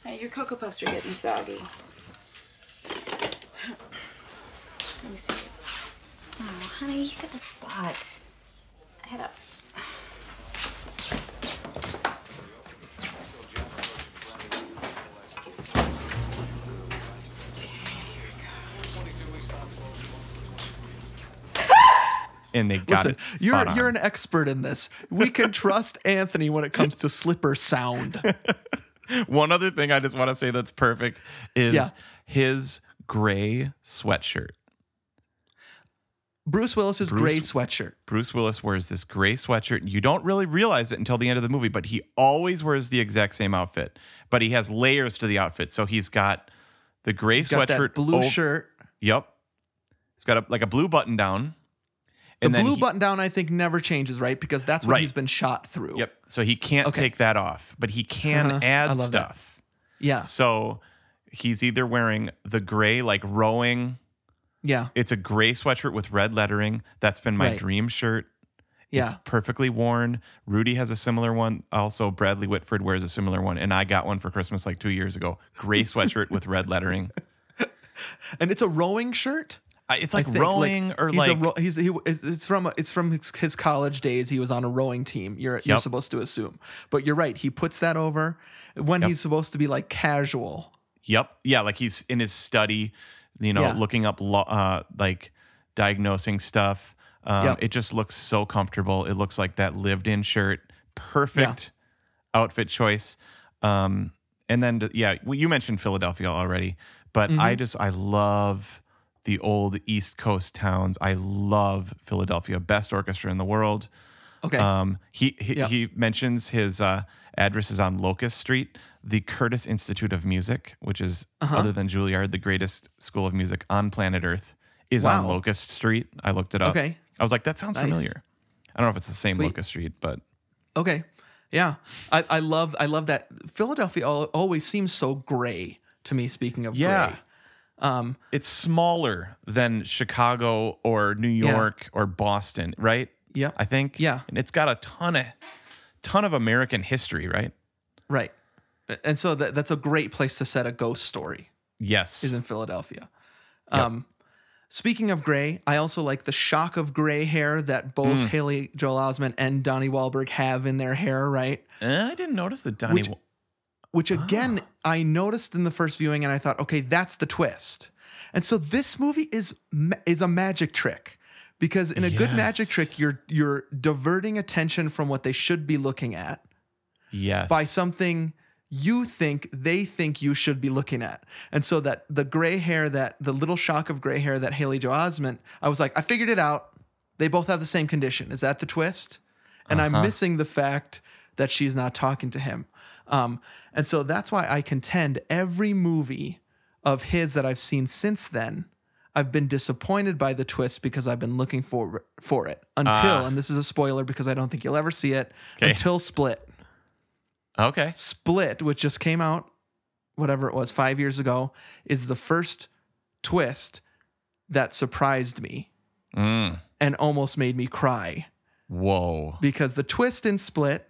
Speaker 4: Hey, your cocoa puffs are getting soggy. Let me see.
Speaker 9: Oh, honey, you got the spot.
Speaker 4: Head up.
Speaker 2: And they got
Speaker 1: Listen,
Speaker 2: it.
Speaker 1: you're
Speaker 2: spot on.
Speaker 1: you're an expert in this. We can trust Anthony when it comes to slipper sound.
Speaker 2: One other thing I just want to say that's perfect is
Speaker 1: Yeah.
Speaker 2: his gray sweatshirt.
Speaker 1: Bruce Willis's
Speaker 2: Bruce-
Speaker 1: gray sweatshirt.
Speaker 2: Bruce Willis wears this gray sweatshirt. and You don't really realize it until the end of the movie, but he always wears the exact same outfit. But he has layers to the outfit. So he's got the gray
Speaker 1: He's got
Speaker 2: sweatshirt,
Speaker 1: that blue
Speaker 2: ov-
Speaker 1: shirt.
Speaker 2: Yep, he's got a, like a blue button down.
Speaker 1: The
Speaker 2: And then
Speaker 1: blue
Speaker 2: he-
Speaker 1: button down, I think, never changes, right? Because that's what
Speaker 2: Right.
Speaker 1: he's been shot through.
Speaker 2: Yep. So he can't
Speaker 1: Okay.
Speaker 2: take that off, but he can
Speaker 1: Uh-huh. I
Speaker 2: add
Speaker 1: love that.
Speaker 2: stuff.
Speaker 1: Yeah.
Speaker 2: So he's either wearing the gray like rowing
Speaker 1: Yeah.
Speaker 2: It's a gray sweatshirt with red lettering. That's been my
Speaker 1: Right.
Speaker 2: dream shirt.
Speaker 1: Yeah.
Speaker 2: It's perfectly worn. Rudy has a similar one. Also, Bradley Whitford wears a similar one. And I got one for Christmas like two years ago. Gray sweatshirt with red lettering.
Speaker 1: and it's a rowing shirt.
Speaker 2: I- It's
Speaker 1: I
Speaker 2: like
Speaker 1: think,
Speaker 2: rowing or
Speaker 1: he's a
Speaker 2: like.
Speaker 1: row- he's he, it's from it's from his, his college days. He was on a rowing team. You're you're
Speaker 2: Yep.
Speaker 1: supposed to assume, but you're right. He puts that over when he's supposed to be like casual.
Speaker 2: yep. Yeah. Like he's in his study you know,
Speaker 1: Yeah.
Speaker 2: looking up lo- uh, like diagnosing stuff. Um,
Speaker 1: Yep.
Speaker 2: It just looks so comfortable. It looks like that lived in shirt. Perfect outfit choice. Um, and then, yeah, well, you mentioned Philadelphia already, but I just, I love the old East Coast towns. I love Philadelphia. Best orchestra in the world.
Speaker 1: Okay.
Speaker 2: Um, he he,
Speaker 1: Yeah.
Speaker 2: he mentions his uh, address is on Locust Street, the Curtis Institute of Music, which is
Speaker 1: Uh-huh.
Speaker 2: other than Juilliard, the greatest school of music on planet Earth, is on
Speaker 1: Wow.
Speaker 2: Locust Street. I looked it up.
Speaker 1: Okay.
Speaker 2: I was like, that sounds
Speaker 1: Nice.
Speaker 2: familiar. I don't know if it's the same
Speaker 1: Sweet.
Speaker 2: Locust Street, but
Speaker 1: Okay. Yeah. I, I love I love that Philadelphia al- always seems so gray to me speaking of
Speaker 2: Yeah.
Speaker 1: gray. Um,
Speaker 2: it's smaller than Chicago or New
Speaker 1: Yeah.
Speaker 2: York or Boston, right?
Speaker 1: Yeah.
Speaker 2: I think.
Speaker 1: Yeah.
Speaker 2: And it's got a ton of ton of American history, right?
Speaker 1: Right. And so that, that's a great place to set a ghost story.
Speaker 2: Yes.
Speaker 1: is in Philadelphia. Um, speaking of gray, I also like the shock of gray hair that both Haley Joel Osment and Donnie Wahlberg have in their hair, right?
Speaker 2: Eh, I didn't notice the Donnie.
Speaker 1: Which-
Speaker 2: Wa-
Speaker 1: Which again, I noticed in the first viewing, and I thought, okay, that's the twist. And so this movie is ma- is a magic trick because in a good magic
Speaker 2: Yes.
Speaker 1: trick, you're you're diverting attention from what they should be looking at
Speaker 2: yes.
Speaker 1: by something you think they think you should be looking at. And so that the gray hair that the little shock of gray hair that Haley Joe Osment, I was like, I figured it out. They both have the same condition. Is that the twist? And I'm missing the fact that she's not talking to him. Um, and so that's why I contend every movie of his that I've seen since then, I've been disappointed by the twist because I've been looking for for it until, and this is a spoiler because I don't think you'll ever see it until Split.
Speaker 2: Okay.
Speaker 1: Split, which just came out, whatever it was, five years ago, is the first twist that surprised me
Speaker 2: Mm.
Speaker 1: and almost made me cry
Speaker 2: Whoa.
Speaker 1: because the twist in Split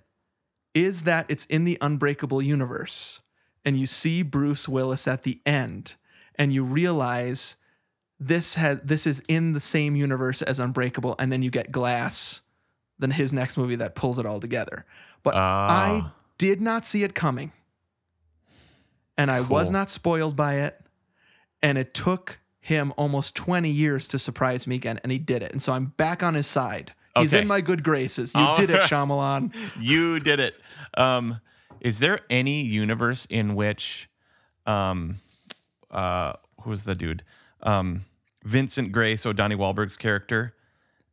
Speaker 1: is that it's in the Unbreakable universe. And you see Bruce Willis at the end, and you realize this has this is in the same universe as Unbreakable, and then you get Glass, then his next movie that pulls it all together. But I
Speaker 2: Ah.
Speaker 1: did not see it coming. And I was
Speaker 2: Cool.
Speaker 1: not spoiled by it. And it took him almost 20 years to surprise me again, and he did it. And so I'm back on his side. He's
Speaker 2: Okay.
Speaker 1: in my good graces. You
Speaker 2: All
Speaker 1: did it,
Speaker 2: right.
Speaker 1: Shyamalan.
Speaker 2: You did it. Um, is there any universe in which, um, uh, who was the dude? Um, Vincent Gray, so Donnie Wahlberg's character,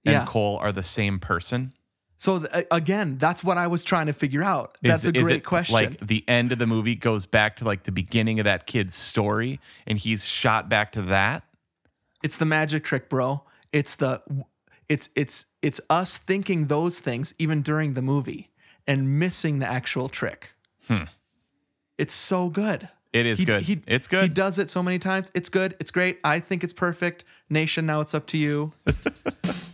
Speaker 2: and
Speaker 1: Yeah.
Speaker 2: Cole are the same person?
Speaker 1: So th- a- again, that's what I was trying to figure out.
Speaker 2: Is-
Speaker 1: That's a
Speaker 2: is
Speaker 1: great
Speaker 2: it,
Speaker 1: question.
Speaker 2: Like the end of the movie goes back to like the beginning of that kid's story, and he's shot back to that.
Speaker 1: it's the magic trick, bro. It's the it's it's it's us thinking those things even during the movie and missing the actual trick.
Speaker 2: Hmm.
Speaker 1: It's so good.
Speaker 2: It is good. It's good.
Speaker 1: He does it so many times. It's good. It's great. I think it's perfect. Nation, now it's up to you.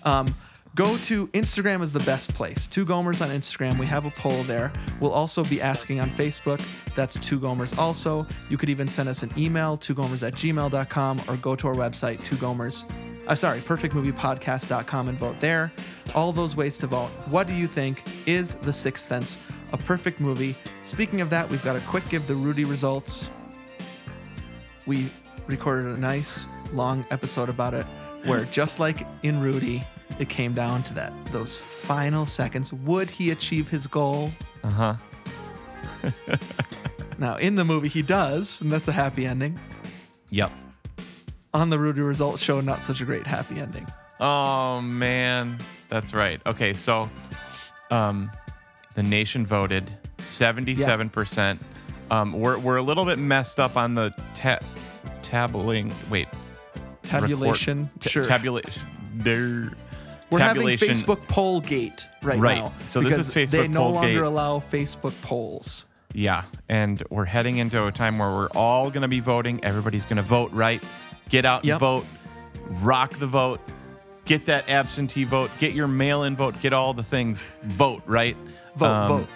Speaker 1: um, go to Instagram is the best place. Two Gomers on Instagram. We have a poll there. We'll also be asking on Facebook. That's Two Gomers also. You could even send us an email, twogomers at gmail.com, or go to our website, Two Gomers. I'm sorry, perfectmoviepodcast.com and vote there. All those ways to vote. What do you think? Is The Sixth Sense a perfect movie? Speaking of that, we've got a quick give the Rudy results we recorded a nice long episode about it where just like in Rudy, it came down to that those final seconds. Would he achieve his goal?
Speaker 2: Uh huh.
Speaker 1: Now in the movie he does, and that's a happy ending.
Speaker 2: Yep.
Speaker 1: On the Rudy results show, not such a great happy ending.
Speaker 2: Oh man, that's right. Okay, so um the nation voted 77%. Um we're we're a little bit messed up on the ta- tabling wait,
Speaker 1: Tabulation,
Speaker 2: record- ta-
Speaker 1: sure.
Speaker 2: Tabulation. There
Speaker 1: We're having
Speaker 2: tabulation.
Speaker 1: Facebook poll gate right,
Speaker 2: Right.
Speaker 1: now.
Speaker 2: So this
Speaker 1: because
Speaker 2: is
Speaker 1: They
Speaker 2: Facebook
Speaker 1: no
Speaker 2: poll
Speaker 1: longer
Speaker 2: gate.
Speaker 1: allow Facebook polls.
Speaker 2: Yeah, and we're heading into a time where we're all going to be voting. Everybody's going to vote, right? Get out and
Speaker 1: Yep.
Speaker 2: vote. Rock the vote. Get that absentee vote. Get your mail in vote. Get all the things. Vote, right? Um,
Speaker 1: Vote, vote.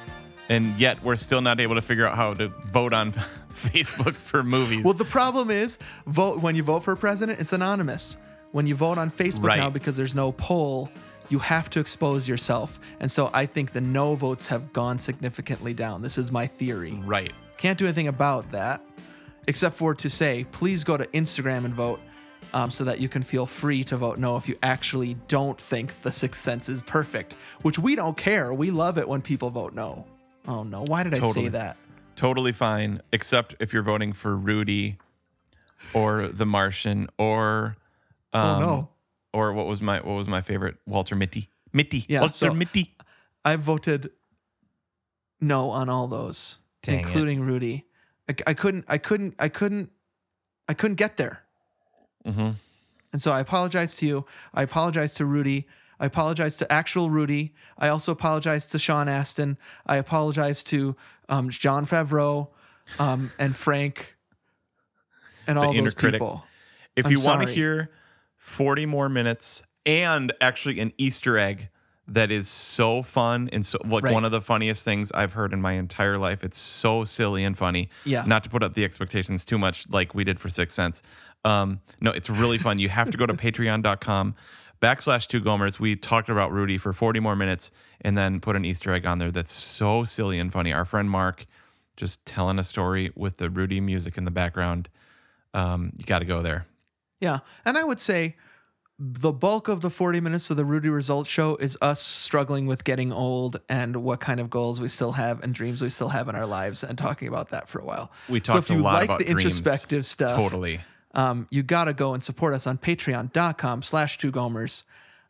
Speaker 2: And yet we're still not able to figure out how to vote on Facebook for movies.
Speaker 1: Well, the problem is, vote when you vote for a president, it's anonymous. When you vote on Facebook
Speaker 2: Right.
Speaker 1: now because there's no poll, you have to expose yourself. And so I think the no votes have gone significantly down. This is my theory.
Speaker 2: right.
Speaker 1: Can't do anything about that except for to say, please go to Instagram and vote um, so that you can feel free to vote no if you actually don't think the sixth sense is perfect, which we don't care. We love it when people vote no. Oh no, why did I
Speaker 2: Totally.
Speaker 1: say that?
Speaker 2: Totally fine, except if you're voting for Rudy or The Martian or um,
Speaker 1: Oh, no.
Speaker 2: or what was my what was my favorite Walter Mitty Mitty
Speaker 1: Yeah,
Speaker 2: Walter
Speaker 1: so-
Speaker 2: Mitty.
Speaker 1: I voted no on all those,
Speaker 10: Dang it.
Speaker 1: including Rudy. I, I couldn't. I couldn't. I couldn't. I couldn't get there.
Speaker 2: Mhm.
Speaker 1: And so I apologize to you. I apologize to Rudy. I apologize to actual Rudy. I also apologize to Sean Aston. I apologize to um, John Favreau um, and Frank and all
Speaker 2: inner
Speaker 1: those
Speaker 2: critic.
Speaker 1: people.
Speaker 2: If
Speaker 1: I'm
Speaker 2: you want to
Speaker 1: sorry.
Speaker 2: hear 40 more minutes and actually an Easter egg that is so fun and so like
Speaker 1: Right.
Speaker 2: one of the funniest things I've heard in my entire life. It's so silly and funny.
Speaker 1: Yeah.
Speaker 2: Not to put up the expectations too much like we did for Six Sense. Um, no, it's really fun. You have to go to patreon.com backslash two gomers. We talked about Rudy for 40 more minutes and then put an Easter egg on there that's so silly and funny. Our friend Mark just telling a story with the Rudy music in the background. Um, you got to go there.
Speaker 1: Yeah. And I would say the bulk of the 40 minutes of the Rudy Results show is us struggling with getting old and what kind of goals we still have and dreams we still have in our lives and talking about that for a while.
Speaker 2: We
Speaker 1: So
Speaker 2: talked
Speaker 1: if
Speaker 2: a
Speaker 1: you
Speaker 2: lot
Speaker 1: like
Speaker 2: about
Speaker 1: the
Speaker 2: dreams.
Speaker 1: introspective stuff,
Speaker 2: Totally.
Speaker 1: um, you got to go and support us on patreon.com slash two gomers.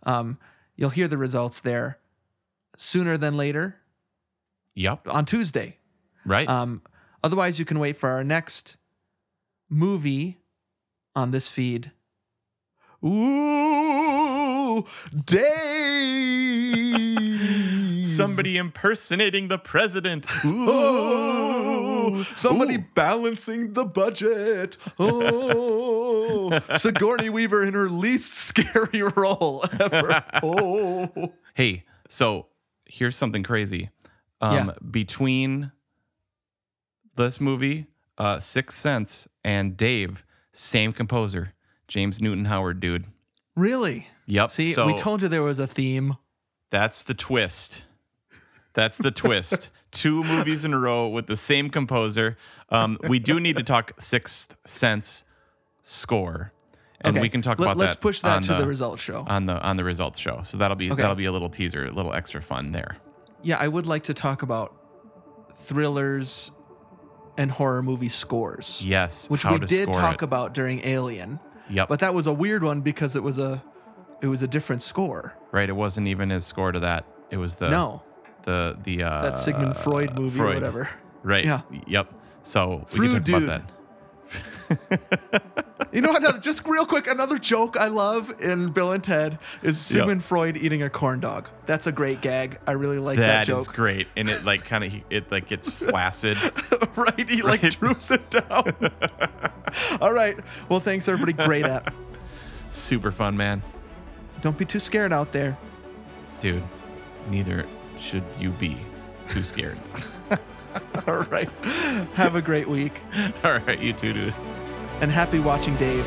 Speaker 1: Um, you'll hear the results there sooner than later
Speaker 2: Yep.
Speaker 1: on Tuesday.
Speaker 2: Right.
Speaker 1: Um, otherwise, you can wait for our next movie on this feed. Ooh, day.
Speaker 2: Somebody impersonating the president.
Speaker 1: Ooh, somebody balancing the budget. Oh, Sigourney Weaver in her least scary role ever. Oh,
Speaker 2: Hey, so here's something crazy. Um,
Speaker 1: Yeah.
Speaker 2: Between this movie, uh, Sixth Sense, and Dave, same composer, James Newton Howard, dude.
Speaker 1: really?
Speaker 2: Yep.
Speaker 1: See,
Speaker 2: so
Speaker 1: we told you there was a theme.
Speaker 2: that's the twist. That's the twist. Two movies in a row with the same composer. Um, we do need to talk Sixth Sense score, and
Speaker 1: Okay,
Speaker 2: we can talk
Speaker 1: let-
Speaker 2: about
Speaker 1: Let's
Speaker 2: that.
Speaker 1: push that
Speaker 2: on
Speaker 1: to the results show.
Speaker 2: on the on the results show. So that'll be
Speaker 1: Okay.
Speaker 2: that'll be a little teaser, a little extra fun there.
Speaker 1: yeah, I would like to talk about thrillers and horror movie scores,
Speaker 2: Yes,
Speaker 1: which
Speaker 2: how
Speaker 1: we
Speaker 2: to
Speaker 1: did
Speaker 2: score
Speaker 1: talk
Speaker 2: it.
Speaker 1: about during Alien.
Speaker 2: Yep.
Speaker 1: But that was a weird one because it was a it was a different score.
Speaker 2: right, it wasn't even his score to that. It was the
Speaker 1: no,
Speaker 2: the the uh,
Speaker 1: that Sigmund Freud movie
Speaker 2: Freud.
Speaker 1: or whatever.
Speaker 2: Right.
Speaker 1: Yeah.
Speaker 2: Yep. So we
Speaker 1: Freud
Speaker 2: can talk
Speaker 1: dude.
Speaker 2: about that.
Speaker 1: You know what? Just real quick, another joke I love in Bill and Ted is Sigmund Freud eating a corn dog. That's a great gag. I really like that,
Speaker 2: that is
Speaker 1: joke.
Speaker 2: great, and it like kind of it like gets flaccid.
Speaker 1: right? He like
Speaker 2: Right.
Speaker 1: droops it down. All right. Well, thanks everybody. Great app.
Speaker 2: Super fun, man.
Speaker 1: Don't be too scared out there.
Speaker 2: Dude, neither should you be too scared.
Speaker 1: All right. Have a great week
Speaker 2: All right, you too, dude.
Speaker 1: and happy watching Dave.